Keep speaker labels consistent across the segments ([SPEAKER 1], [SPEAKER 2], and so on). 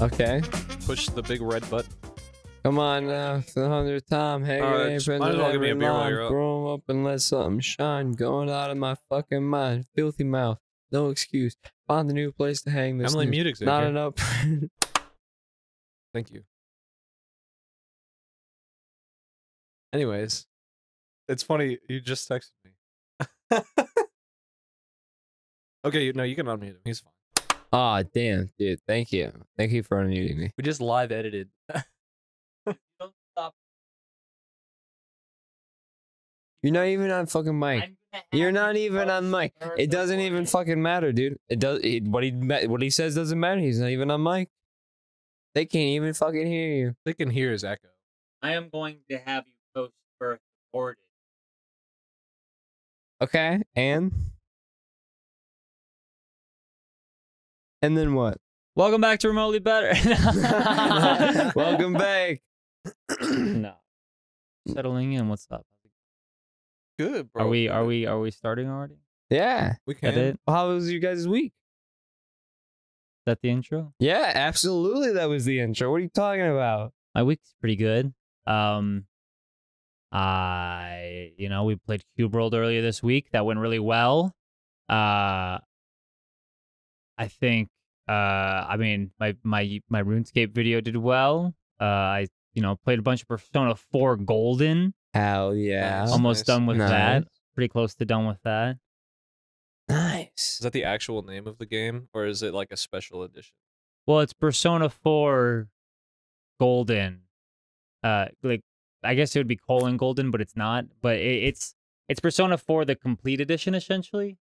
[SPEAKER 1] Okay.
[SPEAKER 2] Push the big red button.
[SPEAKER 1] Come on now, for the hundredth time. Hey,
[SPEAKER 2] Uh,
[SPEAKER 1] hey,
[SPEAKER 2] just
[SPEAKER 1] friend,
[SPEAKER 2] might as well give me a
[SPEAKER 1] every
[SPEAKER 2] beer while
[SPEAKER 1] line,
[SPEAKER 2] you're up.
[SPEAKER 1] Grow up and let something shine. Going out of my fucking mind. Filthy mouth. No excuse. Find a new place to hang this.
[SPEAKER 2] Emily
[SPEAKER 1] noose.
[SPEAKER 2] Mudick's in
[SPEAKER 1] Not
[SPEAKER 2] here.
[SPEAKER 1] enough.
[SPEAKER 2] Thank you. Anyways, it's funny. You just texted me. okay, you, no, you can unmute him. He's fine.
[SPEAKER 1] Ah, damn, dude. Thank you. Thank you for unmuting me.
[SPEAKER 3] We just live edited. Don't stop.
[SPEAKER 1] You're not even on fucking mic. You're not even on mic. It doesn't even fucking matter, dude. It does. It, what he ma- what he says doesn't matter. He's not even on mic. They can't even fucking hear you.
[SPEAKER 2] They can hear his echo.
[SPEAKER 3] I am going to have you post birth aborted.
[SPEAKER 1] Okay, and and then what?
[SPEAKER 3] Welcome back to remotely better.
[SPEAKER 1] Welcome back.
[SPEAKER 3] No. Settling in. What's up?
[SPEAKER 2] Good,
[SPEAKER 3] Are we? Are we? Are we starting already? Is
[SPEAKER 1] Yeah.
[SPEAKER 2] We can.
[SPEAKER 3] that it? Is
[SPEAKER 1] How was you guys' week?
[SPEAKER 3] that the intro?
[SPEAKER 1] Yeah, absolutely. That was the intro. What are you talking about?
[SPEAKER 3] My week's pretty good. Um, I you know we played Cube World earlier this week. That went really well. Uh, I think. Uh, I mean my my my RuneScape video did well. Uh, I you know played a bunch of Persona Four Golden.
[SPEAKER 1] Hell yeah.
[SPEAKER 2] Nice.
[SPEAKER 3] Almost done with that.
[SPEAKER 1] Nice.
[SPEAKER 3] Pretty close to done with that.
[SPEAKER 2] Is
[SPEAKER 1] Nice.
[SPEAKER 2] that the actual name of the game, or is it like a special edition?
[SPEAKER 3] Well, it's Persona 4 Golden. Uh like I guess it would be colon golden, but it's not. But it, it's it's Persona 4 the complete edition essentially.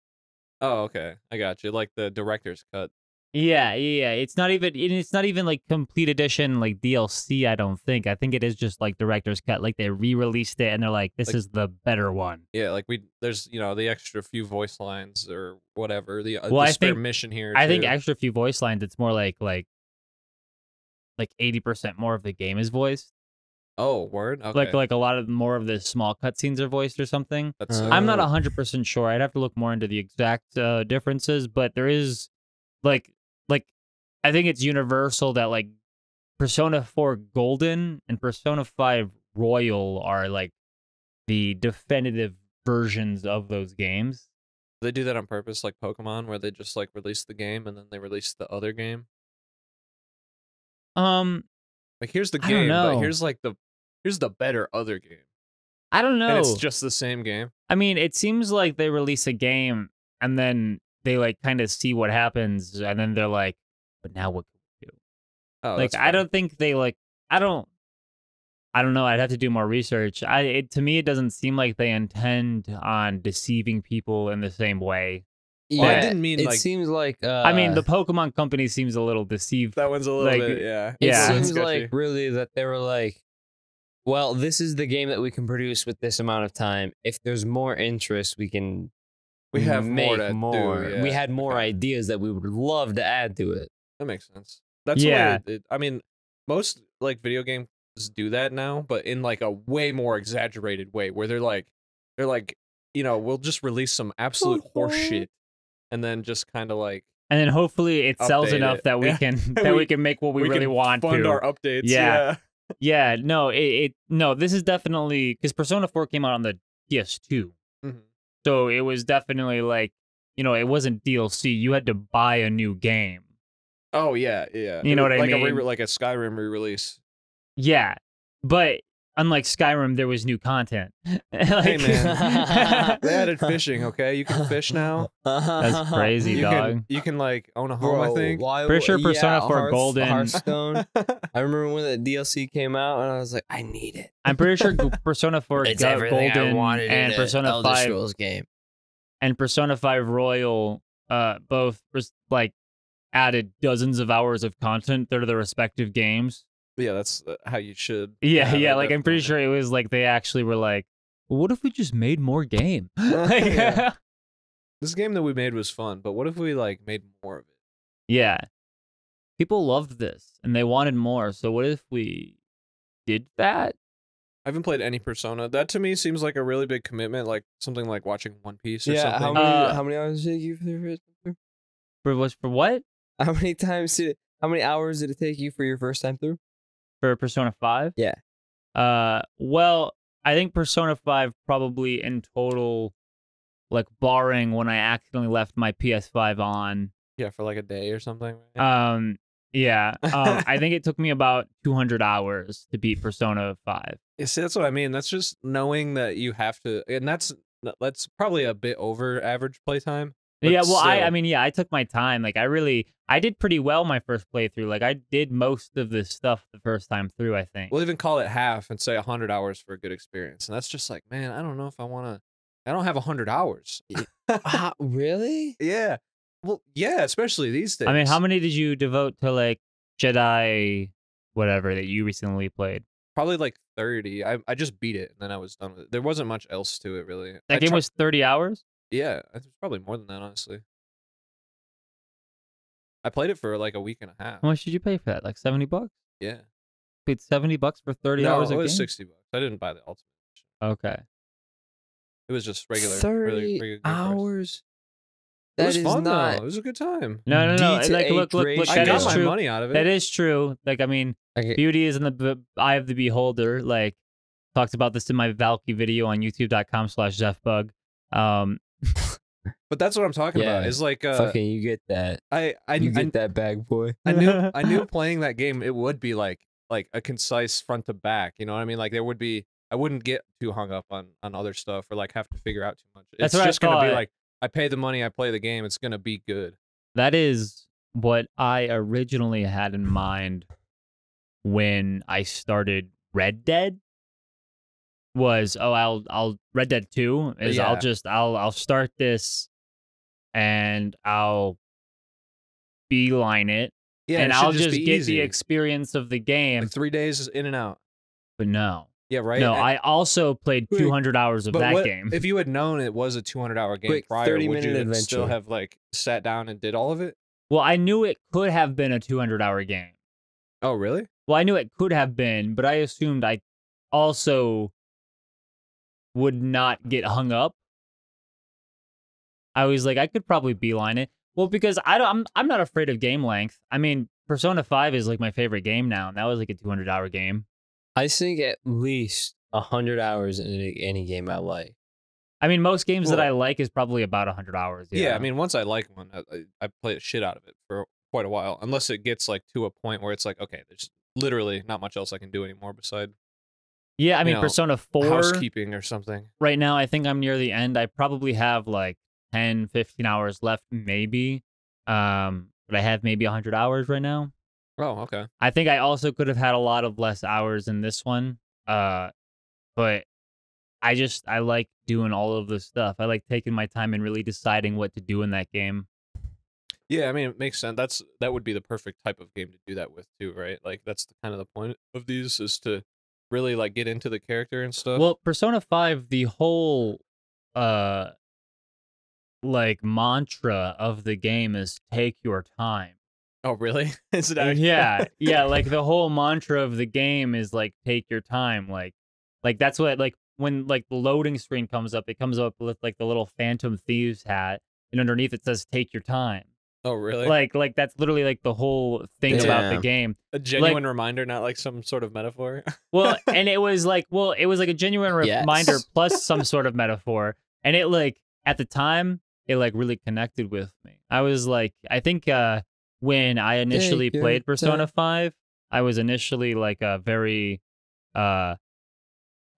[SPEAKER 2] Oh, okay. I got you. Like the director's cut.
[SPEAKER 3] Yeah, yeah, yeah. It's not even and it's not even like complete edition like DLC, I don't think. I think it is just like director's cut. Like they re-released it and they're like this
[SPEAKER 2] Like-
[SPEAKER 3] is the better one.
[SPEAKER 2] Yeah, like we there's you know the extra few voice lines or whatever the, uh,
[SPEAKER 3] Well,
[SPEAKER 2] the
[SPEAKER 3] I
[SPEAKER 2] spare
[SPEAKER 3] think-
[SPEAKER 2] mission here.
[SPEAKER 3] I think
[SPEAKER 2] too.
[SPEAKER 3] extra few voice lines it's more like like like 80% more of the game is voiced.
[SPEAKER 2] Oh, word. Okay.
[SPEAKER 3] Like like a lot of more of the small cutscenes are voiced or something.
[SPEAKER 2] That's, uh,
[SPEAKER 3] I'm not
[SPEAKER 1] Oh.
[SPEAKER 3] 100% sure. I'd have to look more into the exact uh, differences, but there is like like I think it's universal that like Persona 4 Golden and Persona 5 Royal are like the definitive versions of those games.
[SPEAKER 2] They do that on purpose, like Pokemon, where they just like release the game and then they release the other game.
[SPEAKER 3] Um
[SPEAKER 2] Like here's the
[SPEAKER 3] I don't
[SPEAKER 2] game, but
[SPEAKER 3] know.
[SPEAKER 2] here's like the here's the better other game,
[SPEAKER 3] I don't
[SPEAKER 2] and
[SPEAKER 3] know.
[SPEAKER 2] it's just the same game.
[SPEAKER 3] I mean, it seems like they release a game and then they like kind of see what happens and then they're like, but now what
[SPEAKER 2] Oh,
[SPEAKER 3] like
[SPEAKER 2] that's
[SPEAKER 3] I
[SPEAKER 2] funny.
[SPEAKER 3] don't think they like I don't I don't know. I'd have to do more research. I it, to me it doesn't seem like they intend on deceiving people in the same way.
[SPEAKER 2] Well, I
[SPEAKER 3] Yeah,
[SPEAKER 2] didn't mean
[SPEAKER 1] it
[SPEAKER 2] like
[SPEAKER 1] seems like uh,
[SPEAKER 3] I mean, the Pokemon company seems a little deceived.
[SPEAKER 2] that one's a little
[SPEAKER 3] like,
[SPEAKER 2] bit. Yeah,
[SPEAKER 1] it
[SPEAKER 3] yeah.
[SPEAKER 1] seems
[SPEAKER 2] Sketchy.
[SPEAKER 1] like really that they were like, well, this is the game that we can produce with this amount of time. If there's more interest, we can
[SPEAKER 2] we have
[SPEAKER 1] make
[SPEAKER 2] more. To Do, yeah.
[SPEAKER 1] We had more
[SPEAKER 2] Okay.
[SPEAKER 1] ideas that we would love to add to it.
[SPEAKER 2] That makes sense. That's yeah.
[SPEAKER 3] Yeah.
[SPEAKER 2] It, it- I mean, most like video games do that now, but in like a way more exaggerated way, where they're like, they're like, you know, we'll just release some absolute horseshit, and then just kind of like
[SPEAKER 3] And then hopefully it sells
[SPEAKER 2] Update
[SPEAKER 3] enough
[SPEAKER 2] it.
[SPEAKER 3] that we
[SPEAKER 2] Yeah.
[SPEAKER 3] can that we,
[SPEAKER 2] We-
[SPEAKER 3] can make what we,
[SPEAKER 2] we
[SPEAKER 3] really
[SPEAKER 2] can
[SPEAKER 3] want
[SPEAKER 2] fund
[SPEAKER 3] to.
[SPEAKER 2] our updates.
[SPEAKER 3] Yeah. yeah, no, it, it no, this is definitely cuz Persona 4 came out on the PS2.
[SPEAKER 2] yeah. Mhm.
[SPEAKER 3] So it was definitely like, you know, it wasn't DLC. You had to buy a new game.
[SPEAKER 2] Oh yeah, yeah.
[SPEAKER 3] You know
[SPEAKER 2] It-
[SPEAKER 3] what I
[SPEAKER 2] like A
[SPEAKER 3] mean?
[SPEAKER 2] re- like a Skyrim re-release.
[SPEAKER 3] Yeah, but unlike Skyrim, there was new content.
[SPEAKER 2] Hey
[SPEAKER 3] Like-
[SPEAKER 2] man, they added fishing. Okay, you can fish now.
[SPEAKER 3] That's crazy,
[SPEAKER 2] you
[SPEAKER 3] dog.
[SPEAKER 2] can you can like own a home.
[SPEAKER 1] Bro,
[SPEAKER 2] I think.
[SPEAKER 1] why
[SPEAKER 3] Pretty sure
[SPEAKER 1] w-
[SPEAKER 3] Persona 4
[SPEAKER 1] Hearth-
[SPEAKER 3] Golden-
[SPEAKER 1] Hearthstone. I remember when that DLC came out, and I was like, I need it.
[SPEAKER 3] I'm pretty sure Go- Persona 4
[SPEAKER 1] It's
[SPEAKER 3] Go-
[SPEAKER 1] everything
[SPEAKER 3] Golden
[SPEAKER 1] I wanted
[SPEAKER 3] and
[SPEAKER 1] in
[SPEAKER 3] Persona
[SPEAKER 1] an Elder
[SPEAKER 3] 5
[SPEAKER 1] Scrolls game.
[SPEAKER 3] and Persona 5 Royal uh both res- like added dozens of hours of content to their respective games.
[SPEAKER 2] yeah, that's uh, how you should.
[SPEAKER 3] Yeah,
[SPEAKER 2] have
[SPEAKER 3] yeah,
[SPEAKER 2] it,
[SPEAKER 3] like I'm pretty
[SPEAKER 2] definitely.
[SPEAKER 3] sure it was like they actually were like, "What if we just made more game?" Like,
[SPEAKER 2] Yeah. This game that we made was fun, but what if we like made more of it?
[SPEAKER 3] Yeah. People loved this and they wanted more. So what if we did that?
[SPEAKER 2] I haven't played any Persona. That to me seems like a really big commitment, like something like watching One Piece or
[SPEAKER 1] Yeah, how
[SPEAKER 2] something.
[SPEAKER 1] many,
[SPEAKER 3] Uh,
[SPEAKER 1] how many hours did you for the first?
[SPEAKER 3] For what for what?
[SPEAKER 1] How many times did How many hours did it take you for your first time through?
[SPEAKER 3] for Persona 5?
[SPEAKER 1] Yeah.
[SPEAKER 3] Uh well, I think Persona 5 probably in total like barring when I accidentally left my PS5 on.
[SPEAKER 2] Yeah, for like a day or something. right?
[SPEAKER 3] Um yeah, um, I think it took me about 200 hours to beat Persona 5.
[SPEAKER 2] Yeah, see, that's what I mean. That's just knowing that you have to, and that's that's probably a bit over average playtime. But
[SPEAKER 3] yeah, well, I, I
[SPEAKER 2] still.
[SPEAKER 3] mean, yeah, I took my time. Like, I really, I did pretty well my first playthrough. Like, I did most of this stuff the first time through. I think.
[SPEAKER 2] We'll even call it half and say hundred hours for a good experience, and that's just like, man, I don't know if I want to. I don't have hundred hours.
[SPEAKER 1] Ah, really?
[SPEAKER 2] Yeah. Well, yeah, especially these days.
[SPEAKER 3] I mean, how many did you devote to like Jedi, whatever that you recently played?
[SPEAKER 2] Probably like thirty. I I just beat it, and then I was done with it. There wasn't much else to it, really. I
[SPEAKER 3] That game
[SPEAKER 2] tri-
[SPEAKER 3] was 30 hours.
[SPEAKER 2] Yeah, it was probably more than that, honestly. I played it for like a week and a half.
[SPEAKER 3] How much did you pay for that? Like 70 bucks.
[SPEAKER 2] Yeah.
[SPEAKER 3] Paid 70 bucks for 30
[SPEAKER 2] no,
[SPEAKER 3] hours
[SPEAKER 2] it
[SPEAKER 3] a
[SPEAKER 2] was
[SPEAKER 3] game.
[SPEAKER 2] sixty bucks. I didn't buy the ultimate. edition.
[SPEAKER 3] Okay.
[SPEAKER 2] It was just regular.
[SPEAKER 1] Thirty
[SPEAKER 2] really regular game price.
[SPEAKER 1] hours.
[SPEAKER 2] It
[SPEAKER 1] That
[SPEAKER 2] was
[SPEAKER 1] is
[SPEAKER 2] fun
[SPEAKER 1] not.
[SPEAKER 2] though. It was a good time.
[SPEAKER 3] No, no, no.
[SPEAKER 1] D
[SPEAKER 3] and,
[SPEAKER 1] to
[SPEAKER 3] Like,
[SPEAKER 1] A
[SPEAKER 3] look, look,
[SPEAKER 1] grade
[SPEAKER 3] look.
[SPEAKER 2] I
[SPEAKER 3] That
[SPEAKER 2] got
[SPEAKER 3] is
[SPEAKER 2] my
[SPEAKER 3] true.
[SPEAKER 2] money out of it.
[SPEAKER 3] That is true. Like, I mean,
[SPEAKER 1] Okay,
[SPEAKER 3] beauty is in the b- eye of the beholder like talked about this in my valky video on youtube.com slash zefbug um
[SPEAKER 2] But that's what I'm talking about.
[SPEAKER 1] Yeah.
[SPEAKER 2] Is like uh,
[SPEAKER 1] fucking, you get that.
[SPEAKER 2] I I,
[SPEAKER 1] you
[SPEAKER 2] I
[SPEAKER 1] get that bag, boy.
[SPEAKER 2] I knew I knew playing that game it would be like like a concise front to back. You know what I mean? Like there would be I wouldn't get too hung up on on other stuff or like have to figure out too much.
[SPEAKER 3] That's
[SPEAKER 2] it's
[SPEAKER 3] what I
[SPEAKER 2] just gonna be
[SPEAKER 3] thought.
[SPEAKER 2] like I pay the money, I play the game. It's gonna be good.
[SPEAKER 3] that is what i originally had in mind when i started red dead was oh i'll i'll red dead 2 is
[SPEAKER 2] Yeah.
[SPEAKER 3] i'll just i'll i'll start this and i'll beeline it
[SPEAKER 2] Yeah,
[SPEAKER 3] and
[SPEAKER 2] it should
[SPEAKER 3] i'll just,
[SPEAKER 2] be
[SPEAKER 3] get
[SPEAKER 2] easy.
[SPEAKER 3] the experience of the game
[SPEAKER 2] like three days in and out.
[SPEAKER 3] but no
[SPEAKER 2] Yeah, right.
[SPEAKER 3] No,
[SPEAKER 2] And-
[SPEAKER 3] I also played
[SPEAKER 1] Wait,
[SPEAKER 3] 200 hours of
[SPEAKER 2] but
[SPEAKER 3] that
[SPEAKER 2] what-
[SPEAKER 3] game.
[SPEAKER 2] If you had known it was a 200 hour game
[SPEAKER 1] Quick
[SPEAKER 2] prior,
[SPEAKER 1] 30
[SPEAKER 2] would you
[SPEAKER 1] minute
[SPEAKER 2] have still
[SPEAKER 1] adventure.
[SPEAKER 2] have like sat down and did all of it?
[SPEAKER 3] well, I knew it could have been a 200 hour game.
[SPEAKER 2] Oh, really?
[SPEAKER 3] Well, I knew it could have been, but I assumed I also would not get hung up. I was like, I could probably beeline it. Well, because I don't, I'm I'm not afraid of game length. I mean, Persona Five is like my favorite game now, and that was like a 200 hour game.
[SPEAKER 1] I think at least hundred hours in any, any game I like.
[SPEAKER 3] I mean, most games that
[SPEAKER 2] Well-
[SPEAKER 3] I like is probably about 100 hours.
[SPEAKER 2] Yeah. I mean, once I like one, I, I I play the shit out of it for quite a while, unless it gets like to a point where it's like, okay, there's literally not much else I can do anymore beside
[SPEAKER 3] yeah. I
[SPEAKER 2] you
[SPEAKER 3] mean,
[SPEAKER 2] know,
[SPEAKER 3] Persona Four.
[SPEAKER 2] housekeeping or something.
[SPEAKER 3] right now i think i'm near the end i probably have like 10 15 hours left maybe um but i have maybe 100 hours right now
[SPEAKER 2] Oh, okay.
[SPEAKER 3] i think i also could have had a lot of less hours in this one uh but i just i like doing all of this stuff i like taking my time and really deciding what to do in that game
[SPEAKER 2] Yeah, I mean, it makes sense. That's that would be the perfect type of game to do that with too, right? Like that's the, kind of the point of these is to really like get into the character and stuff.
[SPEAKER 3] well persona 5 the whole uh like mantra of the game is take your time
[SPEAKER 2] oh, really? is it? actually-
[SPEAKER 3] Uh, Mm, yeah yeah like the whole mantra of the game is like take your time like like that's what like when like the loading screen comes up it comes up with like the little phantom thieves hat and underneath it says take your time
[SPEAKER 2] Oh, really?
[SPEAKER 3] like like that's literally like the whole thing about the
[SPEAKER 1] Damn.
[SPEAKER 3] game
[SPEAKER 2] a genuine reminder, not like some sort of metaphor.
[SPEAKER 3] well and it was like well it was like a genuine
[SPEAKER 1] Yes.
[SPEAKER 3] reminder plus some sort of metaphor and it like at the time it like really connected with me i was like i think uh when i initially
[SPEAKER 1] Take your
[SPEAKER 3] played persona
[SPEAKER 1] time.
[SPEAKER 3] 5 i was initially like uh, very uh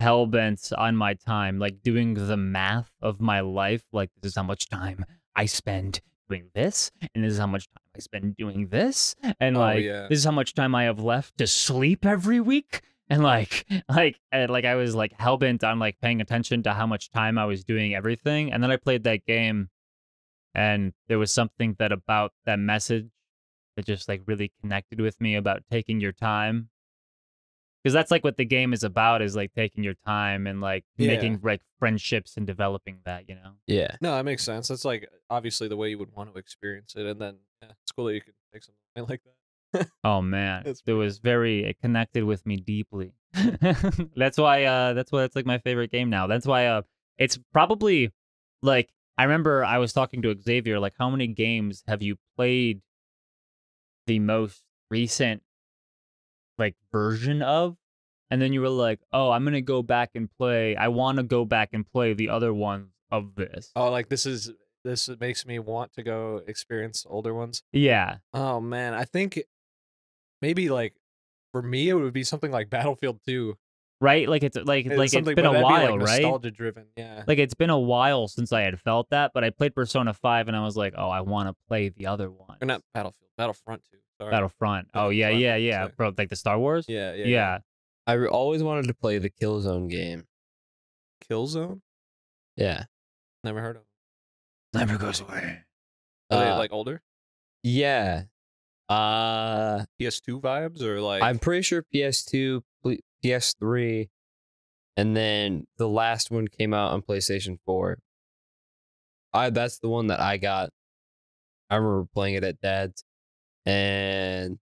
[SPEAKER 3] hellbent on my time like doing the math of my life like this is how much time i spend doing this and this is how much time i spend doing this and
[SPEAKER 2] Oh,
[SPEAKER 3] like
[SPEAKER 2] yeah.
[SPEAKER 3] this is how much time i have left to sleep every week and like like and, like i was like hellbent on like paying attention to how much time i was doing everything and then i played that game and there was something that about that message that just like really connected with me about taking your time because that's like what the game is about is like taking your time and like
[SPEAKER 2] Yeah.
[SPEAKER 3] making like friendships and developing that you know
[SPEAKER 1] Yeah.
[SPEAKER 2] No, that makes sense. That's like obviously the way you would want to experience it, and then yeah, it's cool that you can take something like that.
[SPEAKER 3] oh man
[SPEAKER 2] That's
[SPEAKER 3] it was very it connected with me deeply that's why uh that's why it's like my favorite game now that's why uh it's probably like i remember i was talking to xavier like how many games have you played the most recent like version of and then you were like oh i'm gonna go back and play i want to go back and play the other ones of this
[SPEAKER 2] Oh, like this is this makes me want to go experience older ones.
[SPEAKER 3] yeah
[SPEAKER 2] Oh man, I think maybe like for me it would be something like Battlefield 2.
[SPEAKER 3] right like it's like
[SPEAKER 2] It's
[SPEAKER 3] like it's
[SPEAKER 2] something-
[SPEAKER 3] been
[SPEAKER 2] but
[SPEAKER 3] a
[SPEAKER 2] that'd be, like,
[SPEAKER 3] while right
[SPEAKER 2] Nostalgia driven, yeah.
[SPEAKER 3] like it's been a while since i had felt that but i played persona 5 and i was like oh i want to play the other one
[SPEAKER 2] Or not Battlefield, Battlefront 2. Sorry.
[SPEAKER 3] battlefront oh yeah
[SPEAKER 2] Battlefront,
[SPEAKER 3] yeah yeah
[SPEAKER 2] sorry.
[SPEAKER 3] bro like the star wars
[SPEAKER 2] Yeah, yeah.
[SPEAKER 3] yeah
[SPEAKER 1] I re- always wanted to play the Killzone game.
[SPEAKER 2] Killzone?
[SPEAKER 1] Yeah.
[SPEAKER 2] Never heard of.
[SPEAKER 3] never goes away
[SPEAKER 2] Are they
[SPEAKER 1] Uh,
[SPEAKER 2] like older?
[SPEAKER 1] Yeah. Uh,
[SPEAKER 2] PS2 vibes or like
[SPEAKER 1] I'm pretty sure PS2, pl- PS3, and then the last one came out on PlayStation 4. I that's the one that I got. I remember playing it at dad's and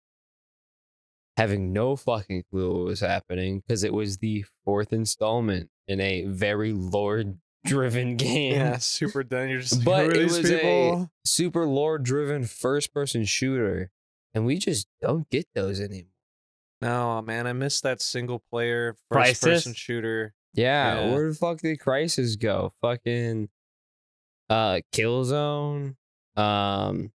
[SPEAKER 1] having no fucking clue what was happening because it was the fourth installment in a very lore driven game.
[SPEAKER 2] yeah, super done. You're just like,
[SPEAKER 1] But
[SPEAKER 2] "Who are
[SPEAKER 1] it
[SPEAKER 2] these
[SPEAKER 1] was a-
[SPEAKER 2] people?
[SPEAKER 1] Super lore driven first person shooter. And we just don't get those anymore.
[SPEAKER 2] No, man, I miss that single player
[SPEAKER 3] Crisis?
[SPEAKER 2] first person shooter.
[SPEAKER 1] Yeah,
[SPEAKER 2] Yeah.
[SPEAKER 1] where the fuck did Crisis go? Fucking uh Killzone. Um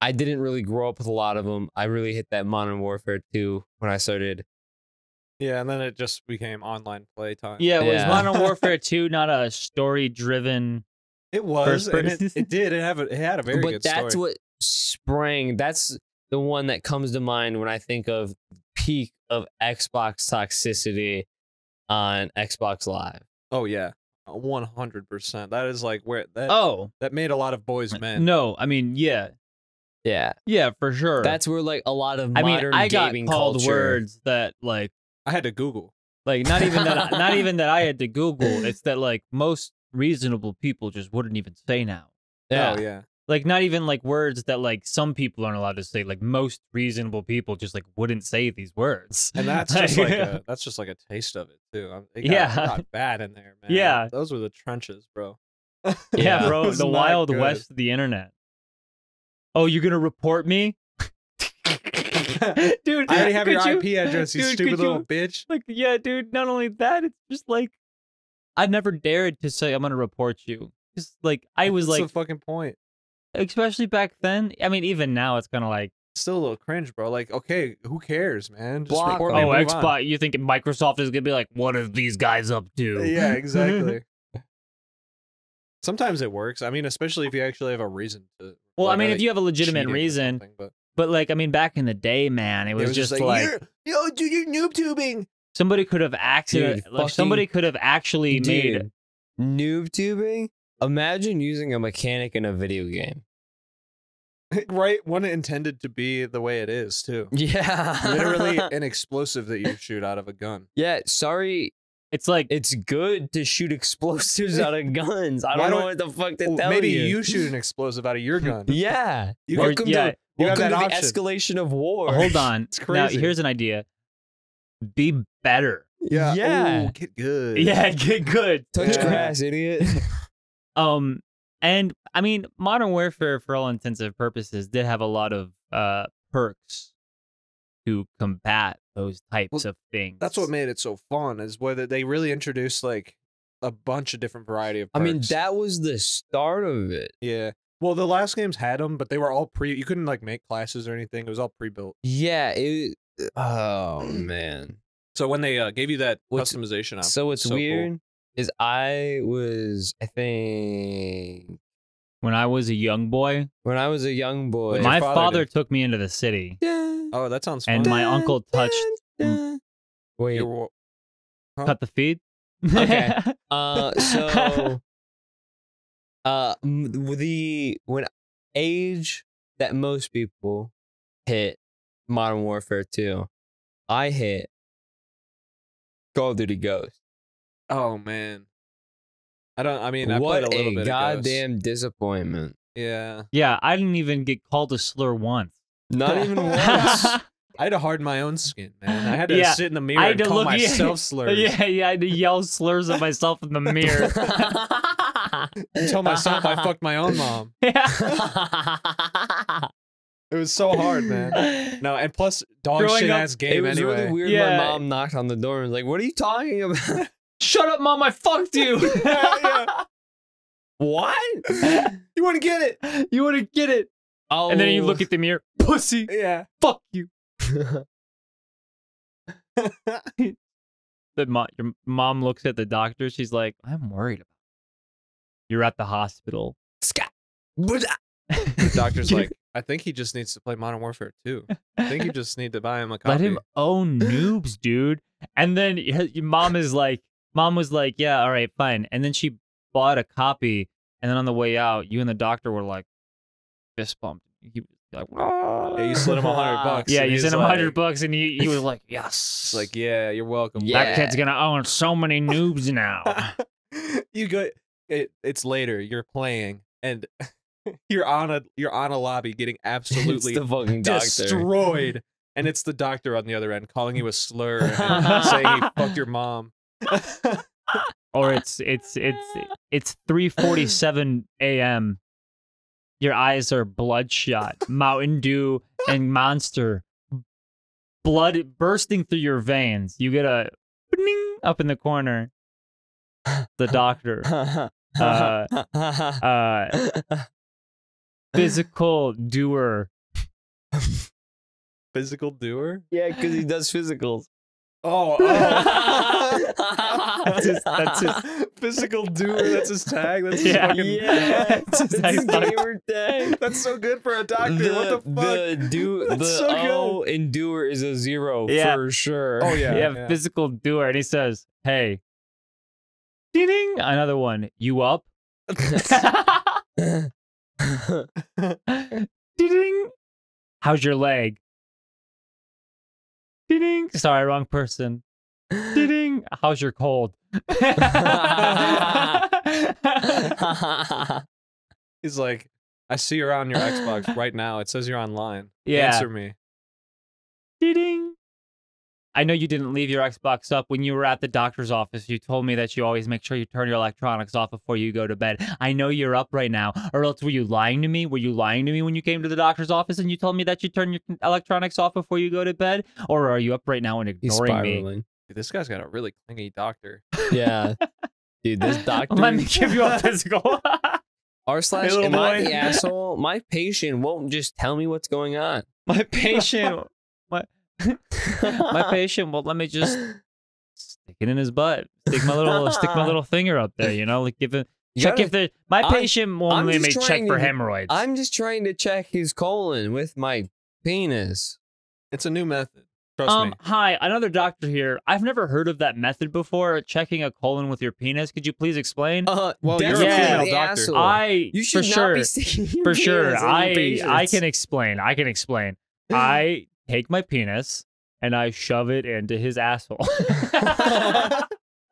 [SPEAKER 1] I didn't really grow up with a lot of them. I really hit that Modern Warfare 2 when I started.
[SPEAKER 2] Yeah, and then it just became online playtime.
[SPEAKER 3] yeah was
[SPEAKER 1] Yeah.
[SPEAKER 3] modern warfare 2 not a story driven
[SPEAKER 2] It was.
[SPEAKER 3] First
[SPEAKER 2] and it,
[SPEAKER 3] person.
[SPEAKER 2] it did. It have a, it had a very
[SPEAKER 1] but
[SPEAKER 2] good
[SPEAKER 1] that's
[SPEAKER 2] story.
[SPEAKER 1] what sprang. That's the one that comes to mind when I think of peak of Xbox toxicity on Xbox Live.
[SPEAKER 2] oh yeah, one hundred percent. That is like where that
[SPEAKER 3] oh
[SPEAKER 2] that made a lot of boys men.
[SPEAKER 3] no i mean yeah
[SPEAKER 1] Yeah.
[SPEAKER 3] yeah for sure
[SPEAKER 1] That's where like a lot of
[SPEAKER 3] i
[SPEAKER 1] modern
[SPEAKER 3] mean i got
[SPEAKER 1] gaming
[SPEAKER 3] called
[SPEAKER 1] culture.
[SPEAKER 3] words that like
[SPEAKER 2] I had to Google.
[SPEAKER 3] Like not even that not even that I had to Google. It's that like most reasonable people just wouldn't even say now.
[SPEAKER 1] Yeah.
[SPEAKER 2] Oh yeah.
[SPEAKER 3] Like not even like words that like some people aren't allowed to say. Like most reasonable people just like wouldn't say these words.
[SPEAKER 2] And that's just like a, that's just like a taste of it too. Um, it got,
[SPEAKER 3] Yeah.
[SPEAKER 2] it got bad in there, man.
[SPEAKER 3] Yeah.
[SPEAKER 2] those were the trenches, bro.
[SPEAKER 3] yeah,
[SPEAKER 1] Yeah.
[SPEAKER 3] bro,
[SPEAKER 2] It's
[SPEAKER 3] the
[SPEAKER 2] not
[SPEAKER 3] wild
[SPEAKER 2] good.
[SPEAKER 3] west of the internet. Oh, you're gonna report me,
[SPEAKER 2] I
[SPEAKER 3] dude?
[SPEAKER 2] already have
[SPEAKER 3] could
[SPEAKER 2] your
[SPEAKER 3] you-
[SPEAKER 2] IP address, you
[SPEAKER 3] dude,
[SPEAKER 2] stupid
[SPEAKER 3] could
[SPEAKER 2] little
[SPEAKER 3] you-
[SPEAKER 2] bitch.
[SPEAKER 3] Like, yeah, dude. Not only that, it's just like I've never dared to say I'm gonna report you. Just like I was
[SPEAKER 2] What's
[SPEAKER 3] like,
[SPEAKER 2] the fucking point?
[SPEAKER 3] especially back then. I mean, even now it's kind of like,
[SPEAKER 2] Still a little cringe, bro. Like, okay, who cares, man? Just
[SPEAKER 1] Block
[SPEAKER 2] report
[SPEAKER 1] them.
[SPEAKER 2] me.
[SPEAKER 3] oh,
[SPEAKER 2] and move on.
[SPEAKER 3] Xbox. You think Microsoft is gonna be like, what are these guys up to?
[SPEAKER 2] Yeah, exactly. Sometimes it works. I mean, especially if you actually have a reason to.
[SPEAKER 3] Well, I
[SPEAKER 2] like,
[SPEAKER 3] mean,
[SPEAKER 2] uh,
[SPEAKER 3] if you have a legitimate
[SPEAKER 2] cheating or
[SPEAKER 3] reason,
[SPEAKER 2] something, But
[SPEAKER 3] but like, I mean, back in the day, man, it was, just, like,
[SPEAKER 2] "You're- yo, dude, you're noob tubing.
[SPEAKER 3] somebody could have accident,
[SPEAKER 1] Dude,
[SPEAKER 3] like,
[SPEAKER 1] fucking-
[SPEAKER 3] somebody could have actually made.
[SPEAKER 1] Dude, noob tubing. Imagine using a mechanic in a video game.
[SPEAKER 2] right? One intended to be the way it is, too.
[SPEAKER 1] Yeah,
[SPEAKER 2] Literally an explosive that you shoot out of a gun.
[SPEAKER 1] yeah, sorry.
[SPEAKER 3] It's like
[SPEAKER 1] It's good to shoot explosives out of guns. I
[SPEAKER 2] Why
[SPEAKER 1] don't know
[SPEAKER 2] don't-
[SPEAKER 1] what the fuck to
[SPEAKER 2] Well,
[SPEAKER 1] tell
[SPEAKER 2] maybe
[SPEAKER 1] you.
[SPEAKER 2] you. shoot an explosive out of your gun.
[SPEAKER 1] Yeah.
[SPEAKER 2] You
[SPEAKER 3] Or-
[SPEAKER 1] welcome
[SPEAKER 3] yeah.
[SPEAKER 1] to,
[SPEAKER 2] You have
[SPEAKER 1] welcome to
[SPEAKER 2] that
[SPEAKER 1] the
[SPEAKER 2] option.
[SPEAKER 1] escalation of war.
[SPEAKER 3] hold on. Now
[SPEAKER 2] crazy.
[SPEAKER 3] here's an idea: be better.
[SPEAKER 2] yeah.
[SPEAKER 1] Yeah.
[SPEAKER 2] Ooh, get good.
[SPEAKER 3] Yeah, get good.
[SPEAKER 1] Touch
[SPEAKER 2] Yeah.
[SPEAKER 1] grass, idiot.
[SPEAKER 3] Um, and I mean, Modern Warfare, for all intents and purposes, did have a lot of uh perks to combat those types
[SPEAKER 2] Well,
[SPEAKER 3] of things.
[SPEAKER 2] That's what made it so fun is whether they really introduced like a bunch of different variety of.
[SPEAKER 1] I mean,
[SPEAKER 2] perks.
[SPEAKER 1] that was the start of it.
[SPEAKER 2] Yeah. Well, the last games had them, but they were all pre. You couldn't like make classes or anything. It was all pre-built.
[SPEAKER 1] Yeah. It. Oh man.
[SPEAKER 2] So when they uh, gave you that
[SPEAKER 1] What's-
[SPEAKER 2] customization option,
[SPEAKER 1] So what's
[SPEAKER 2] so cool.
[SPEAKER 1] weird is I was I think
[SPEAKER 3] when I was a young boy,
[SPEAKER 1] when I was a young boy.
[SPEAKER 2] What'd your
[SPEAKER 3] my
[SPEAKER 2] father
[SPEAKER 3] father,
[SPEAKER 2] do?
[SPEAKER 3] took me into the city.
[SPEAKER 1] Dun,
[SPEAKER 2] Oh, that sounds fun.
[SPEAKER 3] And my uncle touched-
[SPEAKER 1] dun. Wait.
[SPEAKER 2] You were- Huh?
[SPEAKER 3] Cut the feed.
[SPEAKER 1] Okay. Uh. So. Uh. m- The when age that most people hit Modern Warfare Two, I hit Call of Duty Ghost.
[SPEAKER 2] oh man, I don't. I mean, I
[SPEAKER 1] what
[SPEAKER 2] played a little bit. of Ghost.
[SPEAKER 1] goddamn disappointment!
[SPEAKER 2] Yeah,
[SPEAKER 3] yeah, I didn't even get called a slur once.
[SPEAKER 1] Not even once.
[SPEAKER 3] yeah,
[SPEAKER 2] I had to harden my own skin, man. I had to
[SPEAKER 3] Yeah,
[SPEAKER 2] sit in the mirror
[SPEAKER 3] I had
[SPEAKER 2] and
[SPEAKER 3] to
[SPEAKER 2] call
[SPEAKER 3] look- yeah.
[SPEAKER 2] myself slurs.
[SPEAKER 3] yeah, I had to yell slurs at myself in the mirror.
[SPEAKER 2] and tell myself I fucked my own mom. It was so hard, man. No, and plus dog
[SPEAKER 3] Growing
[SPEAKER 2] shit
[SPEAKER 3] up-
[SPEAKER 2] ass
[SPEAKER 1] it
[SPEAKER 2] game
[SPEAKER 1] was
[SPEAKER 2] anyway.
[SPEAKER 1] really weird.
[SPEAKER 3] Yeah.
[SPEAKER 1] My mom knocked on the door and was like, "What are you talking about?
[SPEAKER 3] Shut up, mom! I fucked you.
[SPEAKER 2] Yeah,
[SPEAKER 1] what?
[SPEAKER 2] You wouldn't get it.
[SPEAKER 3] You want to get it?
[SPEAKER 1] Oh.
[SPEAKER 3] And then you look at the mirror. Pussy.
[SPEAKER 2] Yeah.
[SPEAKER 3] Fuck you. The mo- your mom looks at the doctor. She's like, I'm worried about. You. You're at the hospital.
[SPEAKER 1] Scott. But I-
[SPEAKER 2] The doctor's like, I think he just needs to play Modern Warfare 2. I think you just need to buy him a copy.
[SPEAKER 3] Let him own noobs, dude. And then y- your mom is like, mom was like, yeah, all right, fine. And then she bought a copy. And then on the way out, you and the doctor were like, fist bumped. He was like,
[SPEAKER 2] Yeah, you slid him a hundred bucks.
[SPEAKER 3] yeah,
[SPEAKER 2] and
[SPEAKER 3] you
[SPEAKER 2] he's
[SPEAKER 3] sent him a
[SPEAKER 2] like-
[SPEAKER 3] hundred bucks, and he, he was like,
[SPEAKER 2] It's
[SPEAKER 3] yes,
[SPEAKER 2] like, yeah, you're welcome.
[SPEAKER 1] Yeah.
[SPEAKER 3] that kid's gonna own so many noobs now.
[SPEAKER 2] you go. It, it's later. You're playing, and you're on a you're on a lobby getting
[SPEAKER 1] it's
[SPEAKER 2] absolutely
[SPEAKER 1] the fucking doctor.
[SPEAKER 2] destroyed, and it's the doctor on the other end calling you a slur, and saying he fucked your mom.
[SPEAKER 3] or it's it's it's it's 3:47 a.m. Your eyes are bloodshot, Mountain Dew and Monster, blood bursting through your veins. You get a bling up in the corner. The doctor, uh, uh, physical doer.
[SPEAKER 2] Physical doer.
[SPEAKER 1] yeah, because he does physicals.
[SPEAKER 2] Oh,
[SPEAKER 1] That's his-
[SPEAKER 3] that's
[SPEAKER 2] physical doer. That's his tag. That's his
[SPEAKER 3] Yeah.
[SPEAKER 2] fucking.
[SPEAKER 1] yeah,
[SPEAKER 3] It's his
[SPEAKER 1] that's his
[SPEAKER 3] doctor.
[SPEAKER 1] gamer tag.
[SPEAKER 2] That's so good for a doctor. what the fuck?
[SPEAKER 1] The do
[SPEAKER 2] That's
[SPEAKER 1] the
[SPEAKER 2] so good.
[SPEAKER 1] O in doer is a zero
[SPEAKER 3] Yeah.
[SPEAKER 1] for sure.
[SPEAKER 2] oh yeah.
[SPEAKER 3] yeah, physical doer, and he says, "Hey, ding, another one. You up? Ding. How's your leg? Ding. Sorry, wrong person. Ding. How's your cold?
[SPEAKER 1] yeah.
[SPEAKER 2] He's like, I see you're on your Xbox right now. It says you're online.
[SPEAKER 3] Yeah.
[SPEAKER 2] Answer me.
[SPEAKER 3] Ding. I know you didn't leave your Xbox up when you were at the doctor's office. You told me that you always make sure you turn your electronics off before you go to bed. I know you're up right now, or else were you lying to me? Were you lying to me when you came to the doctor's office and you told me that you turn your electronics off before you go to bed? Or are you up right now and
[SPEAKER 1] He's
[SPEAKER 3] ignoring me?
[SPEAKER 1] spiraling.
[SPEAKER 2] Dude, this guy's got a really clingy doctor.
[SPEAKER 1] Yeah. Dude, this doctor.
[SPEAKER 3] Let me give you a physical.
[SPEAKER 1] R slash
[SPEAKER 3] little
[SPEAKER 1] am I
[SPEAKER 3] boy.
[SPEAKER 1] the asshole? My patient won't just tell me what's going on.
[SPEAKER 3] my patient, my patient. Well, let me just stick it in his butt. Stick my little, stick my little finger up there. You know, like give it.
[SPEAKER 1] You
[SPEAKER 3] Check
[SPEAKER 1] gotta-
[SPEAKER 3] if the my
[SPEAKER 1] I'm-
[SPEAKER 3] patient only
[SPEAKER 1] just
[SPEAKER 3] may check
[SPEAKER 1] trying
[SPEAKER 3] for
[SPEAKER 1] to-
[SPEAKER 3] hemorrhoids.
[SPEAKER 1] I'm just trying to check his colon with my penis.
[SPEAKER 2] It's a new method. Trust
[SPEAKER 3] um,
[SPEAKER 2] me.
[SPEAKER 3] hi, another doctor here. I've never heard of that method before. Checking a colon with your penis. Could you please explain?
[SPEAKER 1] Uh,
[SPEAKER 2] Well, you're
[SPEAKER 3] a
[SPEAKER 1] definitely
[SPEAKER 3] female
[SPEAKER 1] the
[SPEAKER 2] doctor.
[SPEAKER 1] asshole.
[SPEAKER 3] I
[SPEAKER 1] you should
[SPEAKER 3] for
[SPEAKER 1] not
[SPEAKER 3] sure,
[SPEAKER 1] be sticking your
[SPEAKER 3] for sure.
[SPEAKER 1] penis in
[SPEAKER 3] I
[SPEAKER 1] your
[SPEAKER 3] I
[SPEAKER 1] patients.
[SPEAKER 3] can explain. I can explain. I take my penis and I shove it into his asshole.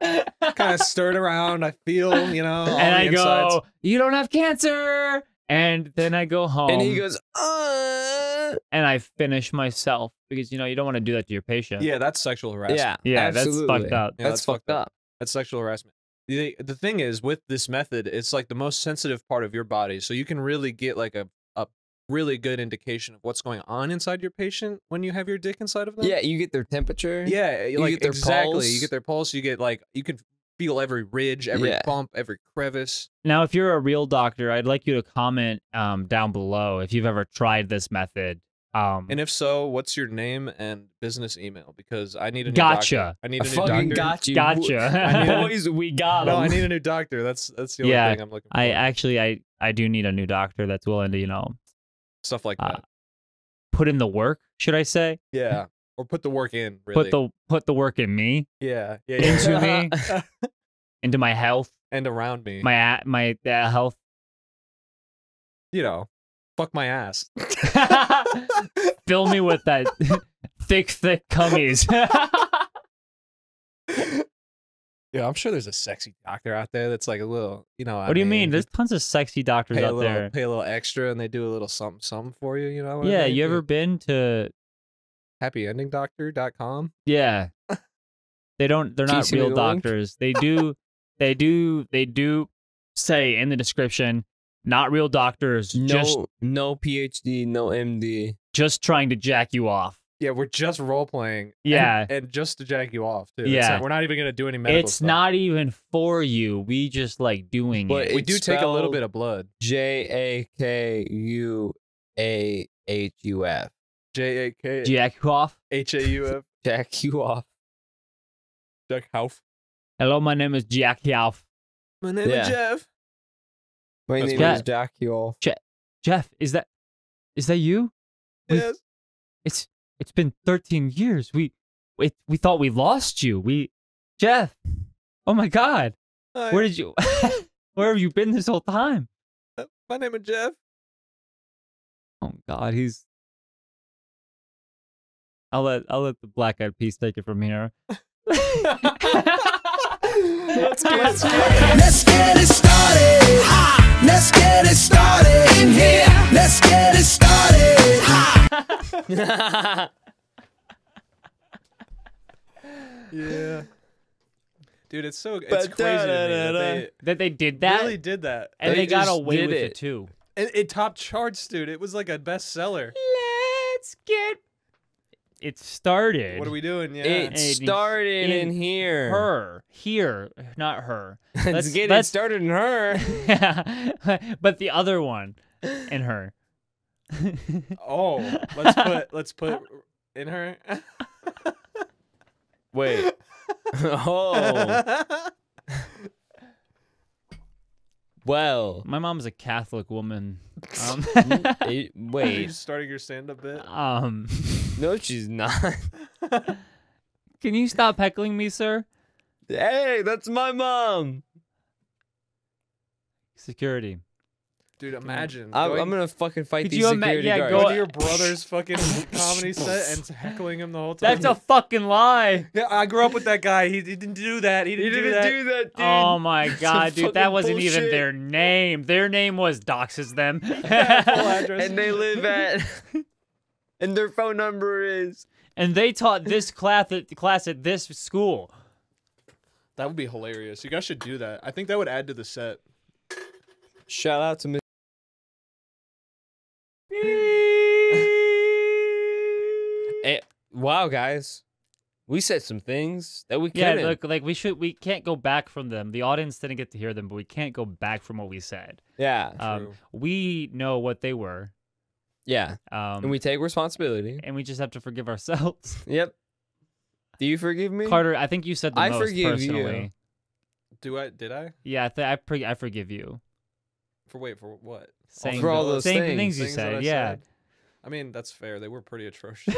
[SPEAKER 2] kind of stirred around. I feel, you know, all
[SPEAKER 3] and
[SPEAKER 2] the
[SPEAKER 3] I
[SPEAKER 2] insides.
[SPEAKER 3] go, "You don't have cancer." And then I go home
[SPEAKER 1] And he goes, uh,
[SPEAKER 3] and I finish myself because you know you don't want to do that to your patient.
[SPEAKER 2] Yeah, that's sexual harassment.
[SPEAKER 1] yeah,
[SPEAKER 3] yeah,
[SPEAKER 1] absolutely.
[SPEAKER 3] that's fucked up.
[SPEAKER 2] Yeah,
[SPEAKER 1] that's, fucked up.
[SPEAKER 2] That's sexual harassment. The, the thing is, with this method, it's like the most sensitive part of your body. So you can really get like a, a really good indication of what's going on inside your patient when you have your dick inside of them.
[SPEAKER 1] Yeah, you get their temperature.
[SPEAKER 2] Yeah, eh,
[SPEAKER 1] You
[SPEAKER 2] like
[SPEAKER 1] get their
[SPEAKER 2] exactly. You
[SPEAKER 1] pulse.
[SPEAKER 2] get their pulse. You get like you can feel every ridge, every
[SPEAKER 1] Yeah.
[SPEAKER 2] bump, every crevice.
[SPEAKER 3] Now, if you're a real doctor, I'd like you to comment um, down below if you've ever tried this method. Um,
[SPEAKER 2] And if so, what's your name and business email? Because I need a new
[SPEAKER 3] Gotcha.
[SPEAKER 2] Doctor. I need
[SPEAKER 1] I
[SPEAKER 2] a new
[SPEAKER 1] fucking
[SPEAKER 2] doctor.
[SPEAKER 1] got you.
[SPEAKER 3] gotcha.
[SPEAKER 2] need a-
[SPEAKER 1] Boys, we got
[SPEAKER 2] No, I
[SPEAKER 1] him.
[SPEAKER 2] need a new doctor. That's that's the only
[SPEAKER 3] Yeah,
[SPEAKER 2] thing I'm looking for.
[SPEAKER 3] I actually, I, I do need a new doctor that's willing to, you know,
[SPEAKER 2] Stuff like
[SPEAKER 3] uh,
[SPEAKER 2] that.
[SPEAKER 3] put in the work. Should I say?
[SPEAKER 2] Yeah. Or put the work in. Really.
[SPEAKER 3] Put the put the work in me,
[SPEAKER 2] yeah. Yeah. yeah,
[SPEAKER 3] into
[SPEAKER 2] yeah.
[SPEAKER 3] me, into my health,
[SPEAKER 2] and around me.
[SPEAKER 3] my a- my uh, health.
[SPEAKER 2] you know, fuck my ass.
[SPEAKER 3] Fill me with that thick, thick cummies.
[SPEAKER 2] Yeah, I'm sure there's a sexy doctor out there that's like a little, you know.
[SPEAKER 3] what do you mean? There's tons of sexy doctors
[SPEAKER 2] pay a
[SPEAKER 3] out
[SPEAKER 2] little,
[SPEAKER 3] there.
[SPEAKER 2] pay a little extra, and they do a little something, something for you. You know. what I
[SPEAKER 3] Yeah,
[SPEAKER 2] mean?
[SPEAKER 3] you ever been to
[SPEAKER 2] happyendingdoctor.com.
[SPEAKER 3] Yeah. They don't they're not
[SPEAKER 1] Please send me
[SPEAKER 3] real
[SPEAKER 1] the link.
[SPEAKER 3] doctors. They do they do they do say in the description not real doctors,
[SPEAKER 1] No,
[SPEAKER 3] just
[SPEAKER 1] no PhD, no MD.
[SPEAKER 3] just trying to jack you off.
[SPEAKER 2] Yeah, we're just role playing.
[SPEAKER 3] Yeah.
[SPEAKER 2] and, and just to jack you off too. It's
[SPEAKER 3] Yeah.
[SPEAKER 2] not- we're not even gonna do any medical.
[SPEAKER 3] it's
[SPEAKER 2] stuff.
[SPEAKER 3] not even for you. We just like doing
[SPEAKER 1] But
[SPEAKER 3] it.
[SPEAKER 2] We do
[SPEAKER 1] It's
[SPEAKER 2] take a
[SPEAKER 1] spelled-
[SPEAKER 2] little bit of blood.
[SPEAKER 1] J A K U A H U F.
[SPEAKER 2] J A K
[SPEAKER 3] Jack you off.
[SPEAKER 2] H A U F.
[SPEAKER 1] Jack you off.
[SPEAKER 2] Jack Hauf.
[SPEAKER 3] Hello, my name is Jack Yoff.
[SPEAKER 2] My name
[SPEAKER 1] Yeah.
[SPEAKER 2] is Jeff.
[SPEAKER 1] My
[SPEAKER 2] That's
[SPEAKER 1] name
[SPEAKER 3] what-
[SPEAKER 1] is Jack you off.
[SPEAKER 3] Jeff, is that is that you? We-
[SPEAKER 2] Yes.
[SPEAKER 3] It's it's been 13 years. We we we thought we lost you. We Jeff. Oh my god.
[SPEAKER 2] Hi.
[SPEAKER 3] Where did you Where have you been this whole time?
[SPEAKER 2] My name is Jeff.
[SPEAKER 3] Oh god, he's I'll let I'll let the black eyed piece take it from here.
[SPEAKER 2] Let's get
[SPEAKER 4] Let's get it started. Let's get it started in here. Let's get it started.
[SPEAKER 2] Yeah. Dude, it's so it's crazy to me that they
[SPEAKER 3] that they did that
[SPEAKER 2] really did that.
[SPEAKER 3] and they,
[SPEAKER 1] They
[SPEAKER 3] got
[SPEAKER 1] just
[SPEAKER 3] away
[SPEAKER 1] did
[SPEAKER 3] with it,
[SPEAKER 1] it.
[SPEAKER 3] too.
[SPEAKER 2] It, it topped charts, dude. It was like a bestseller.
[SPEAKER 3] Let's get it started.
[SPEAKER 2] What are we doing? Yeah.
[SPEAKER 1] It
[SPEAKER 3] in-
[SPEAKER 1] started
[SPEAKER 3] in
[SPEAKER 1] in here.
[SPEAKER 3] her here, not her.
[SPEAKER 1] Let's get it
[SPEAKER 3] let's-
[SPEAKER 1] started in her.
[SPEAKER 3] but the other one and her.
[SPEAKER 2] oh, let's put let's put in her.
[SPEAKER 1] Wait. oh. Well.
[SPEAKER 3] My mom's a Catholic woman. Um,
[SPEAKER 1] It-
[SPEAKER 2] Wait.
[SPEAKER 1] wait.
[SPEAKER 2] starting your stand-up bit.
[SPEAKER 3] um,
[SPEAKER 1] No, she's not.
[SPEAKER 3] can you stop heckling me, sir?
[SPEAKER 1] hey, that's my mom.
[SPEAKER 3] Security.
[SPEAKER 2] Dude, imagine.
[SPEAKER 1] I'm,
[SPEAKER 2] going
[SPEAKER 1] I'm gonna fucking fight
[SPEAKER 3] Could
[SPEAKER 1] these
[SPEAKER 3] you ima-
[SPEAKER 1] security
[SPEAKER 3] yeah,
[SPEAKER 1] guards.
[SPEAKER 3] go-
[SPEAKER 2] to your brother's fucking comedy set and heckling him the whole time.
[SPEAKER 3] That's a fucking lie.
[SPEAKER 2] Yeah, I grew up with that guy. He didn't do that. He
[SPEAKER 1] you
[SPEAKER 2] didn't,
[SPEAKER 1] didn't
[SPEAKER 2] do, that.
[SPEAKER 1] do that, dude.
[SPEAKER 3] Oh my
[SPEAKER 1] That's
[SPEAKER 3] god, dude, that
[SPEAKER 1] fucking
[SPEAKER 3] wasn't even
[SPEAKER 1] bullshit.
[SPEAKER 3] their name. Their name was Doxes them.
[SPEAKER 2] Full address.
[SPEAKER 1] and they live at. and their phone number is.
[SPEAKER 3] and they taught this class at, class at this school.
[SPEAKER 2] that would be hilarious. You guys should do that. I think that would add to the set.
[SPEAKER 1] Shout out to Miss. Eh, wow, guys, we said some things that we
[SPEAKER 3] Yeah,
[SPEAKER 1] couldn't.
[SPEAKER 3] look, like we should, we can't go back from them. The audience didn't get to hear them, but we can't go back from what we said.
[SPEAKER 1] yeah,
[SPEAKER 3] Um,
[SPEAKER 2] True.
[SPEAKER 3] we know what they were,
[SPEAKER 1] yeah,
[SPEAKER 3] um,
[SPEAKER 1] and we take responsibility.
[SPEAKER 3] and we just have to forgive ourselves.
[SPEAKER 1] Yep. Do you forgive me?
[SPEAKER 3] Carter, I think you said the
[SPEAKER 1] I
[SPEAKER 3] most
[SPEAKER 1] forgive you.
[SPEAKER 3] personally.
[SPEAKER 2] Do I? Did I?
[SPEAKER 3] Yeah, I, th- I, pre- I forgive you.
[SPEAKER 2] For wait, for what?
[SPEAKER 3] Saying
[SPEAKER 1] For all
[SPEAKER 3] the-
[SPEAKER 1] those
[SPEAKER 3] saying the
[SPEAKER 1] things.
[SPEAKER 3] things you
[SPEAKER 2] Things that I
[SPEAKER 3] said, yeah.
[SPEAKER 2] said. I mean, that's fair. They were pretty atrocious.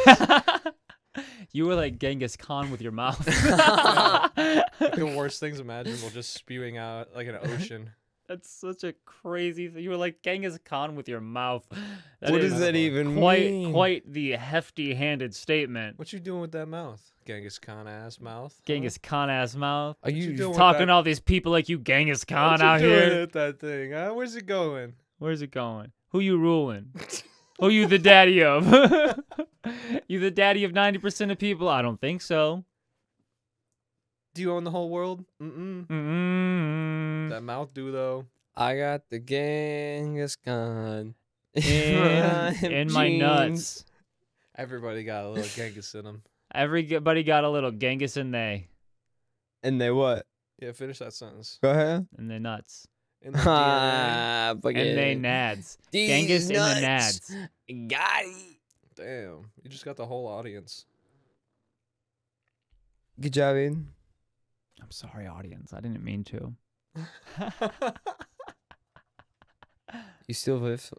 [SPEAKER 3] you were like Genghis Khan with your mouth.
[SPEAKER 2] the worst things imaginable, just spewing out like an ocean.
[SPEAKER 3] That's such a crazy thing. You were like Genghis Khan with your mouth. That
[SPEAKER 1] what
[SPEAKER 3] is
[SPEAKER 1] does that even
[SPEAKER 3] quite
[SPEAKER 1] mean?
[SPEAKER 3] quite the hefty handed statement.
[SPEAKER 2] What you doing with that mouth, Genghis Khan ass mouth? huh?
[SPEAKER 3] Genghis Khan ass mouth.
[SPEAKER 1] Are
[SPEAKER 2] you
[SPEAKER 1] you
[SPEAKER 2] doing?
[SPEAKER 3] Talking
[SPEAKER 2] that-
[SPEAKER 3] to all these people like you Genghis Khan
[SPEAKER 2] What you
[SPEAKER 3] out
[SPEAKER 2] doing
[SPEAKER 3] here.
[SPEAKER 2] with that thing? Huh? Where's it going?
[SPEAKER 3] Where's it going? Who you ruling? Who you the daddy of? you the daddy of ninety percent of people? I don't think so.
[SPEAKER 2] Do you own the whole world?
[SPEAKER 3] Mm-hmm.
[SPEAKER 2] Mm-mm.
[SPEAKER 3] Mm-mm.
[SPEAKER 2] That mouth do though.
[SPEAKER 1] I got the Genghis Khan
[SPEAKER 3] In, in my
[SPEAKER 1] jeans.
[SPEAKER 3] nuts.
[SPEAKER 2] Everybody got a little Genghis in them.
[SPEAKER 3] Everybody got a little Genghis in they
[SPEAKER 1] And they what?
[SPEAKER 2] Yeah, finish that sentence.
[SPEAKER 1] Go ahead.
[SPEAKER 3] in their nuts.
[SPEAKER 2] In the DNA.
[SPEAKER 1] Ah,
[SPEAKER 3] And they nads. Genghis in the nads.
[SPEAKER 1] nads. Got it.
[SPEAKER 2] Damn, you just got the whole audience.
[SPEAKER 1] Good job, Ian.
[SPEAKER 3] I'm sorry, audience. I didn't mean to.
[SPEAKER 1] You still live.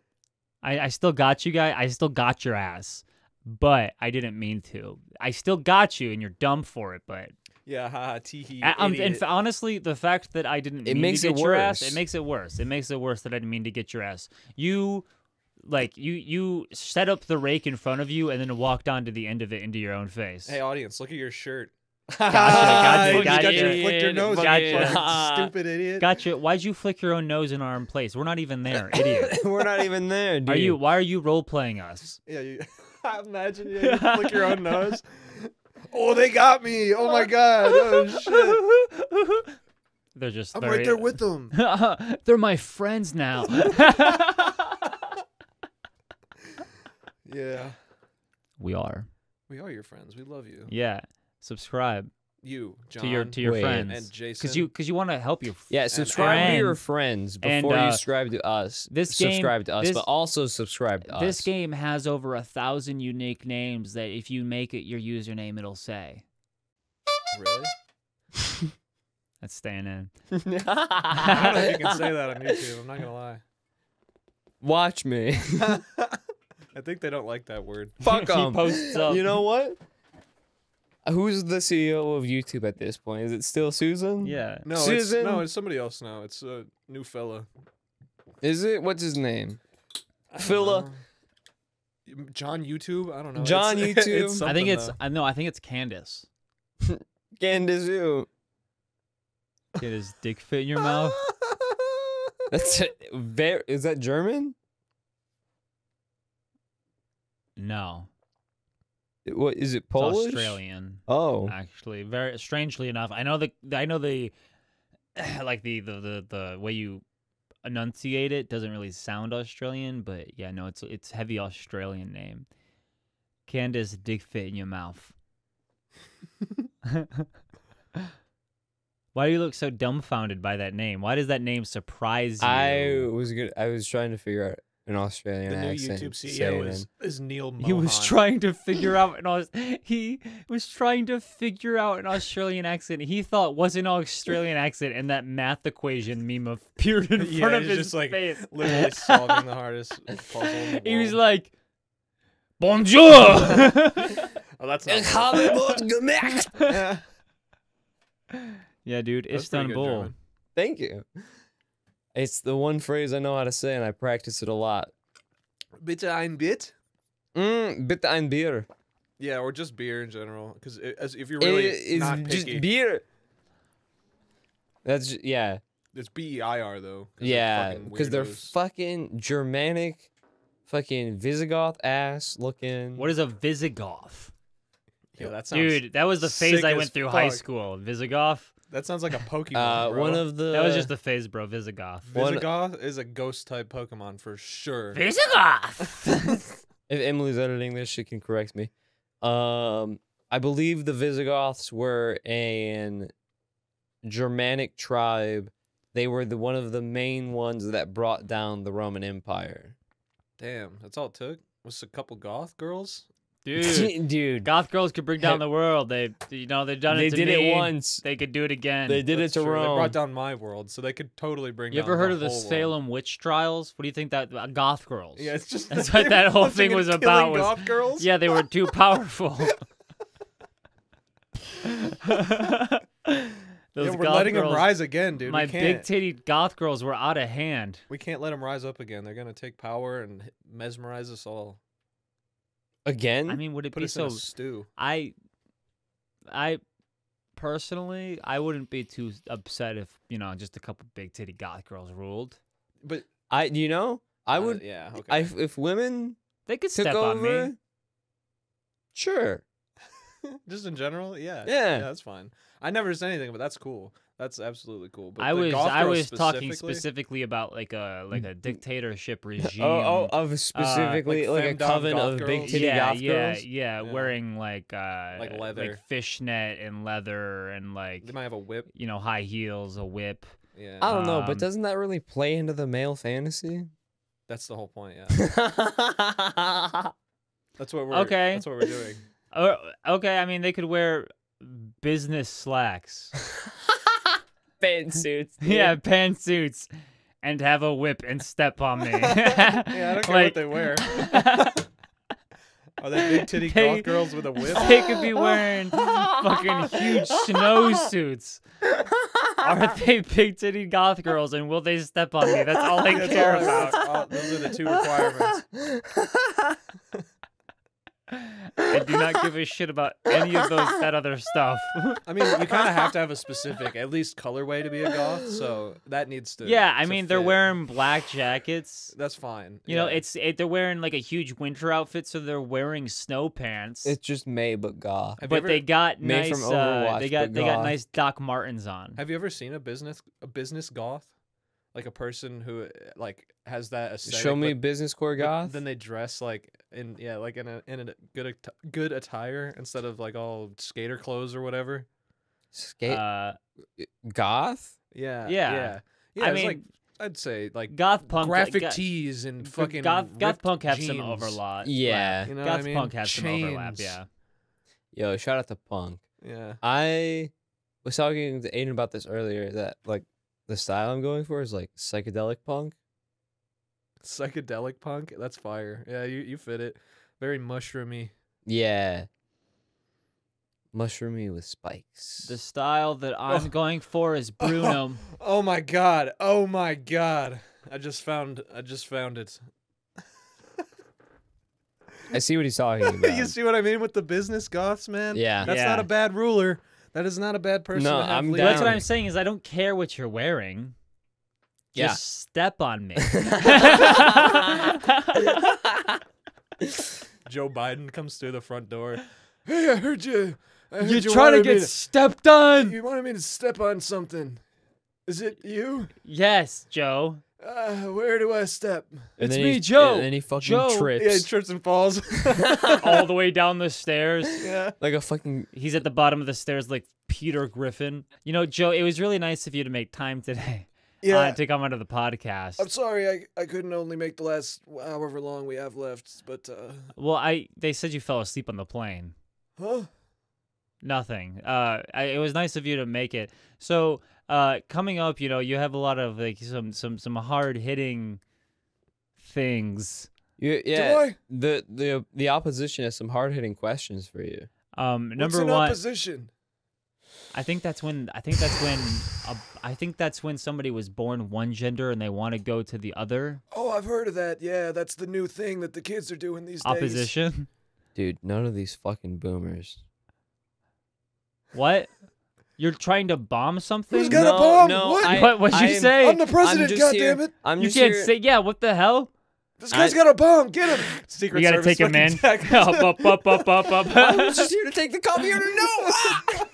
[SPEAKER 3] I, I still got you guys. I still got your ass, but I didn't mean to. I still got you, and you're dumb for it. But
[SPEAKER 2] yeah, haha, teehee.
[SPEAKER 3] I, um, and
[SPEAKER 2] idiot.
[SPEAKER 3] f- honestly, the fact that I didn't
[SPEAKER 1] It
[SPEAKER 3] mean
[SPEAKER 1] makes
[SPEAKER 3] to
[SPEAKER 1] it
[SPEAKER 3] get your ass,
[SPEAKER 1] worse.
[SPEAKER 3] it makes it worse. It makes it worse that I didn't mean to get your ass. You, like you, you set up the rake in front of you, and then walked onto the end of it into your own face.
[SPEAKER 2] Hey, audience, look at your shirt.
[SPEAKER 3] gotcha,
[SPEAKER 2] you got
[SPEAKER 3] gotcha.
[SPEAKER 2] your, flicked your nose, you
[SPEAKER 3] Gotcha.
[SPEAKER 2] fucking stupid idiot.
[SPEAKER 3] Gotcha. Why'd you flick your own nose in our own place? We're not even there, idiot.
[SPEAKER 1] We're not even there, dude.
[SPEAKER 3] Are you? Why are you role playing us?
[SPEAKER 2] Yeah, you imagine yeah, you flick your own nose. Oh, they got me! Oh my god! Oh shit!
[SPEAKER 3] They're just
[SPEAKER 2] I'm
[SPEAKER 3] they're,
[SPEAKER 2] right there with them.
[SPEAKER 3] they're my friends now.
[SPEAKER 2] Yeah.
[SPEAKER 3] we are.
[SPEAKER 2] We are your friends. We love you.
[SPEAKER 3] Yeah. Subscribe
[SPEAKER 2] You, John,
[SPEAKER 3] to your to your
[SPEAKER 1] Wait.
[SPEAKER 3] friends.
[SPEAKER 2] and Jason.
[SPEAKER 3] Cause you, cause you want to help your f-
[SPEAKER 1] Yeah, subscribe to your
[SPEAKER 3] friends.
[SPEAKER 1] friends
[SPEAKER 3] And,
[SPEAKER 1] before
[SPEAKER 3] uh,
[SPEAKER 1] you subscribe to us.
[SPEAKER 3] this game-
[SPEAKER 1] subscribe to us,
[SPEAKER 3] this-
[SPEAKER 1] but also subscribe to
[SPEAKER 3] This
[SPEAKER 1] us.
[SPEAKER 3] game has over a thousand unique names that if you make it your username, it'll say.
[SPEAKER 2] really?
[SPEAKER 3] That's staying in.
[SPEAKER 2] I don't know if you can say that on YouTube. I'm not gonna lie.
[SPEAKER 1] Watch me.
[SPEAKER 2] I think they don't like that word.
[SPEAKER 1] Fuck
[SPEAKER 3] He
[SPEAKER 1] 'em.
[SPEAKER 3] posts up.
[SPEAKER 1] You know what? Who's the CEO of YouTube at this point? Is it still Susan?
[SPEAKER 3] Yeah.
[SPEAKER 2] No,
[SPEAKER 1] Susan?
[SPEAKER 2] it's no, it's somebody else now. It's a new fella.
[SPEAKER 1] Is it? What's his name? Phila.
[SPEAKER 2] John YouTube. I don't know.
[SPEAKER 1] John
[SPEAKER 2] It's-
[SPEAKER 1] YouTube?
[SPEAKER 2] it's
[SPEAKER 3] I
[SPEAKER 2] something,
[SPEAKER 3] think it's.
[SPEAKER 2] though.
[SPEAKER 3] I know. I think it's Candace.
[SPEAKER 1] Gandazu.
[SPEAKER 3] Get his dick fit in your mouth.
[SPEAKER 1] That's it. Ver- is that German?
[SPEAKER 3] No,
[SPEAKER 1] What is it?
[SPEAKER 3] it's
[SPEAKER 1] Polish?
[SPEAKER 3] Australian.
[SPEAKER 1] Oh,
[SPEAKER 3] Actually, very strangely enough, I know the. I know the. Like the the the, the way you enunciate it doesn't really sound Australian, but yeah, no, it's it's heavy Australian name. Candace dick fit in your mouth. Why do you look so dumbfounded by that name? Why does that name surprise you?
[SPEAKER 1] I was good. I was trying to figure out an Australian
[SPEAKER 2] the new
[SPEAKER 1] accent.
[SPEAKER 2] YouTube
[SPEAKER 1] to
[SPEAKER 2] CEO
[SPEAKER 1] say it
[SPEAKER 2] is,
[SPEAKER 1] in.
[SPEAKER 2] is Neil. Mohan.
[SPEAKER 3] He was trying to figure out an Aus- he was trying to figure out an Australian accent he thought was an Australian accent, and that math equation meme appeared in
[SPEAKER 2] Yeah,
[SPEAKER 3] front of
[SPEAKER 2] he's
[SPEAKER 3] his
[SPEAKER 2] just like
[SPEAKER 3] face.
[SPEAKER 2] literally solving the hardest puzzle. In the
[SPEAKER 3] he was
[SPEAKER 2] world.
[SPEAKER 3] like, "Bonjour."
[SPEAKER 2] "Oh, that's
[SPEAKER 1] Ich
[SPEAKER 2] not."
[SPEAKER 1] habe gut gemacht.
[SPEAKER 2] right.
[SPEAKER 3] yeah, dude,
[SPEAKER 2] That's pretty good
[SPEAKER 3] Istanbul.
[SPEAKER 2] German.
[SPEAKER 1] Thank you. It's the one phrase I know how to say, and I practice it a lot.
[SPEAKER 2] Bitte ein Bit.
[SPEAKER 1] Mm, bitte ein Bier.
[SPEAKER 2] Yeah, or just beer in general. Because as if you're
[SPEAKER 1] It
[SPEAKER 2] really
[SPEAKER 1] is
[SPEAKER 2] not
[SPEAKER 1] just
[SPEAKER 2] picky,
[SPEAKER 1] beer. That's ju- yeah,
[SPEAKER 2] it's B E I R though.
[SPEAKER 1] yeah, because they're
[SPEAKER 2] weirdos.
[SPEAKER 1] fucking Germanic, fucking Visigoth ass looking.
[SPEAKER 3] What is a Visigoth?
[SPEAKER 2] yeah, that sounds,
[SPEAKER 3] Dude, that was the phase
[SPEAKER 2] sick
[SPEAKER 3] I
[SPEAKER 2] as
[SPEAKER 3] went through high
[SPEAKER 2] fuck.
[SPEAKER 3] school. Visigoth.
[SPEAKER 2] That sounds like a Pokemon.
[SPEAKER 1] uh,
[SPEAKER 2] bro.
[SPEAKER 1] one of the
[SPEAKER 3] That was just the phase, bro. Visigoth.
[SPEAKER 1] one-
[SPEAKER 2] Visigoth is a ghost type Pokemon for sure.
[SPEAKER 3] Visigoth.
[SPEAKER 1] if Emily's editing this, she can correct me. Um, I believe the Visigoths were an Germanic tribe. They were the one of the main ones that brought down the Roman Empire.
[SPEAKER 2] Damn, that's all it took. Was a couple goth girls?
[SPEAKER 3] dude.
[SPEAKER 1] Dude,
[SPEAKER 3] Goth girls could bring down the world. They, you know, they've done
[SPEAKER 1] they
[SPEAKER 3] it. to
[SPEAKER 1] did
[SPEAKER 3] me.
[SPEAKER 1] it once.
[SPEAKER 3] They could do it again.
[SPEAKER 1] They did
[SPEAKER 2] That's
[SPEAKER 1] it to
[SPEAKER 2] true. They
[SPEAKER 1] Rome.
[SPEAKER 2] brought down my world, so they could totally bring.
[SPEAKER 3] You ever
[SPEAKER 2] down
[SPEAKER 3] heard of the
[SPEAKER 2] whole world.
[SPEAKER 3] Salem witch trials? What do you think that uh, Goth girls?
[SPEAKER 2] Yeah, it's just
[SPEAKER 3] That's
[SPEAKER 2] they
[SPEAKER 3] what that
[SPEAKER 2] were
[SPEAKER 3] whole
[SPEAKER 2] hunting
[SPEAKER 3] thing
[SPEAKER 2] and
[SPEAKER 3] was
[SPEAKER 2] killing
[SPEAKER 3] about was-
[SPEAKER 2] goth girls.
[SPEAKER 3] Yeah, they were too powerful.
[SPEAKER 2] Yeah,
[SPEAKER 3] Those
[SPEAKER 2] we're
[SPEAKER 3] goth
[SPEAKER 2] letting
[SPEAKER 3] girls,
[SPEAKER 2] them rise again, dude.
[SPEAKER 3] My
[SPEAKER 2] we
[SPEAKER 3] big
[SPEAKER 2] can't,
[SPEAKER 3] titty goth girls were out of hand.
[SPEAKER 2] we can't let them rise up again. They're gonna take power and h- mesmerize us all.
[SPEAKER 1] Again?
[SPEAKER 3] I mean, would it
[SPEAKER 2] Hmm? Put
[SPEAKER 3] be
[SPEAKER 2] us in
[SPEAKER 3] so?
[SPEAKER 2] a stew.
[SPEAKER 3] I, I personally, I wouldn't be too upset if you know just a couple big titty goth girls ruled.
[SPEAKER 2] But
[SPEAKER 1] I you know, I
[SPEAKER 2] uh,
[SPEAKER 1] would
[SPEAKER 2] yeah. Okay.
[SPEAKER 1] I if women
[SPEAKER 3] They could
[SPEAKER 1] took
[SPEAKER 3] step on
[SPEAKER 1] over
[SPEAKER 3] me.
[SPEAKER 1] Sure.
[SPEAKER 2] just in general, yeah,
[SPEAKER 1] Yeah.
[SPEAKER 2] that's fine. I never said anything, but that's cool. That's absolutely cool. But
[SPEAKER 3] I
[SPEAKER 2] the
[SPEAKER 3] was
[SPEAKER 2] goth
[SPEAKER 3] I
[SPEAKER 2] girls
[SPEAKER 3] was talking
[SPEAKER 2] specifically- Mm-hmm.
[SPEAKER 3] specifically about like a like a dictatorship regime.
[SPEAKER 1] Oh, oh, of
[SPEAKER 3] Uh,
[SPEAKER 1] specifically like,
[SPEAKER 2] femdom
[SPEAKER 1] a coven
[SPEAKER 2] goth
[SPEAKER 1] of big
[SPEAKER 2] girls?
[SPEAKER 1] titty
[SPEAKER 3] yeah,
[SPEAKER 1] goth
[SPEAKER 3] yeah,
[SPEAKER 1] girls.
[SPEAKER 3] yeah,
[SPEAKER 2] Yeah.
[SPEAKER 3] wearing like uh
[SPEAKER 2] Like leather.
[SPEAKER 3] fishnet and leather and like
[SPEAKER 2] They might have a whip.
[SPEAKER 3] you know high heels, a whip.
[SPEAKER 2] Yeah,
[SPEAKER 1] I don't know,
[SPEAKER 3] Um,
[SPEAKER 1] but doesn't that really play into the male fantasy?
[SPEAKER 2] that's the whole point. Yeah,
[SPEAKER 1] That's
[SPEAKER 2] that's what we're
[SPEAKER 3] Okay.
[SPEAKER 2] That's what we're doing.
[SPEAKER 3] Oh, okay, I mean they could wear business slacks.
[SPEAKER 1] suits.
[SPEAKER 3] yeah, pantsuits and have a whip and step on me.
[SPEAKER 2] Yeah, I don't care what they wear. Are they big titty
[SPEAKER 3] They-
[SPEAKER 2] goth girls with a whip?
[SPEAKER 3] They could be wearing fucking huge snow suits. Are they big titty goth girls and will they step on me? That's all I
[SPEAKER 2] That's
[SPEAKER 3] care
[SPEAKER 2] all-
[SPEAKER 3] about.
[SPEAKER 2] that's all- those are the two requirements.
[SPEAKER 3] I do not give a shit about any of those that other stuff.
[SPEAKER 2] I mean, you kind of have to have a specific, at least colorway, to be a goth. So that needs to.
[SPEAKER 3] yeah, I
[SPEAKER 2] to
[SPEAKER 3] mean they're
[SPEAKER 2] fit.
[SPEAKER 3] wearing black jackets.
[SPEAKER 2] That's fine.
[SPEAKER 3] You know,
[SPEAKER 2] yeah.
[SPEAKER 3] it's it, they're wearing like a huge winter outfit, so they're wearing snow pants.
[SPEAKER 1] It's just May, but goth.
[SPEAKER 2] Have you
[SPEAKER 3] but
[SPEAKER 2] ever-
[SPEAKER 3] they got
[SPEAKER 1] made
[SPEAKER 3] nice.
[SPEAKER 1] from
[SPEAKER 3] uh, they
[SPEAKER 1] Overwatch,
[SPEAKER 3] got
[SPEAKER 1] but
[SPEAKER 3] they got
[SPEAKER 1] goth.
[SPEAKER 3] nice Doc Martens on. Uh,
[SPEAKER 2] Have you ever seen a business a business goth, like a person who uh, like has that aesthetic?
[SPEAKER 1] Show me
[SPEAKER 2] but-
[SPEAKER 1] business core
[SPEAKER 2] but
[SPEAKER 1] goth.
[SPEAKER 2] Then they dress like in yeah, like in a in a good at- good attire instead of like all skater clothes or whatever.
[SPEAKER 1] Skate
[SPEAKER 3] uh,
[SPEAKER 1] goth.
[SPEAKER 2] Yeah,
[SPEAKER 3] Yeah.
[SPEAKER 2] yeah.
[SPEAKER 3] I
[SPEAKER 2] it's
[SPEAKER 3] mean,
[SPEAKER 2] like I'd say like
[SPEAKER 3] goth punk
[SPEAKER 2] graphic
[SPEAKER 3] go-
[SPEAKER 2] tees and
[SPEAKER 3] g-
[SPEAKER 2] fucking
[SPEAKER 3] goth, goth
[SPEAKER 2] ripped
[SPEAKER 3] punk has some
[SPEAKER 2] jeans.
[SPEAKER 3] overlap.
[SPEAKER 1] Yeah.
[SPEAKER 2] You know what I
[SPEAKER 3] goth
[SPEAKER 2] mean?
[SPEAKER 3] punk has some overlap.
[SPEAKER 2] Chains.
[SPEAKER 3] Yeah,
[SPEAKER 1] Yo, shout out to punk.
[SPEAKER 2] Yeah.
[SPEAKER 1] I was talking to Aiden about this earlier. That like the style I'm going for is like psychedelic punk.
[SPEAKER 2] Psychedelic punk. That's fire. Yeah, you, you fit it. Very mushroomy.
[SPEAKER 1] Yeah. Mushroomy with spikes.
[SPEAKER 3] the style that I'm
[SPEAKER 2] Oh.
[SPEAKER 3] going for is Bruno.
[SPEAKER 2] Oh my god. Oh my god. I just found I just found it.
[SPEAKER 1] I see what he's talking about.
[SPEAKER 2] you see what I mean with the business goths, man?
[SPEAKER 1] Yeah.
[SPEAKER 2] That's not
[SPEAKER 3] Yeah.
[SPEAKER 2] a bad ruler. That is not a bad person.
[SPEAKER 1] No,
[SPEAKER 2] to have
[SPEAKER 1] I'm
[SPEAKER 2] lead.
[SPEAKER 3] But That's what
[SPEAKER 1] down.
[SPEAKER 3] I'm saying is I don't care what you're wearing.
[SPEAKER 1] Yeah.
[SPEAKER 3] Just step on me.
[SPEAKER 2] Joe Biden comes through the front door. Hey, I heard you. I heard you wanted me
[SPEAKER 3] stepped on.
[SPEAKER 2] You wanted me to step on something. Is it you?
[SPEAKER 3] Yes, Joe.
[SPEAKER 2] Uh, where do I step?
[SPEAKER 1] And
[SPEAKER 3] It's
[SPEAKER 1] then
[SPEAKER 3] me,
[SPEAKER 1] he-
[SPEAKER 3] Joe.
[SPEAKER 1] And then he fucking
[SPEAKER 3] Joe.
[SPEAKER 1] trips
[SPEAKER 2] Yeah, he trips and falls.
[SPEAKER 3] All the way down the stairs.
[SPEAKER 2] yeah.
[SPEAKER 1] like a fucking.
[SPEAKER 3] He's at the bottom of the stairs like Peter Griffin. You know, Joe, it was really nice of you to make time today
[SPEAKER 2] Yeah.
[SPEAKER 3] uh, to come onto the podcast.
[SPEAKER 2] I'm sorry I, I couldn't only make the last however long we have left, but uh
[SPEAKER 3] well, I they said you fell asleep on the plane.
[SPEAKER 2] huh?
[SPEAKER 3] Nothing. Uh, I, it was nice of you to make it. So, uh, coming up, you know, you have a lot of like some some some hard hitting things.
[SPEAKER 1] You, yeah.
[SPEAKER 2] I?
[SPEAKER 1] The the the opposition has some hard hitting questions for you.
[SPEAKER 3] Um,
[SPEAKER 2] What's
[SPEAKER 3] number
[SPEAKER 2] in
[SPEAKER 3] one,
[SPEAKER 2] opposition?
[SPEAKER 3] I think that's when I think that's when a, I think that's when somebody was born one gender and they want to go to the other
[SPEAKER 2] Oh, I've heard of that. Yeah, that's the new thing that the kids are doing these days.
[SPEAKER 3] opposition.
[SPEAKER 1] Dude, none of these fucking boomers.
[SPEAKER 3] What? You're trying to bomb something?
[SPEAKER 2] Who's gonna bomb? What?
[SPEAKER 3] What- what'd you
[SPEAKER 1] am-
[SPEAKER 3] say?
[SPEAKER 2] I'm the president,
[SPEAKER 1] just here-
[SPEAKER 2] goddammit.
[SPEAKER 1] I'm
[SPEAKER 3] You
[SPEAKER 1] just
[SPEAKER 3] can't
[SPEAKER 1] here-
[SPEAKER 3] say yeah. What the hell?
[SPEAKER 2] This guy's
[SPEAKER 1] I-
[SPEAKER 2] got a bomb. Get him. Secret Service fucking tackles him.
[SPEAKER 3] up, up, up, up,
[SPEAKER 1] I was
[SPEAKER 3] up.
[SPEAKER 1] just here to take the computer. No. Ah!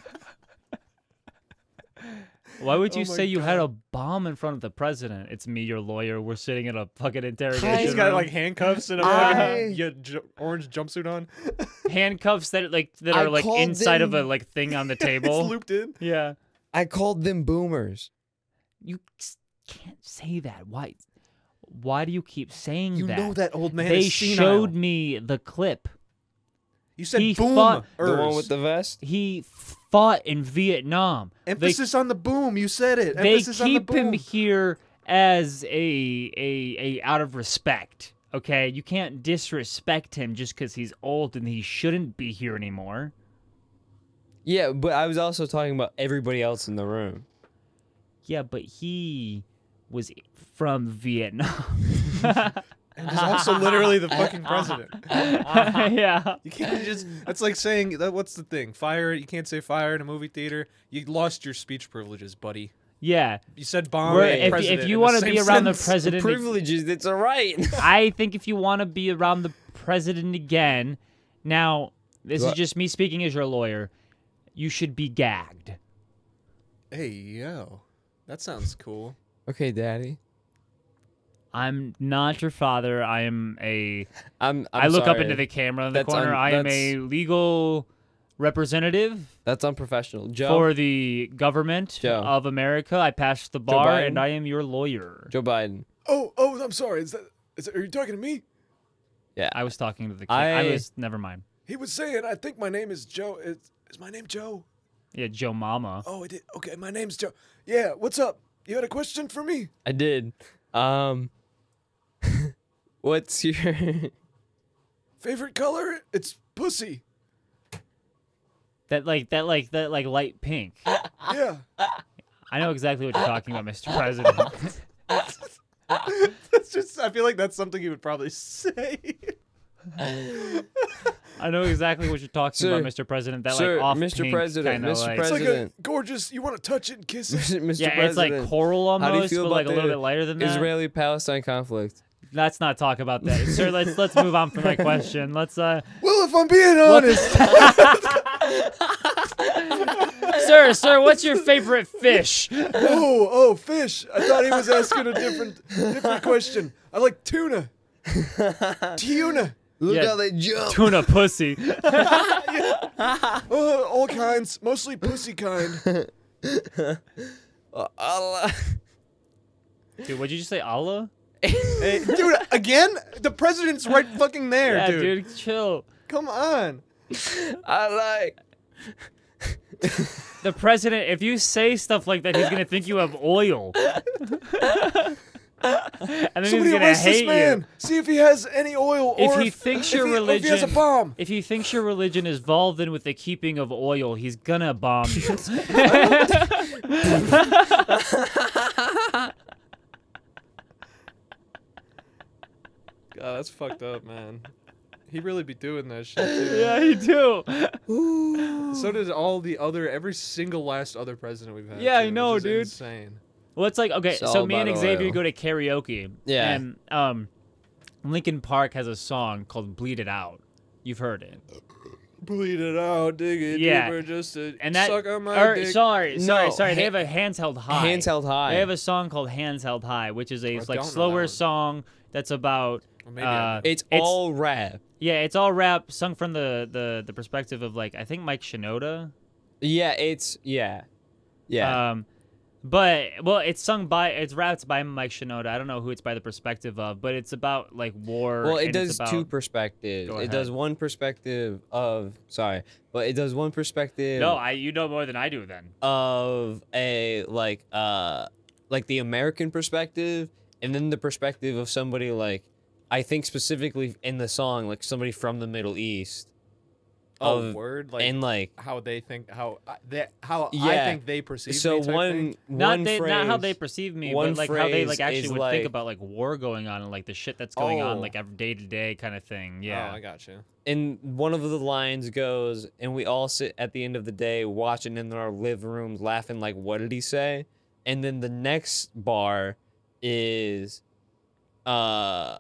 [SPEAKER 3] Why would you
[SPEAKER 2] Oh my
[SPEAKER 3] say you had a bomb in front of the president? It's me, your lawyer. We're sitting in a fucking interrogation.
[SPEAKER 2] He's got
[SPEAKER 3] room.
[SPEAKER 2] like handcuffs and a
[SPEAKER 1] I-
[SPEAKER 2] fucking yeah, ju- orange jumpsuit on.
[SPEAKER 3] handcuffs that like that
[SPEAKER 1] I
[SPEAKER 3] are like
[SPEAKER 1] called
[SPEAKER 3] inside of a
[SPEAKER 1] them-
[SPEAKER 3] like thing on the
[SPEAKER 2] It's
[SPEAKER 3] table.
[SPEAKER 2] looped in.
[SPEAKER 3] yeah.
[SPEAKER 1] I called them boomers.
[SPEAKER 3] You s- can't say that. Why? Why do you keep saying
[SPEAKER 2] You
[SPEAKER 3] that?
[SPEAKER 2] know that old man
[SPEAKER 3] they
[SPEAKER 2] is senile.
[SPEAKER 3] showed me the clip.
[SPEAKER 2] You said
[SPEAKER 3] he
[SPEAKER 2] boom.
[SPEAKER 3] fought-
[SPEAKER 1] The one with the vest.
[SPEAKER 3] He fought in Vietnam. They
[SPEAKER 2] emphasis on the boom. You said it.
[SPEAKER 3] they
[SPEAKER 2] emphasis on the
[SPEAKER 3] keep him
[SPEAKER 2] boom.
[SPEAKER 3] here as a a a out of respect. Okay, you can't disrespect him just because he's old and he shouldn't be here anymore.
[SPEAKER 1] Yeah, but I was also talking about everybody else in the room.
[SPEAKER 3] Yeah, but he was from Vietnam.
[SPEAKER 2] And he's also literally the fucking president. Uh-huh.
[SPEAKER 3] yeah,
[SPEAKER 2] You can't just. That's like saying that. What's the thing? Fire. You can't say fire in a movie theater. You lost your speech privileges, buddy.
[SPEAKER 3] yeah.
[SPEAKER 2] You said bomb.
[SPEAKER 3] We're-
[SPEAKER 2] and
[SPEAKER 3] if,
[SPEAKER 2] president
[SPEAKER 3] if
[SPEAKER 2] in
[SPEAKER 3] you
[SPEAKER 2] the
[SPEAKER 3] want to
[SPEAKER 2] same
[SPEAKER 3] be around the
[SPEAKER 2] sentence.
[SPEAKER 3] president, ag-
[SPEAKER 1] Privileges. It's a right.
[SPEAKER 3] I think if you want to be around the president again, now this
[SPEAKER 1] Do
[SPEAKER 3] is
[SPEAKER 1] I-
[SPEAKER 3] just me speaking as your lawyer. You should be gagged.
[SPEAKER 2] Hey yo, that sounds cool.
[SPEAKER 1] okay, daddy.
[SPEAKER 3] I'm not your father. I am a.
[SPEAKER 1] I'm.
[SPEAKER 3] i
[SPEAKER 1] I'm
[SPEAKER 3] look up
[SPEAKER 1] sorry.
[SPEAKER 3] into the camera in the
[SPEAKER 1] That's
[SPEAKER 3] corner.
[SPEAKER 1] un-
[SPEAKER 3] I am a
[SPEAKER 1] that's-
[SPEAKER 3] legal representative
[SPEAKER 1] That's unprofessional, Joe.
[SPEAKER 3] for the government
[SPEAKER 1] Joe.
[SPEAKER 3] of America. I passed the bar,
[SPEAKER 1] Biden?
[SPEAKER 3] and I am your lawyer.
[SPEAKER 1] Joe Biden.
[SPEAKER 2] Oh oh, I'm sorry. Is that? Is, are you talking to me?
[SPEAKER 3] I was talking to the. Kid. I...
[SPEAKER 1] I-
[SPEAKER 3] was. Never mind.
[SPEAKER 2] He was saying. I think my name is Joe. Is, is my name Joe?
[SPEAKER 3] Yeah, Joe Mama.
[SPEAKER 2] Oh, I did. Okay, my name's Joe. Yeah. What's up? You had a question for me?
[SPEAKER 1] I did. Um. what's your?
[SPEAKER 2] Favorite color? It's pussy.
[SPEAKER 3] That like that like that like light pink.
[SPEAKER 2] Yeah.
[SPEAKER 3] I know exactly what you're talking about, Mr. President.
[SPEAKER 2] that's just. I feel like that's something he would probably say.
[SPEAKER 3] I know exactly what you're talking
[SPEAKER 1] Sir,
[SPEAKER 3] about, Mr. President. That
[SPEAKER 1] sir,
[SPEAKER 3] like off
[SPEAKER 1] Mr.
[SPEAKER 3] pink
[SPEAKER 1] President,
[SPEAKER 3] kinda,
[SPEAKER 1] Mr.
[SPEAKER 3] like-
[SPEAKER 1] President.
[SPEAKER 2] gorgeous. You want to touch it and kiss
[SPEAKER 1] Mr.
[SPEAKER 3] Yeah, it's
[SPEAKER 1] President,
[SPEAKER 3] like coral
[SPEAKER 1] do you
[SPEAKER 3] almost,
[SPEAKER 1] feel
[SPEAKER 3] but
[SPEAKER 1] about
[SPEAKER 3] like a little
[SPEAKER 1] the
[SPEAKER 3] bit lighter than that.
[SPEAKER 1] Israeli-Palestine conflict.
[SPEAKER 3] Let's not talk about that, sir. Let's let's move on from my question. Let's uh,
[SPEAKER 2] Well, if I'm being honest,
[SPEAKER 3] sir, sir, what's your favorite fish?
[SPEAKER 2] oh, oh, fish. I thought he was asking a different, different question. I like tuna. Tuna.
[SPEAKER 1] Look
[SPEAKER 3] Yeah.
[SPEAKER 1] how they jump.
[SPEAKER 3] Tuna pussy.
[SPEAKER 2] Oh, all kinds, mostly pussy kind.
[SPEAKER 1] Uh, Allah.
[SPEAKER 3] Dude, what'd you just say, Allah?
[SPEAKER 2] Hey, dude, again? The president's right fucking there,
[SPEAKER 3] Yeah, dude, chill.
[SPEAKER 2] Come on.
[SPEAKER 1] I like.
[SPEAKER 3] The president, if you say stuff like that, he's gonna think you have oil. and then he's gonna hate you.
[SPEAKER 2] See if he has any oil
[SPEAKER 3] If he thinks your religion
[SPEAKER 2] bomb.
[SPEAKER 3] If he thinks your religion is involved in with the keeping of oil, he's gonna bomb you.
[SPEAKER 2] God, Oh, that's fucked up, man. He really be doing that shit. Too.
[SPEAKER 3] yeah, you do.
[SPEAKER 2] So did all the other, every single last other president we've had.
[SPEAKER 3] Yeah, I
[SPEAKER 2] too,
[SPEAKER 3] know,
[SPEAKER 2] which is
[SPEAKER 3] dude.
[SPEAKER 2] Insane.
[SPEAKER 3] Well, it's like okay,
[SPEAKER 1] It's
[SPEAKER 3] so
[SPEAKER 1] all
[SPEAKER 3] me and
[SPEAKER 1] about
[SPEAKER 3] Xavier
[SPEAKER 1] oil.
[SPEAKER 3] go to karaoke.
[SPEAKER 1] Yeah.
[SPEAKER 3] And um, Lincoln Park has a song called "Bleed It Out." You've heard it.
[SPEAKER 2] Bleed it out, dig it
[SPEAKER 3] Yeah.
[SPEAKER 2] deeper, just to
[SPEAKER 3] And that
[SPEAKER 2] suck on my
[SPEAKER 3] or,
[SPEAKER 2] dick.
[SPEAKER 3] sorry, sorry,
[SPEAKER 1] No,
[SPEAKER 3] sorry. they
[SPEAKER 1] ha-
[SPEAKER 3] have a hands held high.
[SPEAKER 1] Hands held high.
[SPEAKER 3] They have a song called "Hands Held High," which is a
[SPEAKER 2] I
[SPEAKER 3] like
[SPEAKER 2] don't know that
[SPEAKER 3] slower
[SPEAKER 2] one.
[SPEAKER 3] song that's about.
[SPEAKER 2] Or maybe I
[SPEAKER 3] uh,
[SPEAKER 2] know.
[SPEAKER 1] it's,
[SPEAKER 3] it's-
[SPEAKER 1] all rap.
[SPEAKER 3] Yeah, it's all rap, sung from the the the perspective of like I think Mike Shinoda.
[SPEAKER 1] Yeah, it's yeah, yeah.
[SPEAKER 3] Um, but well, it's sung by it's rapped by Mike Shinoda. I don't know who it's by the perspective of, but it's about like war.
[SPEAKER 1] well, it
[SPEAKER 3] and it's
[SPEAKER 1] does two
[SPEAKER 3] about-
[SPEAKER 1] perspectives.
[SPEAKER 2] Go
[SPEAKER 1] It does
[SPEAKER 2] ahead.
[SPEAKER 1] one perspective of sorry, but it does one perspective
[SPEAKER 3] No, I you know more than I do then.
[SPEAKER 1] of a like uh like the American perspective, and then the perspective of somebody like I think specifically in the song like somebody from the Middle East
[SPEAKER 2] oh,
[SPEAKER 1] of-
[SPEAKER 2] word. Like,
[SPEAKER 1] and like
[SPEAKER 2] how they think, how I- they, how I
[SPEAKER 1] Yeah.
[SPEAKER 2] think they perceive
[SPEAKER 1] so
[SPEAKER 2] me type
[SPEAKER 1] one
[SPEAKER 2] thing.
[SPEAKER 1] one
[SPEAKER 3] not they,
[SPEAKER 1] phrase
[SPEAKER 3] not how they perceive me,
[SPEAKER 1] one
[SPEAKER 3] but like how they
[SPEAKER 1] phrase
[SPEAKER 3] like actually
[SPEAKER 1] is
[SPEAKER 3] would
[SPEAKER 1] like-
[SPEAKER 3] think about like war going on and like the shit that's going on
[SPEAKER 2] Oh.
[SPEAKER 3] like every day to day kind of thing.
[SPEAKER 2] Oh,
[SPEAKER 3] Yeah.
[SPEAKER 2] I got you.
[SPEAKER 1] and one of the lines goes, and we all sit at the end of the day watching in our living rooms, laughing like, "What did he say?" And then the next bar is, uh,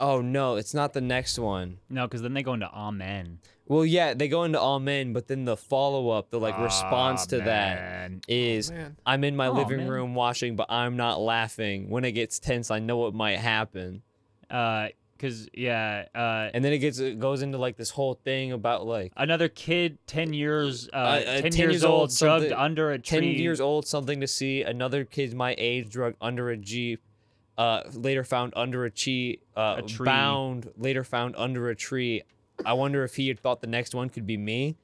[SPEAKER 1] oh no, it's not the next one.
[SPEAKER 3] no, because then they go into amen.
[SPEAKER 1] Well, yeah, they go into amen, but then the follow up, the like response to that
[SPEAKER 3] Amen.
[SPEAKER 1] is,
[SPEAKER 2] Man.
[SPEAKER 1] "I'm in my
[SPEAKER 3] Aw,
[SPEAKER 1] living
[SPEAKER 3] man.
[SPEAKER 1] room watching, but I'm not laughing. When it gets tense, I know what might happen."
[SPEAKER 3] Uh, because yeah, uh,
[SPEAKER 1] And then it gets it goes into like this whole thing about like.
[SPEAKER 3] another kid, ten years, uh,
[SPEAKER 1] uh, 10
[SPEAKER 3] ten, years,
[SPEAKER 1] years
[SPEAKER 3] old,
[SPEAKER 1] old,
[SPEAKER 3] drugged
[SPEAKER 1] something-
[SPEAKER 3] under a tree.
[SPEAKER 1] 10 years old, something to see. Another kid my age drug under a Jeep. Uh, later found under a, chi, uh,
[SPEAKER 3] A tree.
[SPEAKER 1] Bound, later found under a tree. I wonder if he had thought the next one could be me.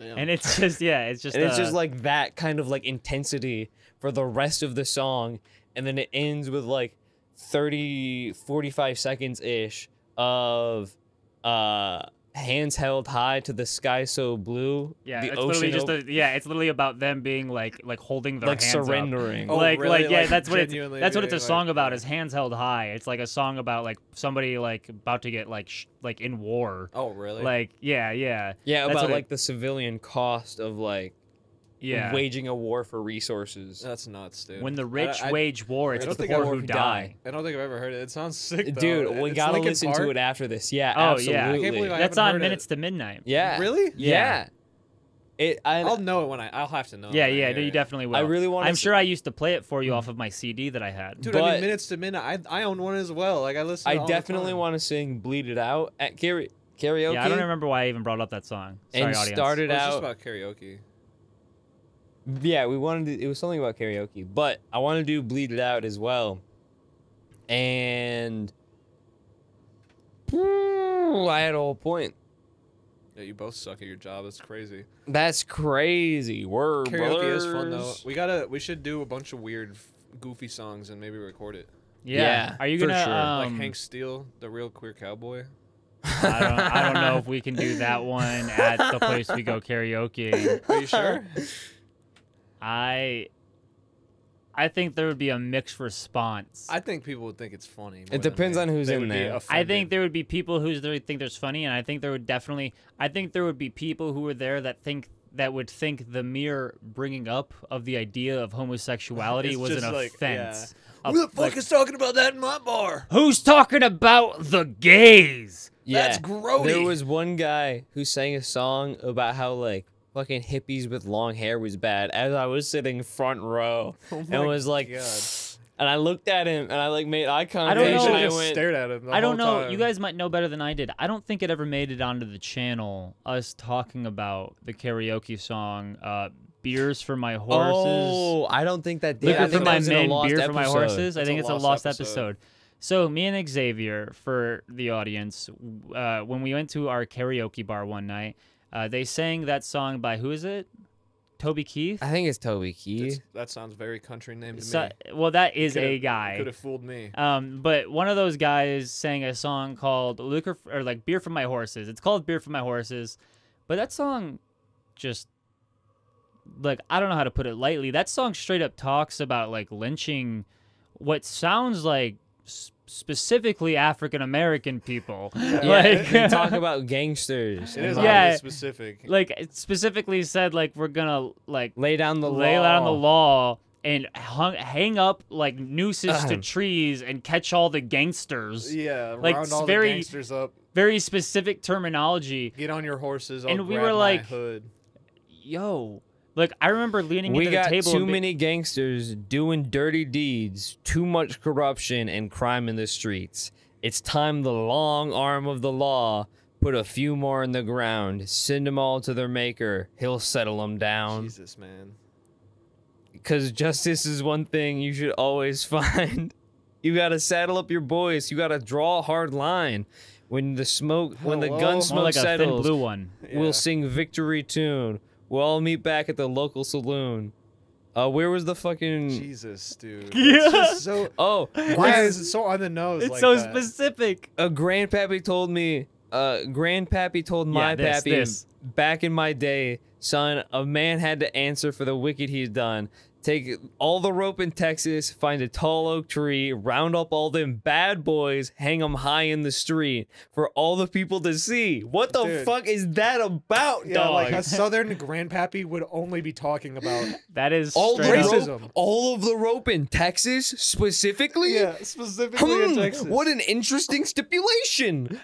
[SPEAKER 3] and it's just yeah, it's just
[SPEAKER 1] And it's just
[SPEAKER 3] uh,
[SPEAKER 1] like that kind of like intensity for the rest of the song. And then it ends with like 30, 45 seconds ish of uh, hands held high to the sky so blue.
[SPEAKER 3] yeah,
[SPEAKER 1] the
[SPEAKER 3] it's
[SPEAKER 1] ocean
[SPEAKER 3] literally just
[SPEAKER 1] op-
[SPEAKER 3] a, yeah, it's literally about them being like like holding their
[SPEAKER 1] like
[SPEAKER 3] hands up.
[SPEAKER 1] surrendering.
[SPEAKER 2] Oh,
[SPEAKER 3] like,
[SPEAKER 2] really?
[SPEAKER 3] like, yeah,
[SPEAKER 2] Like,
[SPEAKER 3] that's what it's
[SPEAKER 2] genuinely
[SPEAKER 3] that's what it's a
[SPEAKER 2] being, like-
[SPEAKER 3] song about. Is hands held high. It's like a song about like somebody like about to get like sh- like in war.
[SPEAKER 2] Oh, really?
[SPEAKER 3] Like, yeah, yeah,
[SPEAKER 1] Yeah,
[SPEAKER 3] That's
[SPEAKER 1] about
[SPEAKER 3] what I-
[SPEAKER 1] like the civilian cost of like
[SPEAKER 3] yeah.
[SPEAKER 1] waging a war for resources.
[SPEAKER 2] That's nuts, dude.
[SPEAKER 3] when the
[SPEAKER 2] I-
[SPEAKER 3] rich
[SPEAKER 2] I-
[SPEAKER 3] wage war, it's
[SPEAKER 2] don't
[SPEAKER 3] the
[SPEAKER 2] think I
[SPEAKER 3] poor
[SPEAKER 2] would
[SPEAKER 3] who
[SPEAKER 1] die.
[SPEAKER 3] die.
[SPEAKER 2] I don't think I've ever heard it. It sounds sick, though.
[SPEAKER 1] Dude,
[SPEAKER 2] It-
[SPEAKER 1] we
[SPEAKER 2] it's
[SPEAKER 1] gotta
[SPEAKER 2] Linkin
[SPEAKER 1] listen
[SPEAKER 2] Park?
[SPEAKER 1] to it after this. Yeah,
[SPEAKER 3] Oh,
[SPEAKER 1] absolutely.
[SPEAKER 3] yeah. I
[SPEAKER 2] can't believe I
[SPEAKER 3] That's
[SPEAKER 2] haven't
[SPEAKER 3] on
[SPEAKER 2] heard
[SPEAKER 3] minutes
[SPEAKER 2] it.
[SPEAKER 3] to midnight.
[SPEAKER 1] yeah.
[SPEAKER 2] Really?
[SPEAKER 1] Yeah. It. I.
[SPEAKER 2] I'll know it when I. I'll have to know.
[SPEAKER 3] yeah,
[SPEAKER 2] when I
[SPEAKER 3] yeah.
[SPEAKER 2] hear
[SPEAKER 3] You
[SPEAKER 2] it.
[SPEAKER 3] definitely will.
[SPEAKER 1] I really wanna
[SPEAKER 3] I'm
[SPEAKER 1] s-
[SPEAKER 3] sure I used to play it for you off of my CD that I had.
[SPEAKER 2] Dude, I
[SPEAKER 1] But-
[SPEAKER 2] mean, minutes to midnight. I, I own one as well. Like I listen. to it
[SPEAKER 1] I
[SPEAKER 2] all the
[SPEAKER 1] definitely
[SPEAKER 2] time.
[SPEAKER 1] want to sing "Bleed It Out" at kara- karaoke.
[SPEAKER 3] Yeah, I don't remember why I even brought up that song. Sorry,
[SPEAKER 1] And
[SPEAKER 3] audience.
[SPEAKER 1] started
[SPEAKER 2] Well, it's
[SPEAKER 1] out.
[SPEAKER 2] just about karaoke.
[SPEAKER 1] yeah, we wanted to, it was something about karaoke, but I want to do bleed it out as well. And I had a whole point.
[SPEAKER 2] Yeah, you both suck at your job. That's crazy.
[SPEAKER 1] That's crazy. Word.
[SPEAKER 2] Karaoke is fun though.
[SPEAKER 1] brothers.
[SPEAKER 2] We gotta. We should do a bunch of weird, f- goofy songs and maybe record it.
[SPEAKER 3] Yeah.
[SPEAKER 1] Yeah,
[SPEAKER 3] Are you
[SPEAKER 1] for
[SPEAKER 3] gonna?
[SPEAKER 1] sure.
[SPEAKER 3] Um,
[SPEAKER 2] like Hank Steele, the real queer cowboy.
[SPEAKER 3] I don't, I don't know if we can do that one at the place we go karaoke.
[SPEAKER 2] Are you sure?
[SPEAKER 3] I I think there would be a mixed response.
[SPEAKER 2] I think people would think it's funny.
[SPEAKER 1] It depends on who's in there.
[SPEAKER 3] I think there would be people who there think there's funny, and I think there would definitely. I think there would be people who were there that think that would think the mere bringing up of the idea of homosexuality
[SPEAKER 2] It's
[SPEAKER 3] was an
[SPEAKER 2] just like,
[SPEAKER 3] offense. A-
[SPEAKER 2] Who the fuck
[SPEAKER 3] like,
[SPEAKER 2] is talking about that in my bar?
[SPEAKER 3] who's talking about the gays?
[SPEAKER 1] Yeah.
[SPEAKER 2] That's grody.
[SPEAKER 1] There was one guy who sang a song about how like fucking hippies with long hair was bad. As I was sitting front row
[SPEAKER 2] my
[SPEAKER 3] Oh
[SPEAKER 1] and was like,
[SPEAKER 2] God.
[SPEAKER 1] and I looked at him and I like made eye contact.
[SPEAKER 3] don't
[SPEAKER 2] They
[SPEAKER 1] and
[SPEAKER 3] know.
[SPEAKER 2] should've
[SPEAKER 1] I
[SPEAKER 2] just
[SPEAKER 1] went,
[SPEAKER 2] stared at him. the
[SPEAKER 3] I don't
[SPEAKER 2] whole
[SPEAKER 3] know. You
[SPEAKER 2] time.
[SPEAKER 3] guys might know better than I did. I don't think it ever made it onto the channel. Us talking about the karaoke song, uh, "Beers for My Horses."
[SPEAKER 1] Oh, I don't think that did.
[SPEAKER 3] Liquor
[SPEAKER 1] I
[SPEAKER 3] for
[SPEAKER 1] think that
[SPEAKER 3] my
[SPEAKER 1] was in a
[SPEAKER 3] men,
[SPEAKER 1] lost
[SPEAKER 3] beer for my
[SPEAKER 1] episode.
[SPEAKER 3] horses. I
[SPEAKER 2] It's
[SPEAKER 3] think
[SPEAKER 2] a
[SPEAKER 3] it's a
[SPEAKER 2] lost
[SPEAKER 3] lost
[SPEAKER 2] episode.
[SPEAKER 3] episode. So me and Xavier, for the audience, w- uh, when we went to our karaoke bar one night, uh, they sang that song by who is it? Toby Keith.
[SPEAKER 1] I think it's Toby Keith.
[SPEAKER 2] That's- That sounds very country name to
[SPEAKER 3] So-
[SPEAKER 2] me.
[SPEAKER 3] well, that is a
[SPEAKER 2] Coulda-
[SPEAKER 3] guy.
[SPEAKER 2] Could have fooled me.
[SPEAKER 3] Um, but one of those guys sang a song called "Liquor" f- or like "Beer for My Horses." It's called "Beer for My Horses," but that song just like I don't know how to put it lightly. That song straight up talks about like lynching what sounds like s- specifically African American people. like
[SPEAKER 1] yeah, they talk about gangsters.
[SPEAKER 2] It
[SPEAKER 1] and,
[SPEAKER 2] is
[SPEAKER 1] like,
[SPEAKER 3] Yeah.
[SPEAKER 2] oddly specific.
[SPEAKER 3] like it specifically said like we're gonna like
[SPEAKER 1] lay down the
[SPEAKER 3] lay
[SPEAKER 1] law.
[SPEAKER 3] down the law and hung, hang up like nooses to
[SPEAKER 1] Ahem.
[SPEAKER 3] trees and catch all the gangsters.
[SPEAKER 2] yeah,
[SPEAKER 3] like,
[SPEAKER 2] round
[SPEAKER 3] it's
[SPEAKER 2] all
[SPEAKER 3] very-
[SPEAKER 2] the gangsters up.
[SPEAKER 3] very specific terminology.
[SPEAKER 2] Get on your horses. I'll
[SPEAKER 3] And we
[SPEAKER 2] grab
[SPEAKER 3] were
[SPEAKER 2] my
[SPEAKER 3] like-
[SPEAKER 2] hood.
[SPEAKER 3] Yo, like I remember leaning
[SPEAKER 1] We
[SPEAKER 3] into
[SPEAKER 1] got
[SPEAKER 3] the table.
[SPEAKER 1] too
[SPEAKER 3] and be-
[SPEAKER 1] many gangsters doing dirty deeds, too much corruption and crime in the streets. It's time the long arm of the law put a few more in the ground, send them all to their maker. He'll settle them down.
[SPEAKER 2] Jesus, man.
[SPEAKER 1] Because justice is one thing you should always find. You gotta saddle up your boys. You gotta draw a hard line. When the smoke, when the
[SPEAKER 2] Hello?
[SPEAKER 1] gun
[SPEAKER 2] More
[SPEAKER 1] smoke
[SPEAKER 3] more like a thin
[SPEAKER 1] settles,
[SPEAKER 3] blue one.
[SPEAKER 2] Yeah.
[SPEAKER 1] We'll sing victory tune. We'll all meet back at the local saloon. Uh, where was the fucking?
[SPEAKER 2] Jesus, dude.
[SPEAKER 3] Yeah.
[SPEAKER 2] It's just so.
[SPEAKER 1] Oh,
[SPEAKER 2] Why
[SPEAKER 1] grand-
[SPEAKER 2] is it so on the nose?
[SPEAKER 3] It's
[SPEAKER 2] like
[SPEAKER 3] so
[SPEAKER 2] that?
[SPEAKER 3] specific.
[SPEAKER 1] uh, grandpappy told me. Uh, grandpappy told my
[SPEAKER 3] this,
[SPEAKER 1] pappy
[SPEAKER 3] this.
[SPEAKER 1] back in my day, son, a man had to answer for the wicked he's done. Take all the rope in Texas, find a tall oak tree, round up all them bad boys, hang 'em high in the street for all the people to see. What the
[SPEAKER 2] Dude.
[SPEAKER 1] fuck is that about,
[SPEAKER 2] Yeah,
[SPEAKER 1] dog?
[SPEAKER 2] like a southern grandpappy would only be talking about.
[SPEAKER 3] That is
[SPEAKER 1] all the
[SPEAKER 3] straight up-
[SPEAKER 2] racism.
[SPEAKER 1] rope, all of the rope in Texas specifically.
[SPEAKER 2] yeah, specifically in
[SPEAKER 1] Hmm,
[SPEAKER 2] Texas.
[SPEAKER 1] What an interesting stipulation.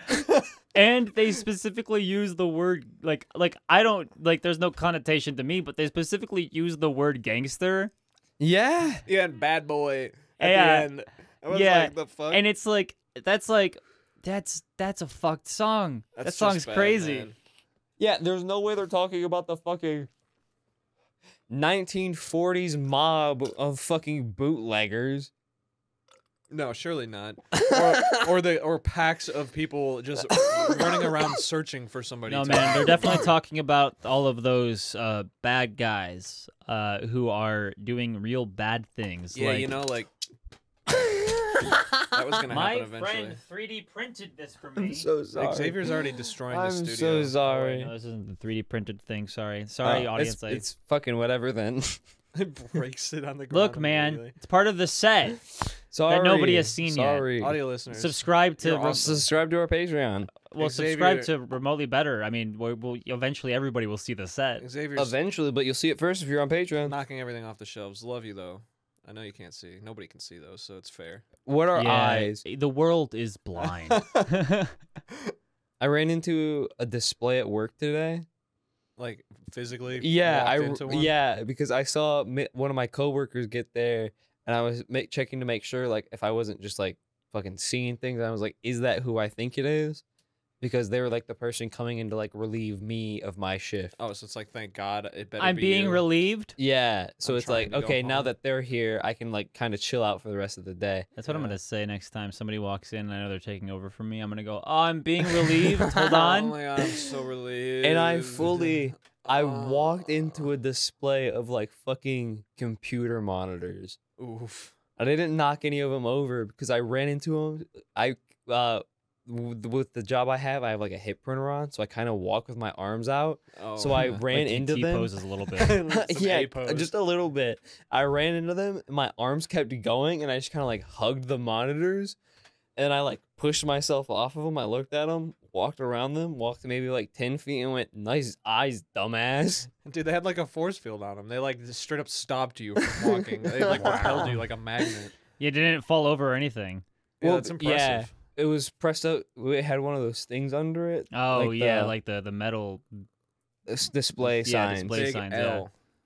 [SPEAKER 3] and they specifically use the word like like I don't like. There's no connotation to me, but they specifically use the word gangster.
[SPEAKER 1] Yeah.
[SPEAKER 2] Yeah, and bad boy at
[SPEAKER 3] Yeah.
[SPEAKER 2] the end. I was
[SPEAKER 3] Yeah,
[SPEAKER 2] like, the fuck?
[SPEAKER 3] And it's like that's like that's that's a fucked song.
[SPEAKER 2] That's
[SPEAKER 3] that
[SPEAKER 2] just
[SPEAKER 3] song's
[SPEAKER 2] bad,
[SPEAKER 3] crazy.
[SPEAKER 2] man.
[SPEAKER 1] Yeah, there's no way they're talking about the fucking 1940s mob of fucking bootleggers.
[SPEAKER 2] No, surely not. Or, or the or packs of people just running around searching for somebody.
[SPEAKER 3] No
[SPEAKER 2] to-
[SPEAKER 3] man, they're definitely talking about all of those uh, bad guys uh, who are doing real bad things.
[SPEAKER 2] Yeah,
[SPEAKER 3] like,
[SPEAKER 2] you know, like that was gonna
[SPEAKER 3] My
[SPEAKER 2] happen eventually.
[SPEAKER 3] friend 3D printed this for me.
[SPEAKER 2] Like, Xavier's already destroying
[SPEAKER 1] I'm
[SPEAKER 2] the studio.
[SPEAKER 1] so sorry.
[SPEAKER 3] no, this isn't the 3D printed thing. Sorry, sorry,
[SPEAKER 1] Uh,
[SPEAKER 3] uh, audience.
[SPEAKER 1] It's,
[SPEAKER 3] I-
[SPEAKER 1] it's fucking whatever then.
[SPEAKER 2] It breaks it on the ground.
[SPEAKER 3] Look, man,
[SPEAKER 2] immediately.
[SPEAKER 3] it's part of the set.
[SPEAKER 1] sorry.
[SPEAKER 3] nobody has seen yet.
[SPEAKER 1] sorry.
[SPEAKER 2] Audio listeners.
[SPEAKER 3] Subscribe to
[SPEAKER 2] You're
[SPEAKER 3] re-
[SPEAKER 2] awesome.
[SPEAKER 1] Subscribe to our Patreon.
[SPEAKER 3] well, subscribe
[SPEAKER 2] Xavier-
[SPEAKER 3] to remotely better. I mean, we'll, we'll eventually everybody will see the set.
[SPEAKER 2] Xavier's
[SPEAKER 1] Eventually, but you'll see it first if you're on Patreon.
[SPEAKER 2] knocking everything off the shelves. Love you though. I know you can't see. Nobody can see those, so it's fair.
[SPEAKER 1] What are
[SPEAKER 3] Yeah,
[SPEAKER 1] eyes?
[SPEAKER 3] The world is blind.
[SPEAKER 1] I ran into a display at work today.
[SPEAKER 2] Like physically.
[SPEAKER 1] Yeah,
[SPEAKER 2] walked
[SPEAKER 1] I
[SPEAKER 2] into one?
[SPEAKER 1] yeah because I saw mi- one of my coworkers get there, and I was ma- checking to make sure like if I wasn't just like fucking seeing things. I was like, is that who I think it is? Because they were like the person coming in to like relieve me of my shift.
[SPEAKER 2] Oh, so it's like thank God it better.
[SPEAKER 3] I'm
[SPEAKER 2] be
[SPEAKER 3] being
[SPEAKER 2] you.
[SPEAKER 3] relieved.
[SPEAKER 1] Yeah, so
[SPEAKER 2] I'm
[SPEAKER 1] it's
[SPEAKER 2] trying
[SPEAKER 1] like
[SPEAKER 2] to go
[SPEAKER 1] okay, now
[SPEAKER 2] home.
[SPEAKER 1] that they're here, I can like kind of chill out for the rest of the day.
[SPEAKER 3] That's what I'm
[SPEAKER 2] Yeah.
[SPEAKER 3] gonna say next time somebody walks in and I know they're taking over from me. I'm gonna go, oh, I'm being relieved. Hold
[SPEAKER 2] Oh
[SPEAKER 3] on.
[SPEAKER 2] my God, I'm so relieved.
[SPEAKER 1] And I fully, I walked
[SPEAKER 2] Ah.
[SPEAKER 1] into a display of like fucking computer monitors.
[SPEAKER 2] Oof.
[SPEAKER 1] I didn't knock any of them over because I ran into them. I uh, w- with the job I have, I have like a hip printer on, so I kind of walk with my arms out.
[SPEAKER 2] Oh.
[SPEAKER 1] So I ran
[SPEAKER 3] like, E he
[SPEAKER 1] into them.
[SPEAKER 3] T-poses a little bit.
[SPEAKER 1] yeah, uh, just a little bit. I ran into them. My arms kept going, and I just kind of like hugged the monitors, and I like pushed myself off of them. I looked at them, walked around them, walked maybe like ten feet, and went, "Nice eyes, dumbass."
[SPEAKER 2] dude. They had like a force field on them. They like just straight up stopped you from walking. They like repelled you like a magnet.
[SPEAKER 3] you didn't fall over or anything.
[SPEAKER 2] Yeah,
[SPEAKER 1] Well,
[SPEAKER 2] that's
[SPEAKER 1] yeah.
[SPEAKER 2] impressive.
[SPEAKER 1] It was pressed up. It had one of those things under it.
[SPEAKER 3] Oh yeah,
[SPEAKER 1] the-
[SPEAKER 3] like the the metal.
[SPEAKER 1] s- display
[SPEAKER 3] Yeah,
[SPEAKER 1] signs.
[SPEAKER 3] display- Play signs, yeah.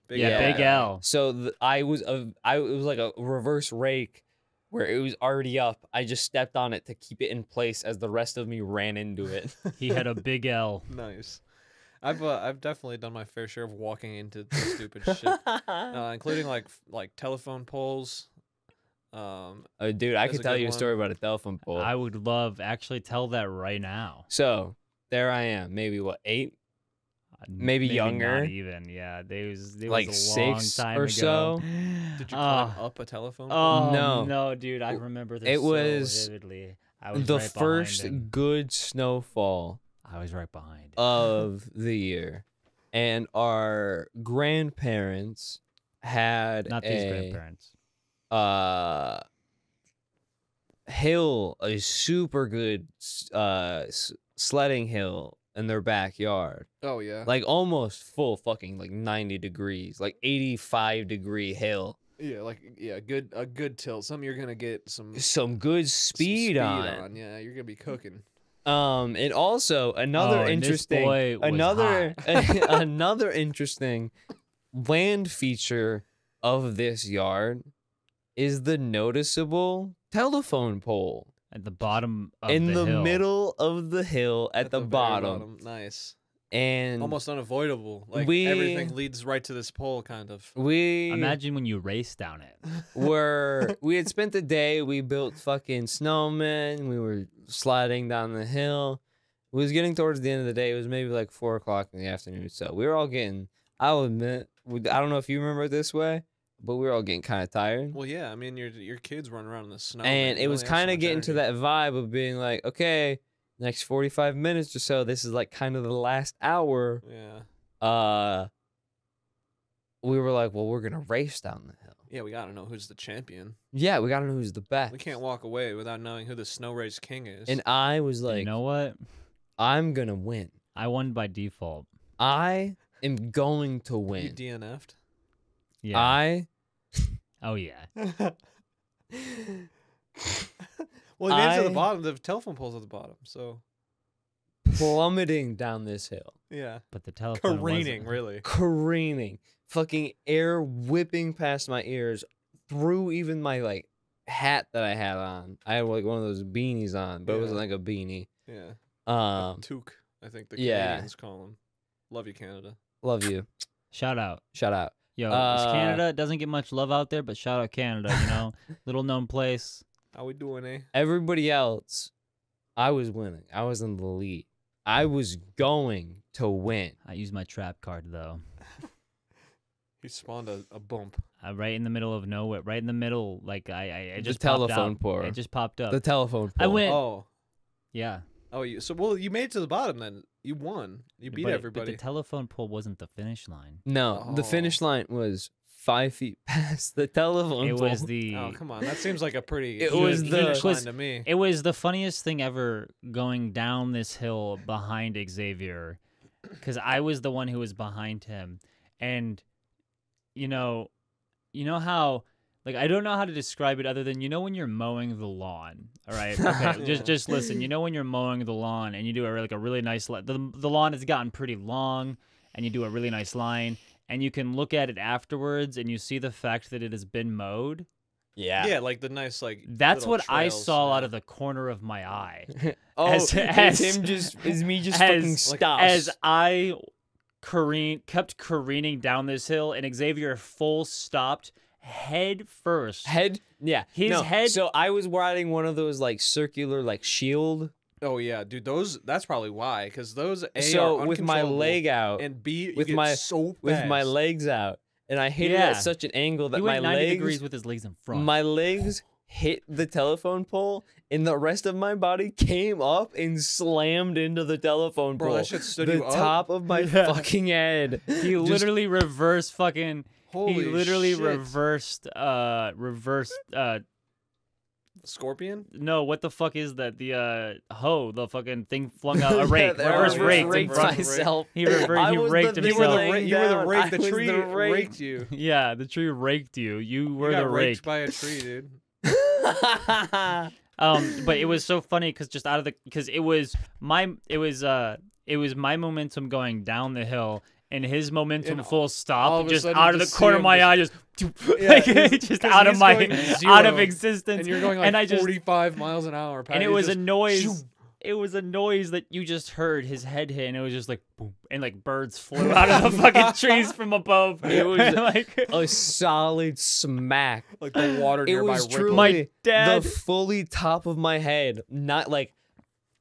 [SPEAKER 2] Big
[SPEAKER 3] yeah,
[SPEAKER 1] L.
[SPEAKER 3] big L.
[SPEAKER 1] So th- I was a, I it was like a reverse rake where it was already up. I just stepped on it to keep it in place as the rest of me ran into it.
[SPEAKER 3] He had a big L.
[SPEAKER 2] Nice. I've uh, I've definitely done my fair share of walking into stupid shit, uh, including like f- like telephone poles. Um,
[SPEAKER 1] Uh, dude, I
[SPEAKER 2] That's
[SPEAKER 1] could
[SPEAKER 2] a
[SPEAKER 1] tell
[SPEAKER 2] good
[SPEAKER 1] you a
[SPEAKER 2] one.
[SPEAKER 1] story about a telephone pole.
[SPEAKER 3] I would love actually tell that right now.
[SPEAKER 1] so there I am, maybe what eight,
[SPEAKER 3] Uh,
[SPEAKER 1] Maybe
[SPEAKER 3] not
[SPEAKER 1] younger.
[SPEAKER 3] even yeah. They was they
[SPEAKER 1] Like
[SPEAKER 3] was a long
[SPEAKER 1] six
[SPEAKER 3] time
[SPEAKER 1] or
[SPEAKER 3] ago.
[SPEAKER 1] so?
[SPEAKER 2] did you
[SPEAKER 3] oh,
[SPEAKER 2] climb up a telephone? pole?
[SPEAKER 3] Oh
[SPEAKER 1] No.
[SPEAKER 3] no, no, dude, I remember this.
[SPEAKER 1] It
[SPEAKER 3] so
[SPEAKER 1] was
[SPEAKER 3] vividly. I was
[SPEAKER 1] the
[SPEAKER 3] right behind
[SPEAKER 1] first
[SPEAKER 3] him.
[SPEAKER 1] good snowfall
[SPEAKER 3] I was right behind. him.
[SPEAKER 1] of the year, and our grandparents had
[SPEAKER 3] Not these
[SPEAKER 1] a-
[SPEAKER 3] grandparents.
[SPEAKER 1] uh hill a super good s- uh s- sledding hill in their backyard
[SPEAKER 2] Oh yeah,
[SPEAKER 1] like almost full fucking like 90 degrees like 85 degree hill
[SPEAKER 2] yeah, like yeah, good a good tilt. Something you're gonna get some some
[SPEAKER 1] some good speed,
[SPEAKER 2] speed
[SPEAKER 1] on.
[SPEAKER 2] Yeah, you're gonna be cooking.
[SPEAKER 1] um and also another
[SPEAKER 3] Oh, and this
[SPEAKER 1] interesting
[SPEAKER 3] boy was
[SPEAKER 1] another another interesting land feature of this yard is the noticeable telephone pole
[SPEAKER 3] at the bottom of
[SPEAKER 1] in
[SPEAKER 3] the,
[SPEAKER 1] the,
[SPEAKER 3] hill.
[SPEAKER 1] middle of the hill at, the,
[SPEAKER 2] very
[SPEAKER 1] bottom.
[SPEAKER 2] Nice,
[SPEAKER 1] and
[SPEAKER 2] almost unavoidable. Like
[SPEAKER 1] we-
[SPEAKER 2] everything leads right to this pole, kind of.
[SPEAKER 1] we
[SPEAKER 3] Imagine when you race down it.
[SPEAKER 1] were we had spent the day. We built fucking snowmen. We were sliding down the hill. It was getting towards the end of the day. It was maybe like four o'clock in the afternoon. So we were all getting. I'll admit, we- I don't know if you remember it this way, but we were all getting kind of tired.
[SPEAKER 2] Well, yeah, I mean your your kids run around in the snow, man.
[SPEAKER 1] and
[SPEAKER 2] You
[SPEAKER 1] it was
[SPEAKER 2] only have so
[SPEAKER 1] kind of
[SPEAKER 2] much
[SPEAKER 1] getting to
[SPEAKER 2] energy.
[SPEAKER 1] that vibe of being like, okay, next forty-five minutes or so, this is like kind of the last hour.
[SPEAKER 2] Yeah,
[SPEAKER 1] uh we were like, well, we're gonna race down the hill.
[SPEAKER 2] yeah, we gotta know who's the champion.
[SPEAKER 1] Yeah, we gotta know who's the best.
[SPEAKER 2] We can't walk away without knowing who the snow race king is.
[SPEAKER 1] And I was
[SPEAKER 3] And
[SPEAKER 1] like,
[SPEAKER 3] you know what?
[SPEAKER 1] I'm gonna win.
[SPEAKER 3] I won by default.
[SPEAKER 1] I am going to
[SPEAKER 2] you
[SPEAKER 1] win.
[SPEAKER 2] DNF'd.
[SPEAKER 3] Yeah.
[SPEAKER 1] I
[SPEAKER 3] oh yeah.
[SPEAKER 2] well, he made it to
[SPEAKER 1] I-
[SPEAKER 2] the bottom. The telephone pole's at the bottom, so
[SPEAKER 1] plummeting down this hill,
[SPEAKER 2] yeah,
[SPEAKER 3] But the telephone wasn't.
[SPEAKER 2] careening really.
[SPEAKER 1] careening, fucking air whipping past my ears, through even my like hat that I had on. I had like one of those beanies on, but it wasn't
[SPEAKER 2] Yeah.
[SPEAKER 1] like a beanie.
[SPEAKER 2] Yeah, a
[SPEAKER 1] Um,
[SPEAKER 2] toque. I think the
[SPEAKER 1] yeah.
[SPEAKER 2] Canadians call him. Love you, Canada.
[SPEAKER 1] love you.
[SPEAKER 3] Shout out.
[SPEAKER 1] Shout out.
[SPEAKER 3] Yo,
[SPEAKER 1] Uh,
[SPEAKER 3] it's Canada. It doesn't get much love out there, but shout out Canada, you know? Little known place.
[SPEAKER 2] How we doing, eh?
[SPEAKER 1] everybody else, I was winning. I was in the lead. I
[SPEAKER 3] Mm.
[SPEAKER 1] was going to win.
[SPEAKER 3] I used my trap card though.
[SPEAKER 2] He spawned a, a bump.
[SPEAKER 3] Uh, right in the middle of nowhere, right in the middle, like I, I
[SPEAKER 1] The
[SPEAKER 3] it just
[SPEAKER 1] telephone
[SPEAKER 3] popped out.
[SPEAKER 1] pole.
[SPEAKER 3] It just popped up.
[SPEAKER 1] The telephone.
[SPEAKER 3] Oh. I
[SPEAKER 1] pole.
[SPEAKER 3] went- Yeah.
[SPEAKER 2] Oh,
[SPEAKER 3] yeah,
[SPEAKER 2] oh, you. So well, you made it to the bottom then. You won. You beat
[SPEAKER 3] but,
[SPEAKER 2] everybody.
[SPEAKER 3] But the telephone pole wasn't the finish line.
[SPEAKER 1] No, the finish line was five feet past the telephone.
[SPEAKER 3] Oh. It
[SPEAKER 1] pole.
[SPEAKER 3] was the
[SPEAKER 2] oh, come on. That seems like a pretty.
[SPEAKER 1] It
[SPEAKER 2] good
[SPEAKER 1] was the-
[SPEAKER 2] finish line
[SPEAKER 3] was-
[SPEAKER 2] to me.
[SPEAKER 3] It was the funniest thing ever going down this hill behind Xavier cuz I was the one who was behind him and you know you know how like I don't know how to describe it other than you know when you're mowing the lawn, all right? Okay, just just listen. You know when you're mowing the lawn and you do a like a really nice li- the the lawn has gotten pretty long and you do a really nice line and you can look at it afterwards and you see the fact that it has been mowed.
[SPEAKER 1] yeah.
[SPEAKER 2] Yeah, like the nice like.
[SPEAKER 3] That's
[SPEAKER 2] little
[SPEAKER 3] what I
[SPEAKER 2] trails,
[SPEAKER 3] saw
[SPEAKER 2] yeah.
[SPEAKER 3] out of the corner of my eye.
[SPEAKER 1] Oh,
[SPEAKER 3] As-
[SPEAKER 1] it's
[SPEAKER 3] as-
[SPEAKER 1] him just is me just
[SPEAKER 3] as-
[SPEAKER 1] fucking
[SPEAKER 3] like,
[SPEAKER 1] stops.
[SPEAKER 3] As I careen kept careening down this hill and Xavier full stopped head first.
[SPEAKER 1] head, yeah,
[SPEAKER 3] His
[SPEAKER 1] no,
[SPEAKER 3] head-
[SPEAKER 1] So I was riding one of those like circular like shield.
[SPEAKER 2] Oh yeah, dude. Those. That's probably why. Because those. A
[SPEAKER 1] so
[SPEAKER 2] are
[SPEAKER 1] with my
[SPEAKER 2] uncontrollable,
[SPEAKER 1] leg out,
[SPEAKER 2] And B you
[SPEAKER 1] with
[SPEAKER 2] get
[SPEAKER 1] my-
[SPEAKER 2] so
[SPEAKER 1] with my
[SPEAKER 2] fast.
[SPEAKER 1] legs out, and I hit it
[SPEAKER 3] Yeah.
[SPEAKER 1] at such an angle that
[SPEAKER 3] he
[SPEAKER 1] my
[SPEAKER 3] went 90
[SPEAKER 1] legs
[SPEAKER 3] degrees with his legs in front.
[SPEAKER 1] My legs hit the telephone pole, and the rest of my body came up and slammed into the telephone
[SPEAKER 2] Bro,
[SPEAKER 1] pole.
[SPEAKER 2] that shit stood
[SPEAKER 1] the
[SPEAKER 2] you up?
[SPEAKER 1] top of my
[SPEAKER 3] Yeah.
[SPEAKER 1] fucking head.
[SPEAKER 3] He
[SPEAKER 1] Just-
[SPEAKER 3] literally reversed fucking.
[SPEAKER 2] Holy
[SPEAKER 3] he literally
[SPEAKER 2] shit.
[SPEAKER 3] reversed. Uh, reversed. Uh,
[SPEAKER 2] Scorpion?
[SPEAKER 3] no, what the fuck is that? The uh hoe, the fucking thing flung out Oh, a
[SPEAKER 1] Yeah,
[SPEAKER 3] rake,
[SPEAKER 1] that
[SPEAKER 3] reverse
[SPEAKER 1] was
[SPEAKER 3] raked
[SPEAKER 1] raked
[SPEAKER 3] in front.
[SPEAKER 2] by-
[SPEAKER 1] myself.
[SPEAKER 3] He rever-
[SPEAKER 1] I
[SPEAKER 3] he
[SPEAKER 1] was
[SPEAKER 3] raked
[SPEAKER 1] the
[SPEAKER 3] himself.
[SPEAKER 2] You were the,
[SPEAKER 1] laying
[SPEAKER 2] ra- you were the
[SPEAKER 1] down.
[SPEAKER 2] rake.
[SPEAKER 1] I
[SPEAKER 2] The
[SPEAKER 1] was
[SPEAKER 2] tree
[SPEAKER 1] the rake.
[SPEAKER 2] raked you.
[SPEAKER 3] Yeah, the tree raked you. You were
[SPEAKER 2] you got
[SPEAKER 3] the rake.
[SPEAKER 2] raked by a tree, dude.
[SPEAKER 3] um but it was so funny because just out of the because it was my it was uh it was my momentum going down the hill and his momentum
[SPEAKER 2] And
[SPEAKER 3] full
[SPEAKER 2] all
[SPEAKER 3] stop
[SPEAKER 2] of a
[SPEAKER 3] just
[SPEAKER 2] sudden
[SPEAKER 3] out of
[SPEAKER 2] you
[SPEAKER 3] the
[SPEAKER 2] just
[SPEAKER 3] corner
[SPEAKER 2] see
[SPEAKER 3] of
[SPEAKER 2] him
[SPEAKER 3] my
[SPEAKER 2] just-
[SPEAKER 3] eye just
[SPEAKER 2] Yeah,
[SPEAKER 3] like,
[SPEAKER 2] 'cause-
[SPEAKER 3] just
[SPEAKER 2] 'cause
[SPEAKER 3] out of
[SPEAKER 2] he's
[SPEAKER 3] my
[SPEAKER 2] going
[SPEAKER 3] out of
[SPEAKER 2] zero,
[SPEAKER 3] existence
[SPEAKER 2] And you're going like
[SPEAKER 3] and I just
[SPEAKER 2] 45 miles an hour. Pat.
[SPEAKER 3] and it
[SPEAKER 2] You
[SPEAKER 3] was
[SPEAKER 2] just,
[SPEAKER 3] a noise
[SPEAKER 2] zoom.
[SPEAKER 3] it was a noise that you just heard his head hit and it was just like boom and like birds flew out of the fucking trees from above
[SPEAKER 1] It was-
[SPEAKER 3] And, like
[SPEAKER 1] a solid smack.
[SPEAKER 2] like the water
[SPEAKER 1] It
[SPEAKER 2] nearby
[SPEAKER 1] was
[SPEAKER 2] rippled.
[SPEAKER 1] truly
[SPEAKER 3] My dad-
[SPEAKER 1] the fully top of my head, not like,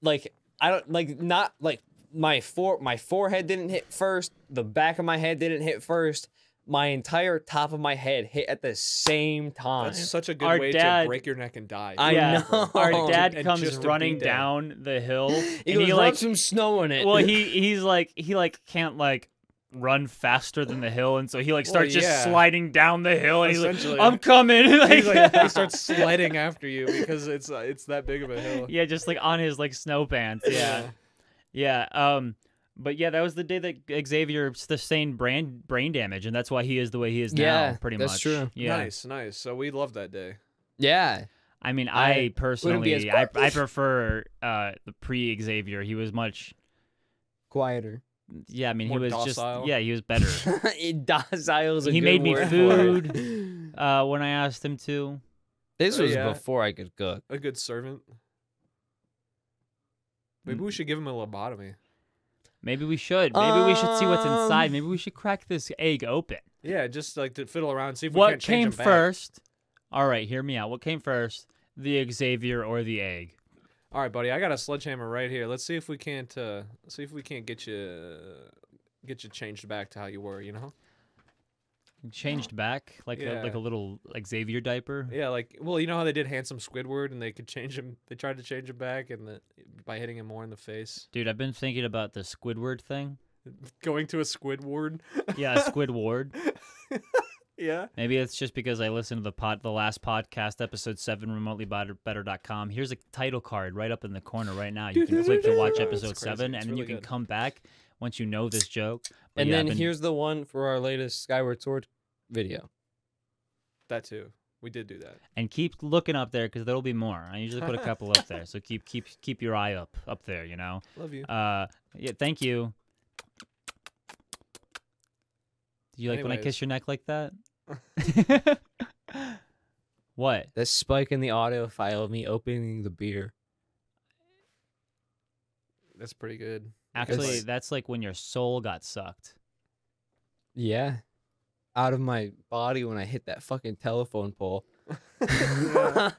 [SPEAKER 1] like I don't like not like my fore my forehead didn't hit first, the back of my head didn't hit first, my entire top of my head hit at the same time.
[SPEAKER 2] That's such a good
[SPEAKER 3] Our
[SPEAKER 2] way
[SPEAKER 3] dad-
[SPEAKER 2] to break your neck and die.
[SPEAKER 1] I
[SPEAKER 3] yeah,
[SPEAKER 1] know.
[SPEAKER 3] our dad
[SPEAKER 2] And
[SPEAKER 3] comes
[SPEAKER 2] just to
[SPEAKER 3] running
[SPEAKER 2] beat that.
[SPEAKER 3] down the hill
[SPEAKER 1] He
[SPEAKER 3] and
[SPEAKER 1] goes,
[SPEAKER 3] he
[SPEAKER 1] "Rub
[SPEAKER 3] like
[SPEAKER 1] some snow in it.
[SPEAKER 3] well he he's like he like can't like run faster than the hill and so he like
[SPEAKER 2] Well,
[SPEAKER 3] starts
[SPEAKER 2] yeah.
[SPEAKER 3] just sliding down the hill and he's like
[SPEAKER 2] Essentially.
[SPEAKER 3] i'm coming like,
[SPEAKER 2] He's like, he starts sledding after you because it's uh, it's that big of a hill.
[SPEAKER 3] yeah just like on his like snow pants yeah yeah um but yeah that was the day that xavier sustained brain brain damage and that's why he is the way he is now
[SPEAKER 1] Yeah,
[SPEAKER 3] pretty
[SPEAKER 1] that's
[SPEAKER 3] much
[SPEAKER 1] true.
[SPEAKER 3] yeah
[SPEAKER 2] Nice, nice. So we love that day.
[SPEAKER 1] yeah,
[SPEAKER 3] i mean
[SPEAKER 1] I
[SPEAKER 3] i,
[SPEAKER 1] wouldn't
[SPEAKER 3] personally
[SPEAKER 1] as
[SPEAKER 3] I, I
[SPEAKER 1] quirky.
[SPEAKER 3] prefer uh the pre xavier he was much
[SPEAKER 1] quieter.
[SPEAKER 3] yeah i mean
[SPEAKER 2] More
[SPEAKER 3] he was
[SPEAKER 2] docile.
[SPEAKER 3] just yeah he was better
[SPEAKER 1] it docile is a
[SPEAKER 3] He
[SPEAKER 1] good
[SPEAKER 3] made me
[SPEAKER 1] word for
[SPEAKER 3] food.
[SPEAKER 1] it.
[SPEAKER 3] uh when i asked him to
[SPEAKER 1] This
[SPEAKER 2] Oh,
[SPEAKER 1] was
[SPEAKER 2] yeah.
[SPEAKER 1] before I could cook.
[SPEAKER 2] A good servant. Maybe
[SPEAKER 3] Mm.
[SPEAKER 2] we should give him a lobotomy.
[SPEAKER 3] Maybe we should. Maybe we should see what's inside.
[SPEAKER 1] Um,
[SPEAKER 3] Maybe we should crack this egg open.
[SPEAKER 2] Yeah, just like to fiddle around, see if we
[SPEAKER 3] What
[SPEAKER 2] can't change
[SPEAKER 3] came
[SPEAKER 2] 'em back.
[SPEAKER 3] first? All right, hear me out. What came first, the Xavier or the egg?
[SPEAKER 2] All right, buddy, I got a sledgehammer right here. Let's see if we can't uh, see if we can't get you get you changed back to how you were. You know?
[SPEAKER 3] Changed back like a, like
[SPEAKER 2] Yeah.
[SPEAKER 3] a little Xavier diaper.
[SPEAKER 2] Yeah, like well, you know how they did handsome Squidward, and they could change him. They tried to change him back, and the, by hitting him more in the face,
[SPEAKER 3] Dude, I've been thinking about the Squidward thing.
[SPEAKER 2] going to a Squidward.
[SPEAKER 3] Yeah, Squidward.
[SPEAKER 2] yeah.
[SPEAKER 3] Maybe it's just because I listened to the pod, the last podcast, episode seven, remotelybetter.com. Here's a title card right up in the corner right now. You can click to watch
[SPEAKER 2] That's
[SPEAKER 3] episode
[SPEAKER 2] crazy.
[SPEAKER 3] seven,
[SPEAKER 2] It's
[SPEAKER 3] and then you
[SPEAKER 2] really
[SPEAKER 3] can
[SPEAKER 2] good.
[SPEAKER 3] come back once you know this joke. But
[SPEAKER 1] And
[SPEAKER 3] yeah, I've
[SPEAKER 1] then
[SPEAKER 3] been-
[SPEAKER 1] here's the one for our latest Skyward Sword video.
[SPEAKER 2] That too. We did do that.
[SPEAKER 3] and keep looking up there because there'll be more. I usually put a couple up there, so keep keep keep your eye up up there. You know.
[SPEAKER 2] Love you.
[SPEAKER 3] Uh, yeah. Thank you. Do you like when I
[SPEAKER 2] Anyways.
[SPEAKER 3] kiss your neck like that? what?
[SPEAKER 1] That spike in the audio file of me opening the beer.
[SPEAKER 2] That's pretty good.
[SPEAKER 3] Actually,
[SPEAKER 1] It's-
[SPEAKER 3] that's like when your soul got sucked.
[SPEAKER 1] Yeah. Out of my body when I hit that fucking telephone pole.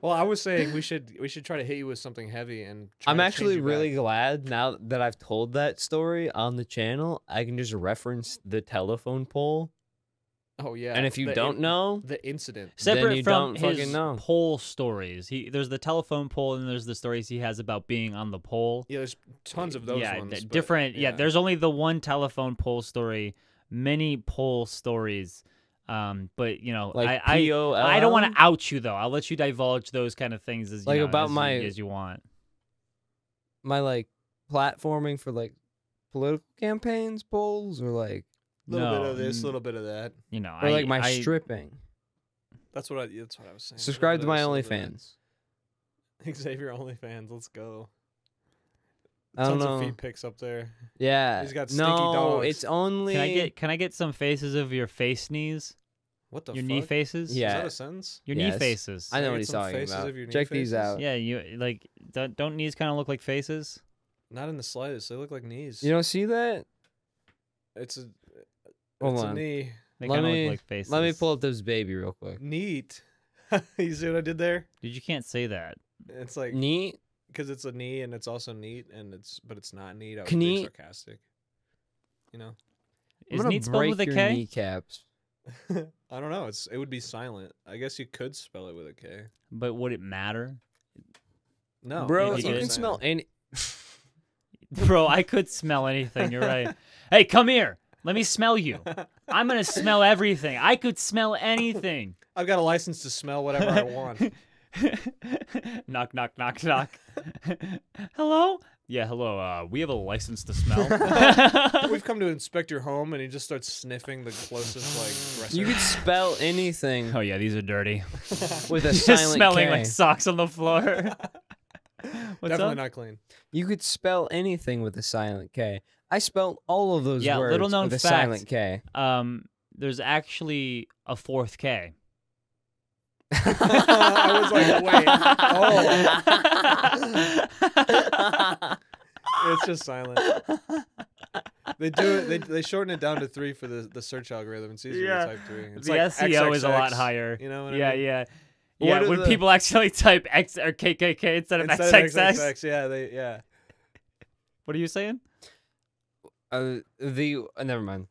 [SPEAKER 2] Well, I was saying we should we should try to hit you with something heavy and. try
[SPEAKER 1] I'm
[SPEAKER 2] to change
[SPEAKER 1] actually
[SPEAKER 2] you
[SPEAKER 1] really
[SPEAKER 2] back.
[SPEAKER 1] glad now that I've told that story on the channel. I can just reference the telephone pole.
[SPEAKER 2] Oh yeah.
[SPEAKER 1] and if you
[SPEAKER 2] the
[SPEAKER 1] don't
[SPEAKER 2] in-
[SPEAKER 1] know,
[SPEAKER 2] the incident.
[SPEAKER 1] Then
[SPEAKER 3] Separate
[SPEAKER 1] you
[SPEAKER 3] from
[SPEAKER 1] don't fucking
[SPEAKER 3] his
[SPEAKER 1] know.
[SPEAKER 3] pole stories, he there's the telephone pole and there's the stories he has about being on the pole.
[SPEAKER 2] Yeah, there's tons of those
[SPEAKER 3] yeah,
[SPEAKER 2] ones.
[SPEAKER 3] d-
[SPEAKER 2] but
[SPEAKER 3] different. Yeah. there's only the one telephone poll story. Many poll stories. Um, but you know,
[SPEAKER 1] Like
[SPEAKER 3] I, I
[SPEAKER 1] POLL?
[SPEAKER 3] I don't want to out you though. I'll let you divulge those kind of things as you
[SPEAKER 1] Like
[SPEAKER 3] know,
[SPEAKER 1] about
[SPEAKER 3] as you-
[SPEAKER 1] my-
[SPEAKER 3] as you want.
[SPEAKER 1] my like platforming for like political campaigns polls or like
[SPEAKER 2] little
[SPEAKER 3] no,
[SPEAKER 2] bit of this,
[SPEAKER 3] n-
[SPEAKER 2] little bit of that.
[SPEAKER 3] You know,
[SPEAKER 1] or
[SPEAKER 3] I
[SPEAKER 1] like my
[SPEAKER 3] I-
[SPEAKER 1] stripping.
[SPEAKER 2] That's what I. That's what I was saying.
[SPEAKER 1] Subscribe to my
[SPEAKER 2] Little bit of this, little bit of
[SPEAKER 1] OnlyFans.
[SPEAKER 2] that. Xavier OnlyFans. Let's go.
[SPEAKER 1] I don't
[SPEAKER 2] tons of
[SPEAKER 1] know.
[SPEAKER 2] feet pics up there.
[SPEAKER 1] Yeah.
[SPEAKER 2] He's got stinky
[SPEAKER 1] no,
[SPEAKER 2] dogs.
[SPEAKER 1] it's only
[SPEAKER 3] Can I get can I get some faces of your face knees?
[SPEAKER 2] What the
[SPEAKER 3] your
[SPEAKER 2] fuck?
[SPEAKER 3] knee faces?
[SPEAKER 1] Yeah.
[SPEAKER 2] Is that a sentence?
[SPEAKER 3] Your
[SPEAKER 1] Yes.
[SPEAKER 3] knee faces.
[SPEAKER 1] I know
[SPEAKER 2] Can I
[SPEAKER 1] what
[SPEAKER 2] get
[SPEAKER 1] he's
[SPEAKER 2] some
[SPEAKER 1] talking
[SPEAKER 2] faces
[SPEAKER 1] about.
[SPEAKER 2] of your knee
[SPEAKER 1] Check these
[SPEAKER 2] faces?
[SPEAKER 1] out.
[SPEAKER 3] yeah, you like don't don't knees kind of look like faces?
[SPEAKER 2] Not in the slightest. They look like knees.
[SPEAKER 1] You don't see that?
[SPEAKER 2] it's a.
[SPEAKER 1] Hold
[SPEAKER 2] it's a
[SPEAKER 1] on.
[SPEAKER 2] knee.
[SPEAKER 3] They
[SPEAKER 1] Let
[SPEAKER 3] kind of
[SPEAKER 1] me-
[SPEAKER 3] look like faces.
[SPEAKER 1] Let me pull up this baby real quick.
[SPEAKER 2] Neat. you see what I did there?
[SPEAKER 3] Dude, you can't say that.
[SPEAKER 2] It's like
[SPEAKER 1] Neat.
[SPEAKER 2] because it's a knee and it's also neat and it's but it's not neat. I was
[SPEAKER 1] Knee.
[SPEAKER 2] being sarcastic. You know,
[SPEAKER 1] I'm
[SPEAKER 3] Is
[SPEAKER 1] gonna
[SPEAKER 3] neat spelled
[SPEAKER 1] break
[SPEAKER 3] with a
[SPEAKER 1] your
[SPEAKER 3] K?
[SPEAKER 1] kneecaps.
[SPEAKER 2] I don't know. It's it would be silent. I guess you could spell it with a K.
[SPEAKER 3] But would it matter?
[SPEAKER 2] No,
[SPEAKER 1] Bro,
[SPEAKER 3] that's
[SPEAKER 1] you
[SPEAKER 3] what I'm
[SPEAKER 1] can smell any.
[SPEAKER 3] Bro, I could smell anything. You're right. Hey, come here. Let me smell you. I'm going to smell everything. I could smell anything.
[SPEAKER 2] I've got a license to smell whatever I want.
[SPEAKER 3] knock, knock, knock, knock. hello? Yeah, hello. Uh, we have a license to smell.
[SPEAKER 2] We've come to inspect your home, and he just starts sniffing the closest like dresser.
[SPEAKER 1] You could spell anything
[SPEAKER 3] oh, yeah, these are dirty.
[SPEAKER 1] with a
[SPEAKER 3] Just
[SPEAKER 1] silent
[SPEAKER 3] smelling
[SPEAKER 1] K.
[SPEAKER 3] like socks on the floor. What's
[SPEAKER 2] Definitely
[SPEAKER 3] up?
[SPEAKER 2] not clean.
[SPEAKER 1] you could spell anything with a silent K. I spelled all of those
[SPEAKER 3] Yeah,
[SPEAKER 1] words
[SPEAKER 3] little known
[SPEAKER 1] with a
[SPEAKER 3] fact.
[SPEAKER 1] silent K.
[SPEAKER 3] Um, there's actually a fourth K.
[SPEAKER 2] I was like, wait, oh, it's just silent. They do it. They, they shorten it down to three for the, the search algorithm. It's easier
[SPEAKER 3] Yeah.
[SPEAKER 2] to type three. It's
[SPEAKER 3] the
[SPEAKER 2] like
[SPEAKER 3] SEO is a lot
[SPEAKER 2] XXX,
[SPEAKER 3] higher.
[SPEAKER 2] You know what
[SPEAKER 3] yeah,
[SPEAKER 2] I mean?
[SPEAKER 3] yeah,
[SPEAKER 1] What
[SPEAKER 3] yeah.
[SPEAKER 1] are
[SPEAKER 3] When
[SPEAKER 1] the-
[SPEAKER 3] people actually type X or KKK instead of
[SPEAKER 2] Instead of
[SPEAKER 3] XXX,
[SPEAKER 2] XXX, yeah, they yeah.
[SPEAKER 3] what are you saying?
[SPEAKER 1] Uh, the uh, never mind.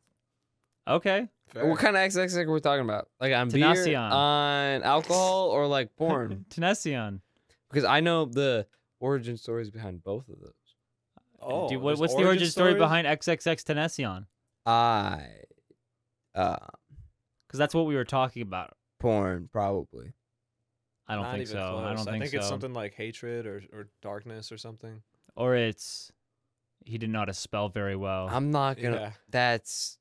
[SPEAKER 3] Okay,
[SPEAKER 2] Fair.
[SPEAKER 1] What kind of XXX are we talking about? Like on beer,
[SPEAKER 3] Tenacion.
[SPEAKER 1] on alcohol, or like porn?
[SPEAKER 3] Tenacion.
[SPEAKER 1] because I know the origin stories behind both of those.
[SPEAKER 2] Oh,
[SPEAKER 3] Dude, what,
[SPEAKER 2] there's
[SPEAKER 3] what's the origin story
[SPEAKER 2] stories?
[SPEAKER 3] behind XXX Tenacion?
[SPEAKER 1] I, uh,
[SPEAKER 3] Because that's what we were talking about.
[SPEAKER 1] porn probably.
[SPEAKER 3] I don't
[SPEAKER 2] Not
[SPEAKER 3] think
[SPEAKER 2] even
[SPEAKER 3] so. I
[SPEAKER 2] close.
[SPEAKER 3] don't
[SPEAKER 2] I
[SPEAKER 3] think,
[SPEAKER 2] think
[SPEAKER 3] so.
[SPEAKER 2] it's something like hatred or, or darkness or something.
[SPEAKER 3] Or it's he didn't know how to spell very well.
[SPEAKER 1] I'm not gonna.
[SPEAKER 2] Yeah.
[SPEAKER 1] That's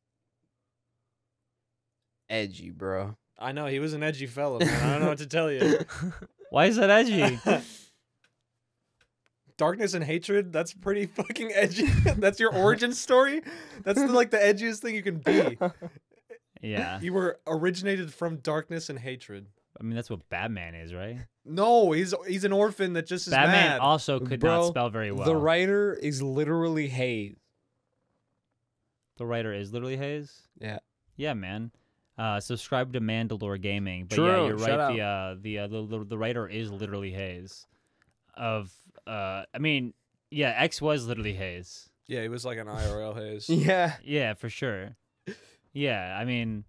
[SPEAKER 1] edgy, bro.
[SPEAKER 2] I know he was an edgy fella, man. I don't know what to tell you.
[SPEAKER 3] Why is that edgy?
[SPEAKER 2] Darkness and hatred, that's pretty fucking edgy. that's your origin story? That's the, like the edgiest thing you can be.
[SPEAKER 3] yeah,
[SPEAKER 2] You were originated from darkness and hatred.
[SPEAKER 3] I mean that's what Batman is, right?
[SPEAKER 2] No, he's he's an orphan that just is
[SPEAKER 3] Batman
[SPEAKER 2] mad.
[SPEAKER 3] also could not
[SPEAKER 1] Bro,
[SPEAKER 3] spell very well.
[SPEAKER 1] The writer is literally Hayes.
[SPEAKER 3] The writer is literally Hayes.
[SPEAKER 1] Yeah.
[SPEAKER 3] Yeah, man. Uh, subscribe to Mandalore Gaming. But yeah,
[SPEAKER 1] True,
[SPEAKER 3] you're
[SPEAKER 1] shout
[SPEAKER 3] right. The uh, the, uh, the the the writer is literally Hayes. Of uh, I mean, yeah, X was literally Hayes.
[SPEAKER 2] yeah, he was like an IRL haze.
[SPEAKER 1] Yeah.
[SPEAKER 3] Yeah, for sure. Yeah, I mean,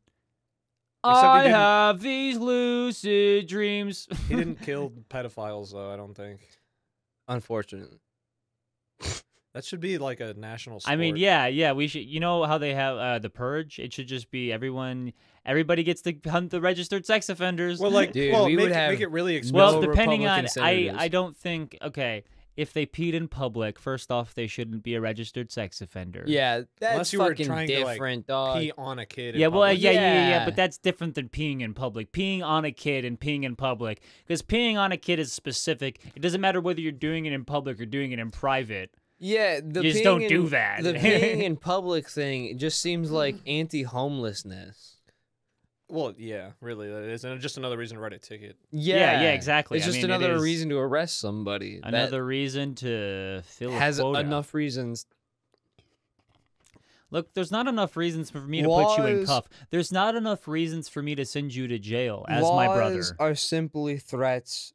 [SPEAKER 2] Except he
[SPEAKER 3] I
[SPEAKER 2] didn't-
[SPEAKER 3] have these lucid dreams.
[SPEAKER 2] He didn't kill pedophiles though, I don't think.
[SPEAKER 1] Unfortunately.
[SPEAKER 2] That should be like a national sport.
[SPEAKER 3] I mean, yeah, yeah. We should. You know how they have uh, the purge? It should just be everyone. Everybody gets to hunt the registered sex offenders.
[SPEAKER 2] Well, like,
[SPEAKER 1] Dude,
[SPEAKER 2] well,
[SPEAKER 1] we
[SPEAKER 2] make,
[SPEAKER 1] would
[SPEAKER 2] it-
[SPEAKER 1] have
[SPEAKER 2] make it really explicit.
[SPEAKER 3] Well,
[SPEAKER 1] No
[SPEAKER 3] depending on,
[SPEAKER 1] Republican
[SPEAKER 3] I,
[SPEAKER 1] senators.
[SPEAKER 3] I don't think. Okay, if they peed in public, first off, they shouldn't be a registered sex offender.
[SPEAKER 1] Yeah, that's
[SPEAKER 2] Unless you were
[SPEAKER 1] fucking
[SPEAKER 2] trying to, like,
[SPEAKER 1] different, dog.
[SPEAKER 2] pee on a kid. in
[SPEAKER 3] Yeah, well,
[SPEAKER 2] public.
[SPEAKER 3] yeah, yeah, yeah, yeah,
[SPEAKER 1] Yeah.
[SPEAKER 3] but that's different than peeing in public. Peeing on a kid and peeing in public, because peeing on a kid is specific. It doesn't matter whether you're doing it in public or doing it in private.
[SPEAKER 1] yeah, the
[SPEAKER 3] You just
[SPEAKER 1] peeing
[SPEAKER 3] don't
[SPEAKER 1] in-
[SPEAKER 3] do that.
[SPEAKER 1] The peeing in public thing it just seems like anti-homelessness.
[SPEAKER 2] Well, yeah, really, that is, and just another reason to write a ticket.
[SPEAKER 1] Yeah,
[SPEAKER 3] yeah, exactly.
[SPEAKER 1] It's
[SPEAKER 3] I
[SPEAKER 1] just
[SPEAKER 3] mean, it
[SPEAKER 1] another
[SPEAKER 3] is
[SPEAKER 1] reason to arrest somebody. that
[SPEAKER 3] Another reason to fill a
[SPEAKER 1] has
[SPEAKER 3] quota.
[SPEAKER 1] enough reasons.
[SPEAKER 3] Look, there's not enough reasons for me to put you in
[SPEAKER 1] Laws-
[SPEAKER 3] cuff. There's not enough reasons for me to send you to jail as
[SPEAKER 1] Laws
[SPEAKER 3] my brother.
[SPEAKER 1] are simply threats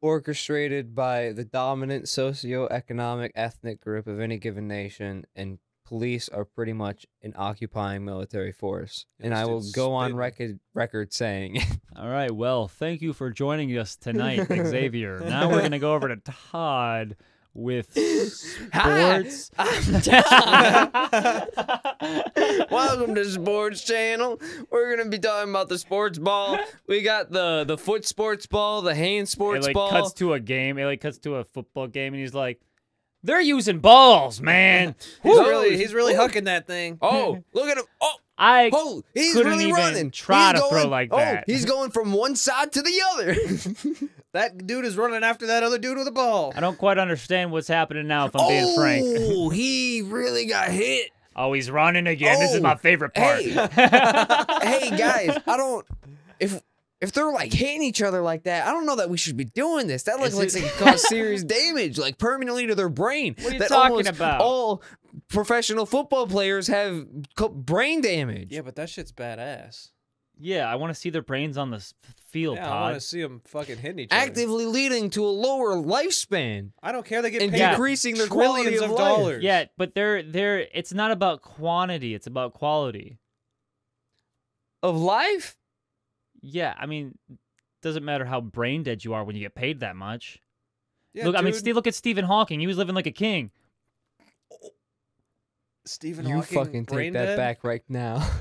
[SPEAKER 1] orchestrated by the dominant socioeconomic ethnic group of any given nation, and police are pretty much an occupying military force.
[SPEAKER 2] Yeah,
[SPEAKER 1] and
[SPEAKER 2] this
[SPEAKER 1] I will
[SPEAKER 2] dude's
[SPEAKER 1] go on
[SPEAKER 2] spitting.
[SPEAKER 1] record record saying it.
[SPEAKER 3] All right. Well, thank you for joining us tonight, Xavier. now we're gonna go over to Todd with sports.
[SPEAKER 1] Welcome to Sports Channel. We're gonna be talking about the sports ball. We got the the foot sports ball, the hand
[SPEAKER 3] it
[SPEAKER 1] sports
[SPEAKER 3] like
[SPEAKER 1] ball.
[SPEAKER 3] cuts to a game. It like cuts to a football game, and he's like, "They're using balls, man.
[SPEAKER 1] He's really- he's really
[SPEAKER 2] hucking that thing.
[SPEAKER 1] oh, look at him! Oh,
[SPEAKER 3] I
[SPEAKER 1] oh, he's
[SPEAKER 3] couldn't
[SPEAKER 1] really
[SPEAKER 3] even
[SPEAKER 1] running.
[SPEAKER 3] try
[SPEAKER 1] He's
[SPEAKER 3] to throw
[SPEAKER 1] going-
[SPEAKER 3] like
[SPEAKER 1] oh,
[SPEAKER 3] that.
[SPEAKER 1] He's going from one side to the other.
[SPEAKER 2] That dude is running after that other dude with a ball.
[SPEAKER 3] I don't quite understand what's happening now. If I'm being frank,
[SPEAKER 1] oh, he really got hit.
[SPEAKER 3] oh, he's running again. this is
[SPEAKER 1] Oh,
[SPEAKER 3] my favorite part.
[SPEAKER 1] hey. hey guys, I don't. If if they're like hitting each other like that, I don't know that we should be doing this. That looks
[SPEAKER 3] Is
[SPEAKER 1] like
[SPEAKER 3] it-
[SPEAKER 1] it can cause serious damage, like permanently to their brain.
[SPEAKER 3] What are you
[SPEAKER 1] that
[SPEAKER 3] talking
[SPEAKER 1] almost
[SPEAKER 3] about?
[SPEAKER 1] All professional football players have co- brain damage.
[SPEAKER 2] Yeah, but that shit's badass.
[SPEAKER 3] yeah, I want to see their brains on the s- field,
[SPEAKER 2] Yeah, I want
[SPEAKER 3] Todd.
[SPEAKER 2] to see him fucking hitting each other.
[SPEAKER 1] Actively leading to a lower lifespan
[SPEAKER 2] I don't care. They get
[SPEAKER 1] and
[SPEAKER 2] paid
[SPEAKER 3] Yeah.
[SPEAKER 1] decreasing their quality
[SPEAKER 2] trillions
[SPEAKER 1] of,
[SPEAKER 2] of,
[SPEAKER 1] life.
[SPEAKER 2] dollars.
[SPEAKER 3] Yeah, but they're they're. It's not about quantity. It's about quality.
[SPEAKER 1] of life?
[SPEAKER 3] Yeah, I mean, doesn't matter how brain dead you are when you get paid that much.
[SPEAKER 2] Yeah,
[SPEAKER 3] look, I mean,
[SPEAKER 2] dude,
[SPEAKER 3] Steve, look at Stephen Hawking. He was living like a king.
[SPEAKER 2] Stephen
[SPEAKER 1] you
[SPEAKER 2] Hawking,
[SPEAKER 1] fucking take
[SPEAKER 2] brain
[SPEAKER 1] that
[SPEAKER 2] dead?
[SPEAKER 1] back right now.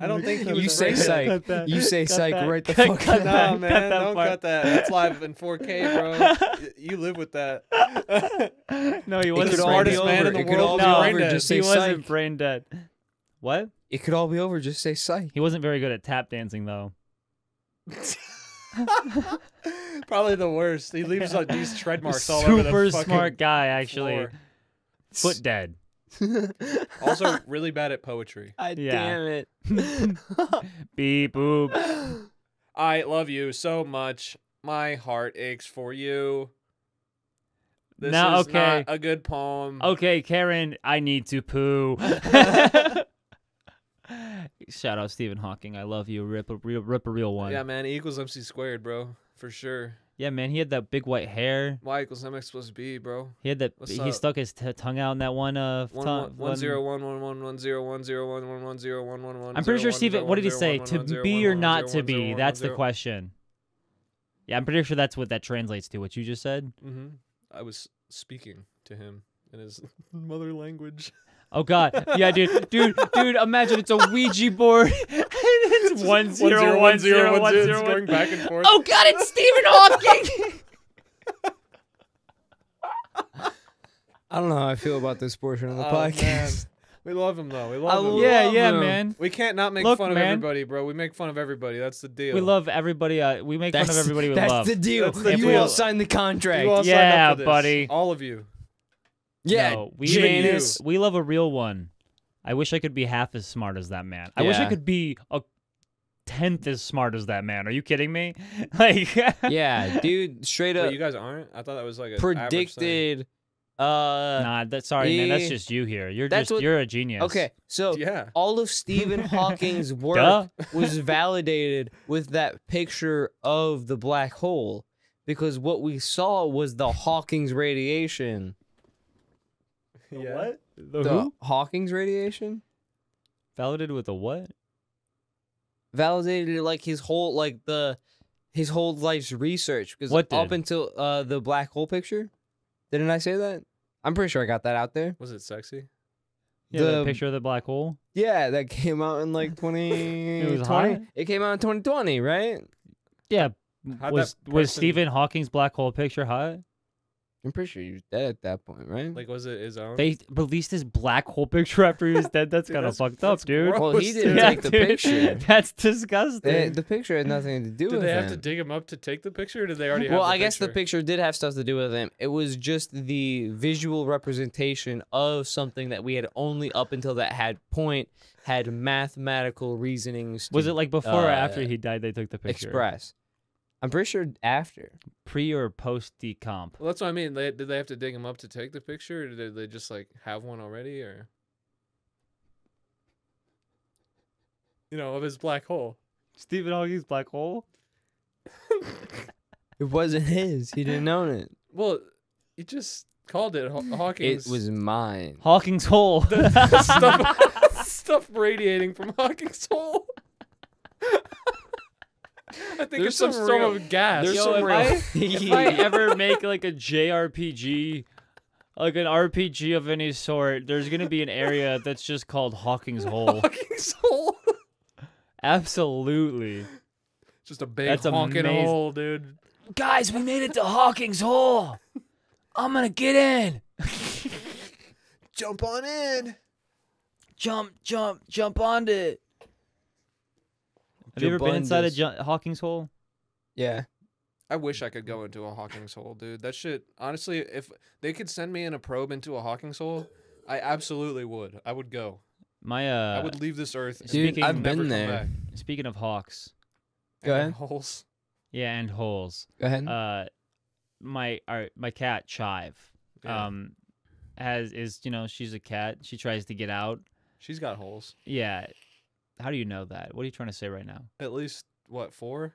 [SPEAKER 2] I don't think he
[SPEAKER 1] You
[SPEAKER 2] was.
[SPEAKER 1] say
[SPEAKER 2] brain dead.
[SPEAKER 1] psych. You say psych right the fuck
[SPEAKER 2] Nah,
[SPEAKER 3] that-
[SPEAKER 2] man,
[SPEAKER 3] cut that
[SPEAKER 2] don't
[SPEAKER 3] part.
[SPEAKER 2] cut that. That's live in 4K, bro. Y- you live with that.
[SPEAKER 3] no, he
[SPEAKER 1] It
[SPEAKER 3] wasn't
[SPEAKER 1] could all
[SPEAKER 3] brain
[SPEAKER 1] be
[SPEAKER 3] dead.
[SPEAKER 1] over. It could all be
[SPEAKER 3] No,
[SPEAKER 1] over. Just say
[SPEAKER 3] he wasn't
[SPEAKER 1] psych.
[SPEAKER 3] brain dead. What?
[SPEAKER 1] It could all be over. Just say psych.
[SPEAKER 3] He wasn't very good at tap dancing though.
[SPEAKER 2] Probably the worst. He leaves like these tread marks all over the
[SPEAKER 3] Super
[SPEAKER 2] fucking
[SPEAKER 3] smart guy, actually.
[SPEAKER 2] floor.
[SPEAKER 3] Foot dead.
[SPEAKER 2] Also, really bad at poetry.
[SPEAKER 1] I
[SPEAKER 3] Yeah.
[SPEAKER 1] damn it.
[SPEAKER 3] Beep boop.
[SPEAKER 2] I love you so much. My heart aches for you. This
[SPEAKER 3] Now,
[SPEAKER 2] is
[SPEAKER 3] okay.
[SPEAKER 2] not a good poem.
[SPEAKER 3] Okay, Karen, I need to poo. Shout out Stephen Hawking. I love you. Rip a real, rip a real one.
[SPEAKER 2] Yeah, man. E equals MC squared, bro. For sure.
[SPEAKER 3] Yeah, man, he had that big white hair.
[SPEAKER 2] Y equals MX plus B, bro.
[SPEAKER 3] He had that.
[SPEAKER 2] What's
[SPEAKER 3] he
[SPEAKER 2] up?
[SPEAKER 3] stuck his t- tongue out in that one. Uh,
[SPEAKER 2] One
[SPEAKER 3] tongue-
[SPEAKER 2] one- one zero one one one one zero one zero one one one zero one one one
[SPEAKER 3] I'm pretty
[SPEAKER 2] zero
[SPEAKER 3] sure
[SPEAKER 2] one
[SPEAKER 3] Stephen.
[SPEAKER 2] zero
[SPEAKER 3] What did he
[SPEAKER 2] one
[SPEAKER 3] say?
[SPEAKER 2] zero one
[SPEAKER 3] To
[SPEAKER 2] one zero
[SPEAKER 3] be
[SPEAKER 2] one
[SPEAKER 3] or
[SPEAKER 2] one zero
[SPEAKER 3] not to
[SPEAKER 2] one zero
[SPEAKER 3] be?
[SPEAKER 2] one
[SPEAKER 3] That's the
[SPEAKER 2] zero.
[SPEAKER 3] question. Yeah, I'm pretty sure that's what that translates to. What you just said.
[SPEAKER 2] Mhm. I was speaking to him in his mother language.
[SPEAKER 3] Oh God. Yeah, dude, dude, dude. Imagine it's a Ouija board. and it's one zero one zero one zero
[SPEAKER 2] going
[SPEAKER 3] one.
[SPEAKER 2] back and forth.
[SPEAKER 3] Oh God, it's Stephen Hawking.
[SPEAKER 1] I don't know how I feel about this portion of the
[SPEAKER 2] Oh, man.
[SPEAKER 1] podcast.
[SPEAKER 2] We love him though. We
[SPEAKER 1] I
[SPEAKER 2] love him.
[SPEAKER 1] love
[SPEAKER 3] yeah, yeah,
[SPEAKER 1] him.
[SPEAKER 3] man.
[SPEAKER 2] We can't not make
[SPEAKER 3] Look,
[SPEAKER 2] fun
[SPEAKER 3] man.
[SPEAKER 2] of everybody, bro. We make fun of everybody. That's the deal.
[SPEAKER 3] We love everybody. Uh, we make fun of everybody we
[SPEAKER 1] that's
[SPEAKER 3] love.
[SPEAKER 1] the deal.
[SPEAKER 2] That's the
[SPEAKER 1] you
[SPEAKER 3] deal.
[SPEAKER 1] all signed the contract.
[SPEAKER 2] You all signed up
[SPEAKER 3] Yeah,
[SPEAKER 2] for this.
[SPEAKER 3] buddy.
[SPEAKER 2] All of you.
[SPEAKER 1] yeah,
[SPEAKER 3] No, we
[SPEAKER 1] Janice.
[SPEAKER 3] We love a real one. I wish I could be half as smart as that man. I wish I
[SPEAKER 1] Yeah.
[SPEAKER 3] could be a tenth as smart as that man. Are you kidding me? Like,
[SPEAKER 1] yeah, dude, straight
[SPEAKER 2] Wait,
[SPEAKER 1] up
[SPEAKER 2] you guys aren't? I thought that was like a
[SPEAKER 1] predicted. Uh,
[SPEAKER 3] Nah, that's sorry, man. That's
[SPEAKER 1] Yeah.
[SPEAKER 3] just you here. You're
[SPEAKER 1] That's
[SPEAKER 3] just
[SPEAKER 1] what-
[SPEAKER 3] you're a genius.
[SPEAKER 1] okay, so
[SPEAKER 2] Yeah.
[SPEAKER 1] all of Stephen Hawking's work
[SPEAKER 3] Duh.
[SPEAKER 1] was validated with that picture of the black hole because what we saw was the Hawking's radiation.
[SPEAKER 2] yeah.
[SPEAKER 3] The
[SPEAKER 1] the
[SPEAKER 3] who?
[SPEAKER 1] Hawking's radiation
[SPEAKER 3] Validated with a what?
[SPEAKER 1] validated like his whole like the his whole life's research because
[SPEAKER 3] What
[SPEAKER 1] up
[SPEAKER 3] did?
[SPEAKER 1] until uh the black hole picture, didn't I say that? I'm pretty sure I got that out there.
[SPEAKER 2] Was it sexy?
[SPEAKER 3] Yeah, the,
[SPEAKER 1] The-
[SPEAKER 3] picture of the black hole.
[SPEAKER 1] Yeah, that came out in like 2020.
[SPEAKER 3] was hot?
[SPEAKER 1] It came out in 2020, right?
[SPEAKER 3] Yeah.
[SPEAKER 2] How'd
[SPEAKER 3] was
[SPEAKER 2] that
[SPEAKER 3] was
[SPEAKER 2] person-
[SPEAKER 3] Stephen Hawking's black hole picture hot?
[SPEAKER 1] I'm pretty sure you was dead at that point, right?
[SPEAKER 2] Like, was it his own?
[SPEAKER 3] They released his black hole picture after he was dead. That's
[SPEAKER 2] Dude,
[SPEAKER 3] kind of
[SPEAKER 2] that's-
[SPEAKER 3] fucked
[SPEAKER 2] that's
[SPEAKER 3] up, dude.
[SPEAKER 2] gross,
[SPEAKER 1] Well, he didn't
[SPEAKER 2] dude.
[SPEAKER 3] Yeah,
[SPEAKER 1] take the
[SPEAKER 3] dude.
[SPEAKER 1] picture.
[SPEAKER 3] That's disgusting.
[SPEAKER 1] The- the picture had nothing to do
[SPEAKER 2] Did
[SPEAKER 1] with
[SPEAKER 2] they have
[SPEAKER 1] him.
[SPEAKER 2] to dig him up to take the picture? Or did they already have
[SPEAKER 1] well,
[SPEAKER 2] the
[SPEAKER 1] I guess the
[SPEAKER 2] picture?
[SPEAKER 1] picture did have stuff to do with him. It was just the visual representation of something that we had only up until that had point had mathematical reasonings. To
[SPEAKER 3] Was it like before or after
[SPEAKER 1] uh,
[SPEAKER 3] he died? They took the picture.
[SPEAKER 1] express? I'm pretty sure after.
[SPEAKER 3] Pre or post decomp?
[SPEAKER 2] Well, that's what I mean. They, did they have to dig him up to take the picture? Or did they just like have one already? Or you know, of his black hole.
[SPEAKER 3] Stephen Hawking's black hole.
[SPEAKER 1] It wasn't his. He didn't own it.
[SPEAKER 2] Well, you just called it Haw-
[SPEAKER 1] It
[SPEAKER 2] Hawking's.
[SPEAKER 1] was mine.
[SPEAKER 3] Hawking's hole.
[SPEAKER 2] stuff, stuff radiating from Hawking's hole. I think
[SPEAKER 1] There's
[SPEAKER 2] it's some,
[SPEAKER 1] some
[SPEAKER 2] form
[SPEAKER 1] real-
[SPEAKER 2] of gas.
[SPEAKER 1] there's
[SPEAKER 3] Yo,
[SPEAKER 1] some
[SPEAKER 3] if
[SPEAKER 1] real-
[SPEAKER 3] I, if I ever make like a JRPG, like an RPG of any sort, there's gonna be an area that's just called Hawking's hole.
[SPEAKER 2] Hawking's hole.
[SPEAKER 3] Absolutely,
[SPEAKER 2] Just a big
[SPEAKER 3] That's
[SPEAKER 2] honking
[SPEAKER 3] amazing.
[SPEAKER 2] hole, dude.
[SPEAKER 3] guys, we made it to Hawking's hole. I'm gonna get in.
[SPEAKER 2] Jump on in.
[SPEAKER 3] Jump, jump, jump onto it. Have you ever been inside a ju- Hawking's hole?
[SPEAKER 1] Yeah.
[SPEAKER 2] I wish I could
[SPEAKER 3] Mm-hmm.
[SPEAKER 2] go into a Hawking's hole, dude. That shit, honestly, if they could send me in a probe into a Hawking's hole, I absolutely would. I would go.
[SPEAKER 3] My uh,
[SPEAKER 2] I would leave this earth. and
[SPEAKER 3] Dude, I've
[SPEAKER 2] never
[SPEAKER 1] been
[SPEAKER 2] come
[SPEAKER 1] there.
[SPEAKER 2] back.
[SPEAKER 3] speaking of hawks,
[SPEAKER 1] Go
[SPEAKER 2] And
[SPEAKER 1] ahead.
[SPEAKER 2] Holes.
[SPEAKER 3] yeah, and holes.
[SPEAKER 1] Go ahead.
[SPEAKER 2] Hmm?
[SPEAKER 3] uh my our, my cat chive
[SPEAKER 2] Yeah.
[SPEAKER 3] um has is you know she's a cat she tries to get out
[SPEAKER 2] She's got holes.
[SPEAKER 3] yeah how do you know that what are you trying to say right now
[SPEAKER 2] At least what four,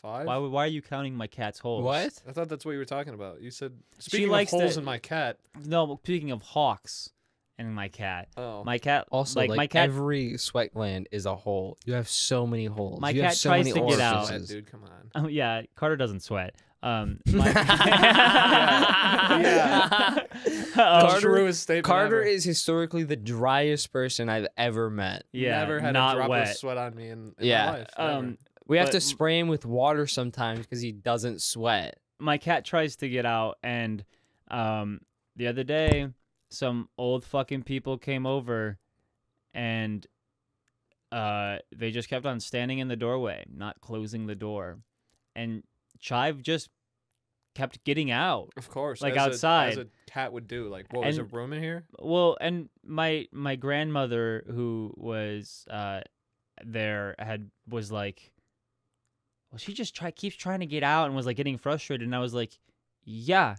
[SPEAKER 2] five?
[SPEAKER 3] why, would- why are you counting my cat's holes
[SPEAKER 1] what?
[SPEAKER 2] I thought that's what you were talking about. You said
[SPEAKER 3] She
[SPEAKER 2] speaking
[SPEAKER 3] likes
[SPEAKER 2] of holes
[SPEAKER 3] to-
[SPEAKER 2] in my cat.
[SPEAKER 3] no well, speaking of hawks and my cat.
[SPEAKER 2] Oh,
[SPEAKER 3] My cat
[SPEAKER 1] Also,
[SPEAKER 3] like,
[SPEAKER 1] like,
[SPEAKER 3] my cat
[SPEAKER 1] every sweat gland is a hole. You have so many holes.
[SPEAKER 3] My
[SPEAKER 1] you
[SPEAKER 3] cat
[SPEAKER 1] have so
[SPEAKER 3] tries
[SPEAKER 1] many
[SPEAKER 3] to get out.
[SPEAKER 1] orifices.
[SPEAKER 2] dude, come on.
[SPEAKER 3] Oh yeah, Carter doesn't sweat. Um, my-
[SPEAKER 1] Yeah.
[SPEAKER 2] Yeah.
[SPEAKER 3] Um,
[SPEAKER 2] Carter, truest statement
[SPEAKER 1] Carter
[SPEAKER 2] ever.
[SPEAKER 1] is historically the driest person I've ever met.
[SPEAKER 3] yeah,
[SPEAKER 2] never had
[SPEAKER 3] not
[SPEAKER 2] a drop
[SPEAKER 3] wet.
[SPEAKER 2] of sweat on me in, in
[SPEAKER 1] Yeah,
[SPEAKER 2] my life. never.
[SPEAKER 3] Um,
[SPEAKER 1] We have
[SPEAKER 3] But
[SPEAKER 1] to
[SPEAKER 3] m-
[SPEAKER 1] spray him with water sometimes because he doesn't sweat.
[SPEAKER 3] my cat tries to get out, and um, the other day, some old fucking people came over, and uh, they just kept on standing in the doorway, not closing the door, and Chive just kept getting out.
[SPEAKER 2] of course,
[SPEAKER 3] like
[SPEAKER 2] as a-
[SPEAKER 3] outside.
[SPEAKER 2] as a cat would do. Like, what was a
[SPEAKER 3] And-
[SPEAKER 2] room in here?
[SPEAKER 3] well and my my grandmother who was uh there had was like well she just try keeps trying to get out and was like getting frustrated and i was like yeah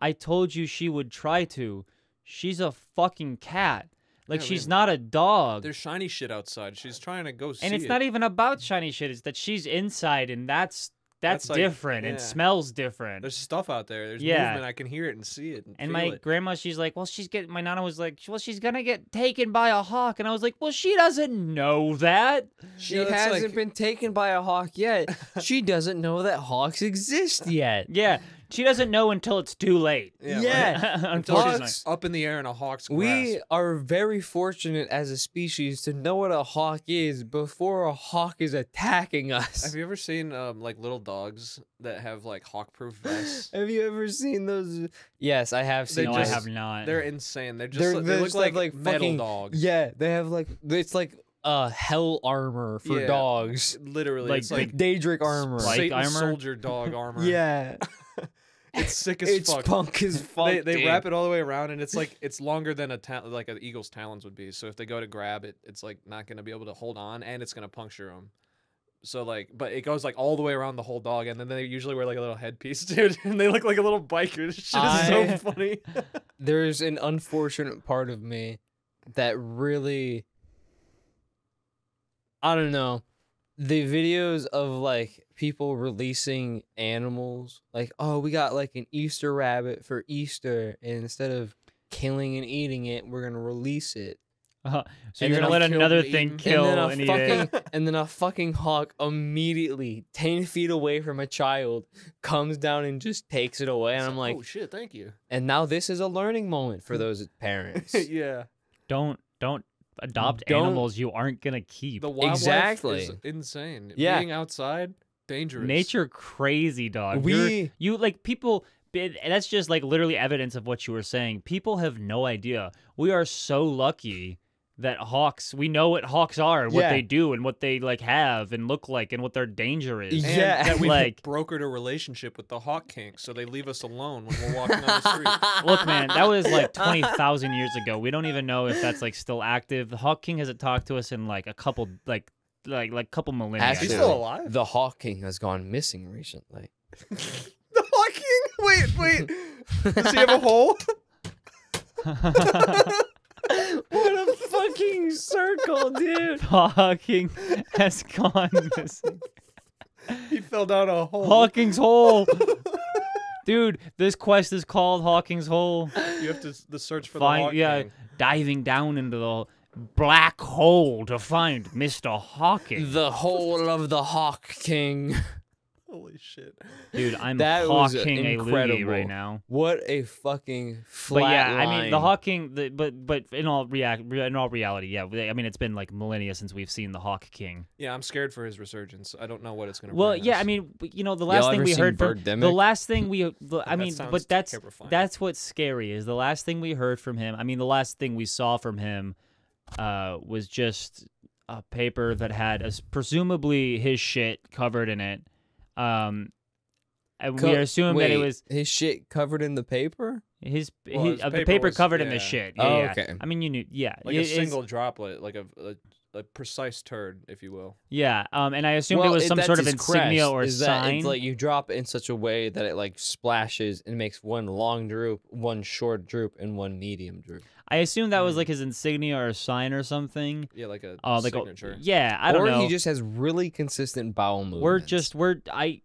[SPEAKER 3] i told you she would try to she's a fucking cat like
[SPEAKER 2] Yeah, I
[SPEAKER 3] she's
[SPEAKER 2] mean,
[SPEAKER 3] not a dog
[SPEAKER 2] There's shiny shit outside. She's trying to go see.
[SPEAKER 3] and it's
[SPEAKER 2] it.
[SPEAKER 3] not even about shiny shit it's that she's inside and that's that's,
[SPEAKER 2] That's, like,
[SPEAKER 3] different and
[SPEAKER 2] yeah.
[SPEAKER 3] smells different
[SPEAKER 2] There's stuff out there. There's
[SPEAKER 3] e- Yeah.
[SPEAKER 2] movement. I can hear it and see it. And,
[SPEAKER 3] And
[SPEAKER 2] feel
[SPEAKER 3] my
[SPEAKER 2] it.
[SPEAKER 3] grandma, she's like, well, she's getting. My nana was like, well, she's gonna get taken by a hawk, and I was like, well, she doesn't know that.
[SPEAKER 1] She
[SPEAKER 2] Yeah, that's
[SPEAKER 1] hasn't
[SPEAKER 2] like-
[SPEAKER 1] been taken by a hawk yet. she doesn't know that hawks exist yet.
[SPEAKER 3] Yeah, she doesn't know until it's too late.
[SPEAKER 2] Yeah, right.
[SPEAKER 1] Yeah.
[SPEAKER 2] Until she's
[SPEAKER 3] unfortunately.
[SPEAKER 1] Hawks-
[SPEAKER 2] up in the air in a hawk's grasp.
[SPEAKER 1] We are very fortunate as a species to know what a hawk is before a hawk is attacking
[SPEAKER 2] Have
[SPEAKER 1] us.
[SPEAKER 2] you ever seen um, like little dogs that have like hawk-proof vests?
[SPEAKER 1] Have you ever seen those? Yes, I have
[SPEAKER 2] They
[SPEAKER 1] seen.
[SPEAKER 3] No,
[SPEAKER 1] those.
[SPEAKER 3] I have not.
[SPEAKER 2] They're insane. They're just
[SPEAKER 1] They're-
[SPEAKER 2] li- they
[SPEAKER 1] they're
[SPEAKER 2] look
[SPEAKER 1] just
[SPEAKER 2] like,
[SPEAKER 1] like-
[SPEAKER 2] like
[SPEAKER 1] like
[SPEAKER 2] metal
[SPEAKER 1] fucking-
[SPEAKER 2] dogs.
[SPEAKER 1] Yeah, they have like it's like uh hell armor for
[SPEAKER 2] Yeah.
[SPEAKER 1] dogs.
[SPEAKER 2] Literally,
[SPEAKER 3] Like
[SPEAKER 2] it's like
[SPEAKER 3] big
[SPEAKER 1] Daedric armor.
[SPEAKER 3] Spike
[SPEAKER 2] Satan
[SPEAKER 3] armor?
[SPEAKER 2] soldier dog armor.
[SPEAKER 1] Yeah,
[SPEAKER 2] it's sick as
[SPEAKER 1] it's
[SPEAKER 2] fuck.
[SPEAKER 1] punk as fuck.
[SPEAKER 2] they they
[SPEAKER 1] dude.
[SPEAKER 2] wrap it all the way around, and it's like it's longer than a ta- like an eagle's talons would be. So if they go to grab it, it's like not gonna be able to hold on, and it's gonna puncture them. So like, but it goes like all the way around the whole dog, and then they usually wear like a little headpiece, dude, and they look like a little biker. This shit
[SPEAKER 1] I-
[SPEAKER 2] is so funny.
[SPEAKER 1] There's an unfortunate part of me that really, I don't know, the videos of like people releasing animals, like oh we got like an Easter rabbit for Easter, and instead of killing and eating it, we're gonna release it.
[SPEAKER 3] Uh-huh. So
[SPEAKER 1] And
[SPEAKER 3] you're
[SPEAKER 1] then I'm
[SPEAKER 3] gonna let
[SPEAKER 1] killed
[SPEAKER 3] another
[SPEAKER 2] and
[SPEAKER 3] thing
[SPEAKER 2] eaten.
[SPEAKER 3] kill
[SPEAKER 1] and then a
[SPEAKER 3] and, eat it.
[SPEAKER 1] fucking and then a fucking hawk immediately ten feet away from a child comes down and just takes it away. And I'm like,
[SPEAKER 2] oh shit, thank you.
[SPEAKER 1] and now this is a learning moment for those parents.
[SPEAKER 2] yeah,
[SPEAKER 3] Don't don't adopt
[SPEAKER 1] Don't-
[SPEAKER 3] animals you aren't gonna keep.
[SPEAKER 2] the wildlife
[SPEAKER 1] Exactly.
[SPEAKER 2] is insane.
[SPEAKER 1] Yeah.
[SPEAKER 2] being outside, dangerous.
[SPEAKER 3] Nature crazy dog. You're,
[SPEAKER 1] We-
[SPEAKER 3] you like people. and That's just like literally evidence of what you were saying. People have no idea. We are so lucky that hawks. We know what hawks are, and what
[SPEAKER 1] Yeah.
[SPEAKER 3] they do, and what they like have and look like, and what their danger is.
[SPEAKER 2] And
[SPEAKER 1] Yeah.
[SPEAKER 2] that we
[SPEAKER 3] Like-
[SPEAKER 2] like brokered a relationship with the hawk king, so they leave us alone when we're walking on the street.
[SPEAKER 3] Look, man, that was like twenty thousand years ago. We don't even know if that's like still active. The Hawk King hasn't talked to us in like a couple, like, like, like couple millennia.
[SPEAKER 1] Actually-
[SPEAKER 2] He's
[SPEAKER 1] Yeah.
[SPEAKER 2] still alive.
[SPEAKER 1] the hawk king has gone missing recently.
[SPEAKER 2] The fucking wait, wait. Does he have a hole?
[SPEAKER 1] what a fucking circle, dude!
[SPEAKER 3] The Hawk King has gone missing.
[SPEAKER 2] He fell down a hole.
[SPEAKER 3] Hawking's Hole, dude. This quest is called Hawking's Hole.
[SPEAKER 2] You have to s- the search for the hawk
[SPEAKER 3] Find yeah,
[SPEAKER 2] king.
[SPEAKER 3] diving down into the black hole to find Mister Hawking.
[SPEAKER 1] The whole of the hawk king.
[SPEAKER 2] Holy shit.
[SPEAKER 3] Dude, I'm
[SPEAKER 1] That was
[SPEAKER 3] hawking a loogie
[SPEAKER 1] incredible.
[SPEAKER 3] right now.
[SPEAKER 1] What a fucking flat
[SPEAKER 3] But yeah, I mean the
[SPEAKER 1] line.
[SPEAKER 3] Hawking, the, but but in all react in all reality, yeah, we- I mean it's been like millennia since we've seen the Hawk King.
[SPEAKER 2] Yeah, I'm scared for his resurgence. I don't know what it's gonna.
[SPEAKER 3] Well,
[SPEAKER 2] bring
[SPEAKER 3] yeah,
[SPEAKER 2] us.
[SPEAKER 3] I mean w- you know the last thing
[SPEAKER 1] ever
[SPEAKER 3] we
[SPEAKER 1] seen
[SPEAKER 3] heard from the
[SPEAKER 1] Birdemic?
[SPEAKER 3] last thing we, the, I
[SPEAKER 2] That
[SPEAKER 3] mean,
[SPEAKER 2] sounds
[SPEAKER 3] but that's
[SPEAKER 2] terrifying.
[SPEAKER 3] that's what's scary is the last thing we heard from him. I mean the last thing we saw from him uh, was just a paper that had as presumably his shit covered in it. Um, and
[SPEAKER 1] Co-
[SPEAKER 3] we assumed that it
[SPEAKER 1] wait,
[SPEAKER 3] was
[SPEAKER 1] his shit covered in the paper.
[SPEAKER 3] His,
[SPEAKER 2] Well,
[SPEAKER 3] his,
[SPEAKER 2] his
[SPEAKER 3] of the
[SPEAKER 2] paper
[SPEAKER 3] paper
[SPEAKER 2] was-
[SPEAKER 3] covered in the
[SPEAKER 2] yeah.
[SPEAKER 3] shit. Yeah,
[SPEAKER 1] Oh,
[SPEAKER 3] yeah.
[SPEAKER 1] okay.
[SPEAKER 3] I mean, you knew. Yeah,
[SPEAKER 2] like
[SPEAKER 3] it
[SPEAKER 2] a
[SPEAKER 3] is-
[SPEAKER 2] single droplet, like a, a a precise turd, if you will.
[SPEAKER 3] Yeah. Um, and I assumed
[SPEAKER 1] Well,
[SPEAKER 3] it was
[SPEAKER 1] if
[SPEAKER 3] some
[SPEAKER 1] that's
[SPEAKER 3] sort of
[SPEAKER 1] his
[SPEAKER 3] insignia
[SPEAKER 1] crest,
[SPEAKER 3] or
[SPEAKER 1] is that
[SPEAKER 3] sign.
[SPEAKER 1] It's like you drop it in such a way that it like splashes and makes one long droop, one short droop, and one medium droop.
[SPEAKER 3] I assumed that
[SPEAKER 1] Hmm.
[SPEAKER 3] was like his insignia or sign or something.
[SPEAKER 2] Yeah, like a
[SPEAKER 3] Uh, like a-
[SPEAKER 2] signature.
[SPEAKER 3] yeah, I don't
[SPEAKER 1] or
[SPEAKER 3] know.
[SPEAKER 1] he just has really consistent bowel movements.
[SPEAKER 3] we're just we're I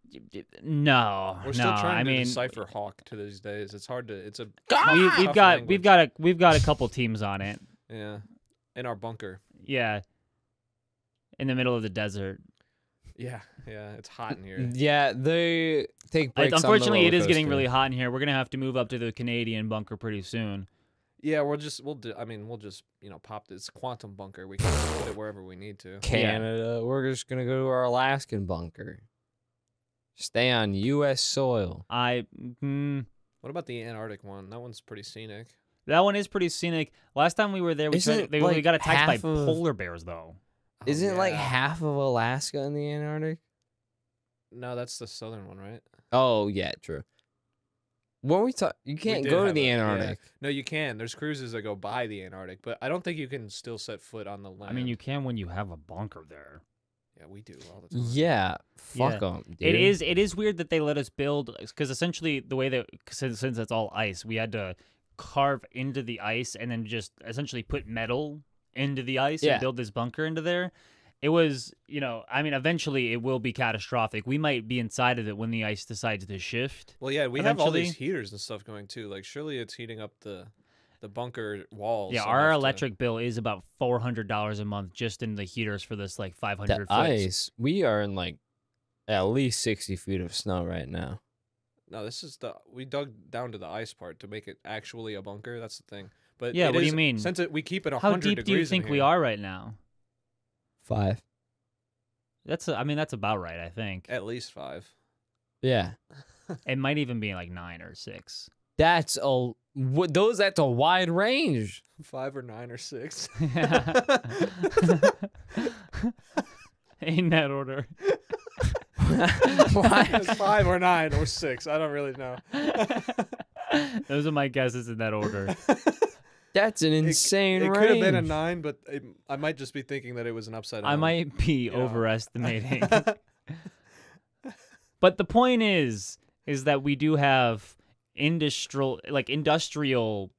[SPEAKER 3] no
[SPEAKER 2] We're still
[SPEAKER 3] no,
[SPEAKER 2] trying
[SPEAKER 3] I
[SPEAKER 2] to
[SPEAKER 3] mean,
[SPEAKER 2] decipher Hawk to these days. It's hard to. It's a.
[SPEAKER 3] We,
[SPEAKER 2] tough-
[SPEAKER 3] we've
[SPEAKER 2] tough
[SPEAKER 3] got
[SPEAKER 2] language.
[SPEAKER 3] we've got a we've got a couple teams on it.
[SPEAKER 2] Yeah. In our bunker.
[SPEAKER 3] Yeah. In the middle of the desert.
[SPEAKER 2] Yeah. Yeah. It's hot in here.
[SPEAKER 1] yeah, they take
[SPEAKER 3] Like,
[SPEAKER 1] breaks. on the
[SPEAKER 3] unfortunately, it is getting
[SPEAKER 1] rollercoaster.
[SPEAKER 3] really hot in here. We're gonna have to move up to the Canadian bunker pretty soon.
[SPEAKER 2] Yeah. We'll just. We'll do. I mean, we'll just. You know, pop this quantum bunker. We can just put it wherever we need to.
[SPEAKER 1] Canada. We're just gonna go to our Alaskan bunker. Stay on U.S. soil.
[SPEAKER 3] I mm,
[SPEAKER 2] What about the Antarctic one? That one's pretty scenic.
[SPEAKER 3] that one is pretty scenic. Last time we were there, we, tried,
[SPEAKER 1] Isn't,
[SPEAKER 3] they, we
[SPEAKER 1] like,
[SPEAKER 3] got attacked by
[SPEAKER 1] half of-
[SPEAKER 3] polar bears though.
[SPEAKER 2] Oh,
[SPEAKER 1] Isn't like
[SPEAKER 2] yeah.
[SPEAKER 1] half of Alaska in the Antarctic?
[SPEAKER 2] No, that's the southern one, right?
[SPEAKER 1] Oh yeah, true. What we talk? You can't
[SPEAKER 2] did
[SPEAKER 1] go to
[SPEAKER 2] have
[SPEAKER 1] the
[SPEAKER 2] a- yeah.
[SPEAKER 1] Antarctic.
[SPEAKER 2] No, you can. There's cruises that go by the Antarctic, but I don't think you can still set foot on the land.
[SPEAKER 3] I mean, you can when you have a bunker there.
[SPEAKER 2] Yeah, we do all the time.
[SPEAKER 1] Yeah, fuck
[SPEAKER 3] Yeah.
[SPEAKER 1] them.
[SPEAKER 3] It is it is weird that they let us build because essentially the way that since since it's all ice, we had to carve into the ice and then just essentially put metal into the ice
[SPEAKER 1] Yeah.
[SPEAKER 3] and build this bunker into there. It was, you know, I mean, eventually it will be catastrophic. We might be inside of it when the ice decides to shift.
[SPEAKER 2] Well, yeah, we have all these heaters and stuff going too. Like, surely it's heating up the the bunker walls.
[SPEAKER 3] yeah, our
[SPEAKER 2] enough to-
[SPEAKER 3] electric bill is about four hundred dollars a month just in the heaters for this like five
[SPEAKER 1] the
[SPEAKER 3] hundred.
[SPEAKER 1] ice. We are in like at least sixty feet of snow right now.
[SPEAKER 2] No, this is the we dug down to the ice part to make it actually a bunker. That's the thing. But
[SPEAKER 3] Yeah,
[SPEAKER 2] it
[SPEAKER 3] what do you
[SPEAKER 2] is-
[SPEAKER 3] mean?
[SPEAKER 2] Since it, we keep it
[SPEAKER 3] How
[SPEAKER 2] hundred
[SPEAKER 3] deep do you think we are right now?
[SPEAKER 1] Five.
[SPEAKER 3] That's, I mean, that's about right. I think
[SPEAKER 2] At least five.
[SPEAKER 1] Yeah,
[SPEAKER 3] it might even be like nine or six.
[SPEAKER 1] that's a wha- those. That's a wide range.
[SPEAKER 2] Five or nine or six.
[SPEAKER 3] In that order.
[SPEAKER 1] Why?
[SPEAKER 2] five or nine or six. I don't really know.
[SPEAKER 3] Those are my guesses in that order.
[SPEAKER 1] That's an insane
[SPEAKER 2] it
[SPEAKER 1] range.
[SPEAKER 2] could have been a nine, but it, I might just be thinking that it was an upside down.
[SPEAKER 3] I might be
[SPEAKER 2] Yeah.
[SPEAKER 3] overestimating. but the point is is that we do have industrial like industrial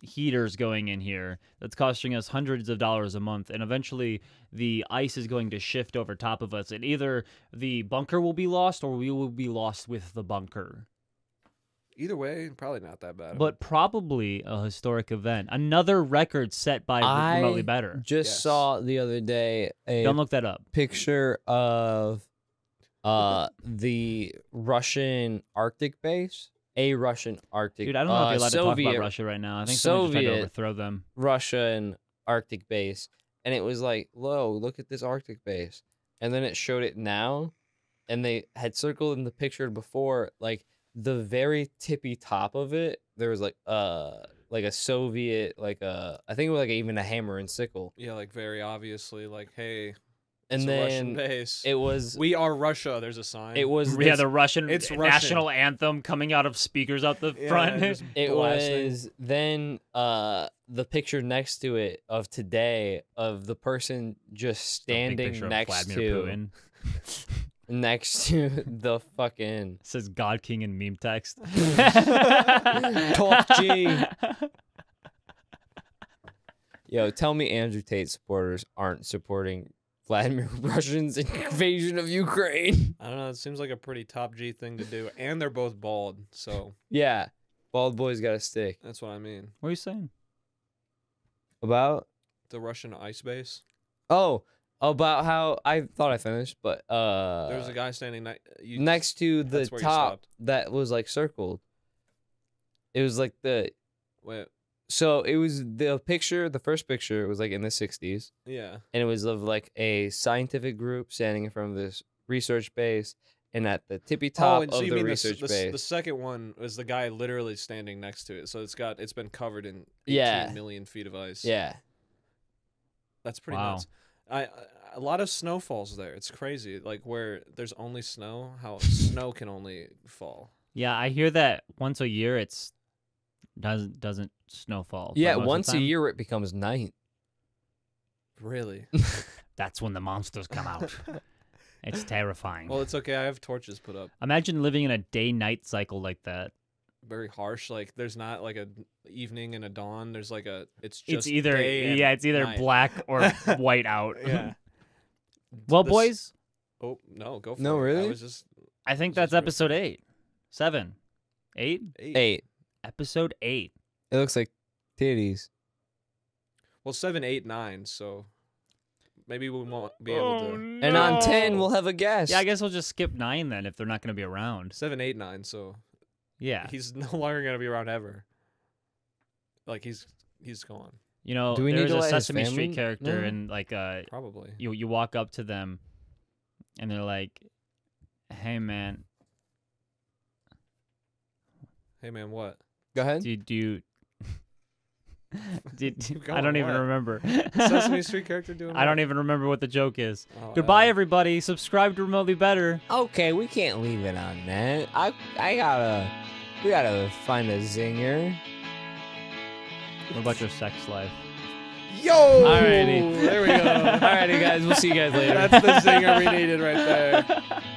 [SPEAKER 3] heaters going in here that's costing us hundreds of dollars a month and eventually the ice is going to shift over top of us and either the bunker will be lost or we will be lost with the bunker
[SPEAKER 2] Either way, probably not that bad. of a-
[SPEAKER 3] but probably a historic event another record set by
[SPEAKER 1] I
[SPEAKER 3] remotely better
[SPEAKER 1] Just
[SPEAKER 2] Yes.
[SPEAKER 1] saw the other day a
[SPEAKER 3] don't look that up
[SPEAKER 1] uh, picture of uh the Russian Arctic base, a Russian Arctic.
[SPEAKER 3] dude i don't know
[SPEAKER 1] uh,
[SPEAKER 3] if you're allowed to talk
[SPEAKER 1] Soviet-
[SPEAKER 3] about russia right now i think someone just tried to
[SPEAKER 1] Soviet-
[SPEAKER 3] overthrow them
[SPEAKER 1] Russian Arctic base, and it was like, "Whoa, look at this Arctic base!" And then it showed it now, and they had circled in the picture before, like the very tippy top of it. There was like uh like a Soviet, like a I think it was like even a hammer and sickle,
[SPEAKER 2] yeah, like very obviously, like hey,
[SPEAKER 1] and
[SPEAKER 2] it's a Russian
[SPEAKER 1] then
[SPEAKER 2] base.
[SPEAKER 1] it was
[SPEAKER 2] we are Russia. There's a sign.
[SPEAKER 1] it was
[SPEAKER 3] yeah,
[SPEAKER 1] this-
[SPEAKER 3] the Russian
[SPEAKER 2] it's
[SPEAKER 3] national anthem coming out of speakers out the
[SPEAKER 2] Yeah,
[SPEAKER 3] front.
[SPEAKER 2] just
[SPEAKER 1] It
[SPEAKER 2] blasting.
[SPEAKER 1] was then uh the picture next to it of today of the person just standing next to next to the fucking
[SPEAKER 3] says God King in meme text.
[SPEAKER 1] Talk G. yo. Tell me, Andrew Tate supporters aren't supporting Vladimir Russian's invasion of Ukraine?
[SPEAKER 2] I don't know. It seems like a pretty top G thing to do, and they're both bald, so
[SPEAKER 1] Yeah, bald boys got a stick.
[SPEAKER 2] that's what I mean.
[SPEAKER 3] What are you saying?
[SPEAKER 1] About
[SPEAKER 2] The Russian ice base.
[SPEAKER 1] oh about how I thought I finished, but uh
[SPEAKER 2] There was a guy standing ne- you,
[SPEAKER 1] next to the
[SPEAKER 2] that's where you
[SPEAKER 1] top
[SPEAKER 2] stopped.
[SPEAKER 1] that was like circled. It was like the
[SPEAKER 2] Wait,
[SPEAKER 1] so it was the picture the first picture was like in the 60s
[SPEAKER 2] yeah,
[SPEAKER 1] and it was of like a scientific group standing in front of this research base and at the tippy top
[SPEAKER 2] Oh, and
[SPEAKER 1] of the
[SPEAKER 2] s-
[SPEAKER 1] research
[SPEAKER 2] the, s-
[SPEAKER 1] base
[SPEAKER 2] the second one was the guy literally standing next to it, so it's got it's been covered in 18
[SPEAKER 1] Yeah.
[SPEAKER 2] million feet of ice.
[SPEAKER 1] yeah
[SPEAKER 2] that's pretty
[SPEAKER 3] Wow.
[SPEAKER 2] nuts. I, I a lot of snow falls there. It's crazy. Like where there's only snow, how snow can only fall.
[SPEAKER 3] Yeah, I hear that once a year it's doesn't doesn't snowfall. but
[SPEAKER 1] yeah
[SPEAKER 3] most of the
[SPEAKER 1] once a
[SPEAKER 3] time-
[SPEAKER 1] year it becomes night
[SPEAKER 2] Really?
[SPEAKER 3] That's when the monsters come out. it's terrifying.
[SPEAKER 2] Well, it's okay. I have torches put up.
[SPEAKER 3] Imagine living in a day-night cycle like that.
[SPEAKER 2] Very harsh. Like there's not like a evening and a dawn. There's like a. It's just.
[SPEAKER 3] It's either
[SPEAKER 2] day and
[SPEAKER 3] yeah, it's either
[SPEAKER 2] night.
[SPEAKER 3] black or white out.
[SPEAKER 2] Yeah.
[SPEAKER 3] well,
[SPEAKER 2] This-
[SPEAKER 3] boys,
[SPEAKER 2] Oh no, go for
[SPEAKER 1] No,
[SPEAKER 2] it.
[SPEAKER 1] really?
[SPEAKER 2] I was just
[SPEAKER 3] I think
[SPEAKER 2] this is
[SPEAKER 3] that's
[SPEAKER 2] real.
[SPEAKER 3] episode eight, seven, eight,
[SPEAKER 2] eight.
[SPEAKER 1] Eight.
[SPEAKER 3] episode eight.
[SPEAKER 1] It looks like titties.
[SPEAKER 2] Well, seven, eight, nine. So maybe we won't be able
[SPEAKER 3] Oh,
[SPEAKER 2] to.
[SPEAKER 1] Oh, And on ten, we'll have a guest.
[SPEAKER 3] Yeah, I guess we'll just skip nine then if they're not going to be around.
[SPEAKER 2] Seven, eight, nine. So
[SPEAKER 3] Yeah,
[SPEAKER 2] he's no longer gonna be around ever. Like he's he's gone
[SPEAKER 3] you know,
[SPEAKER 1] Do we
[SPEAKER 3] there
[SPEAKER 1] need
[SPEAKER 3] was
[SPEAKER 1] to
[SPEAKER 3] a
[SPEAKER 1] let his
[SPEAKER 3] Sesame
[SPEAKER 1] family
[SPEAKER 3] Street character,
[SPEAKER 1] know?
[SPEAKER 3] and like, uh,
[SPEAKER 2] probably.
[SPEAKER 3] you you walk up to them, and they're like, "Hey, man,
[SPEAKER 2] Hey man, what?
[SPEAKER 1] Go ahead.
[SPEAKER 3] did you?" did,
[SPEAKER 2] Keep
[SPEAKER 3] I don't
[SPEAKER 2] going,
[SPEAKER 3] even
[SPEAKER 2] what?
[SPEAKER 3] remember.
[SPEAKER 2] Sesame Street character doing?
[SPEAKER 3] I don't even remember what the joke is.
[SPEAKER 2] Oh,
[SPEAKER 3] Goodbye,
[SPEAKER 2] Adam.
[SPEAKER 3] everybody. Subscribe to Remotely Better.
[SPEAKER 1] Okay, we can't leave it on that. I I gotta we gotta find a zinger.
[SPEAKER 3] What about your sex life?
[SPEAKER 1] Yo!
[SPEAKER 3] Alrighty.
[SPEAKER 1] There we go. Alrighty guys, we'll see you guys later.
[SPEAKER 2] That's the zinger we needed right there.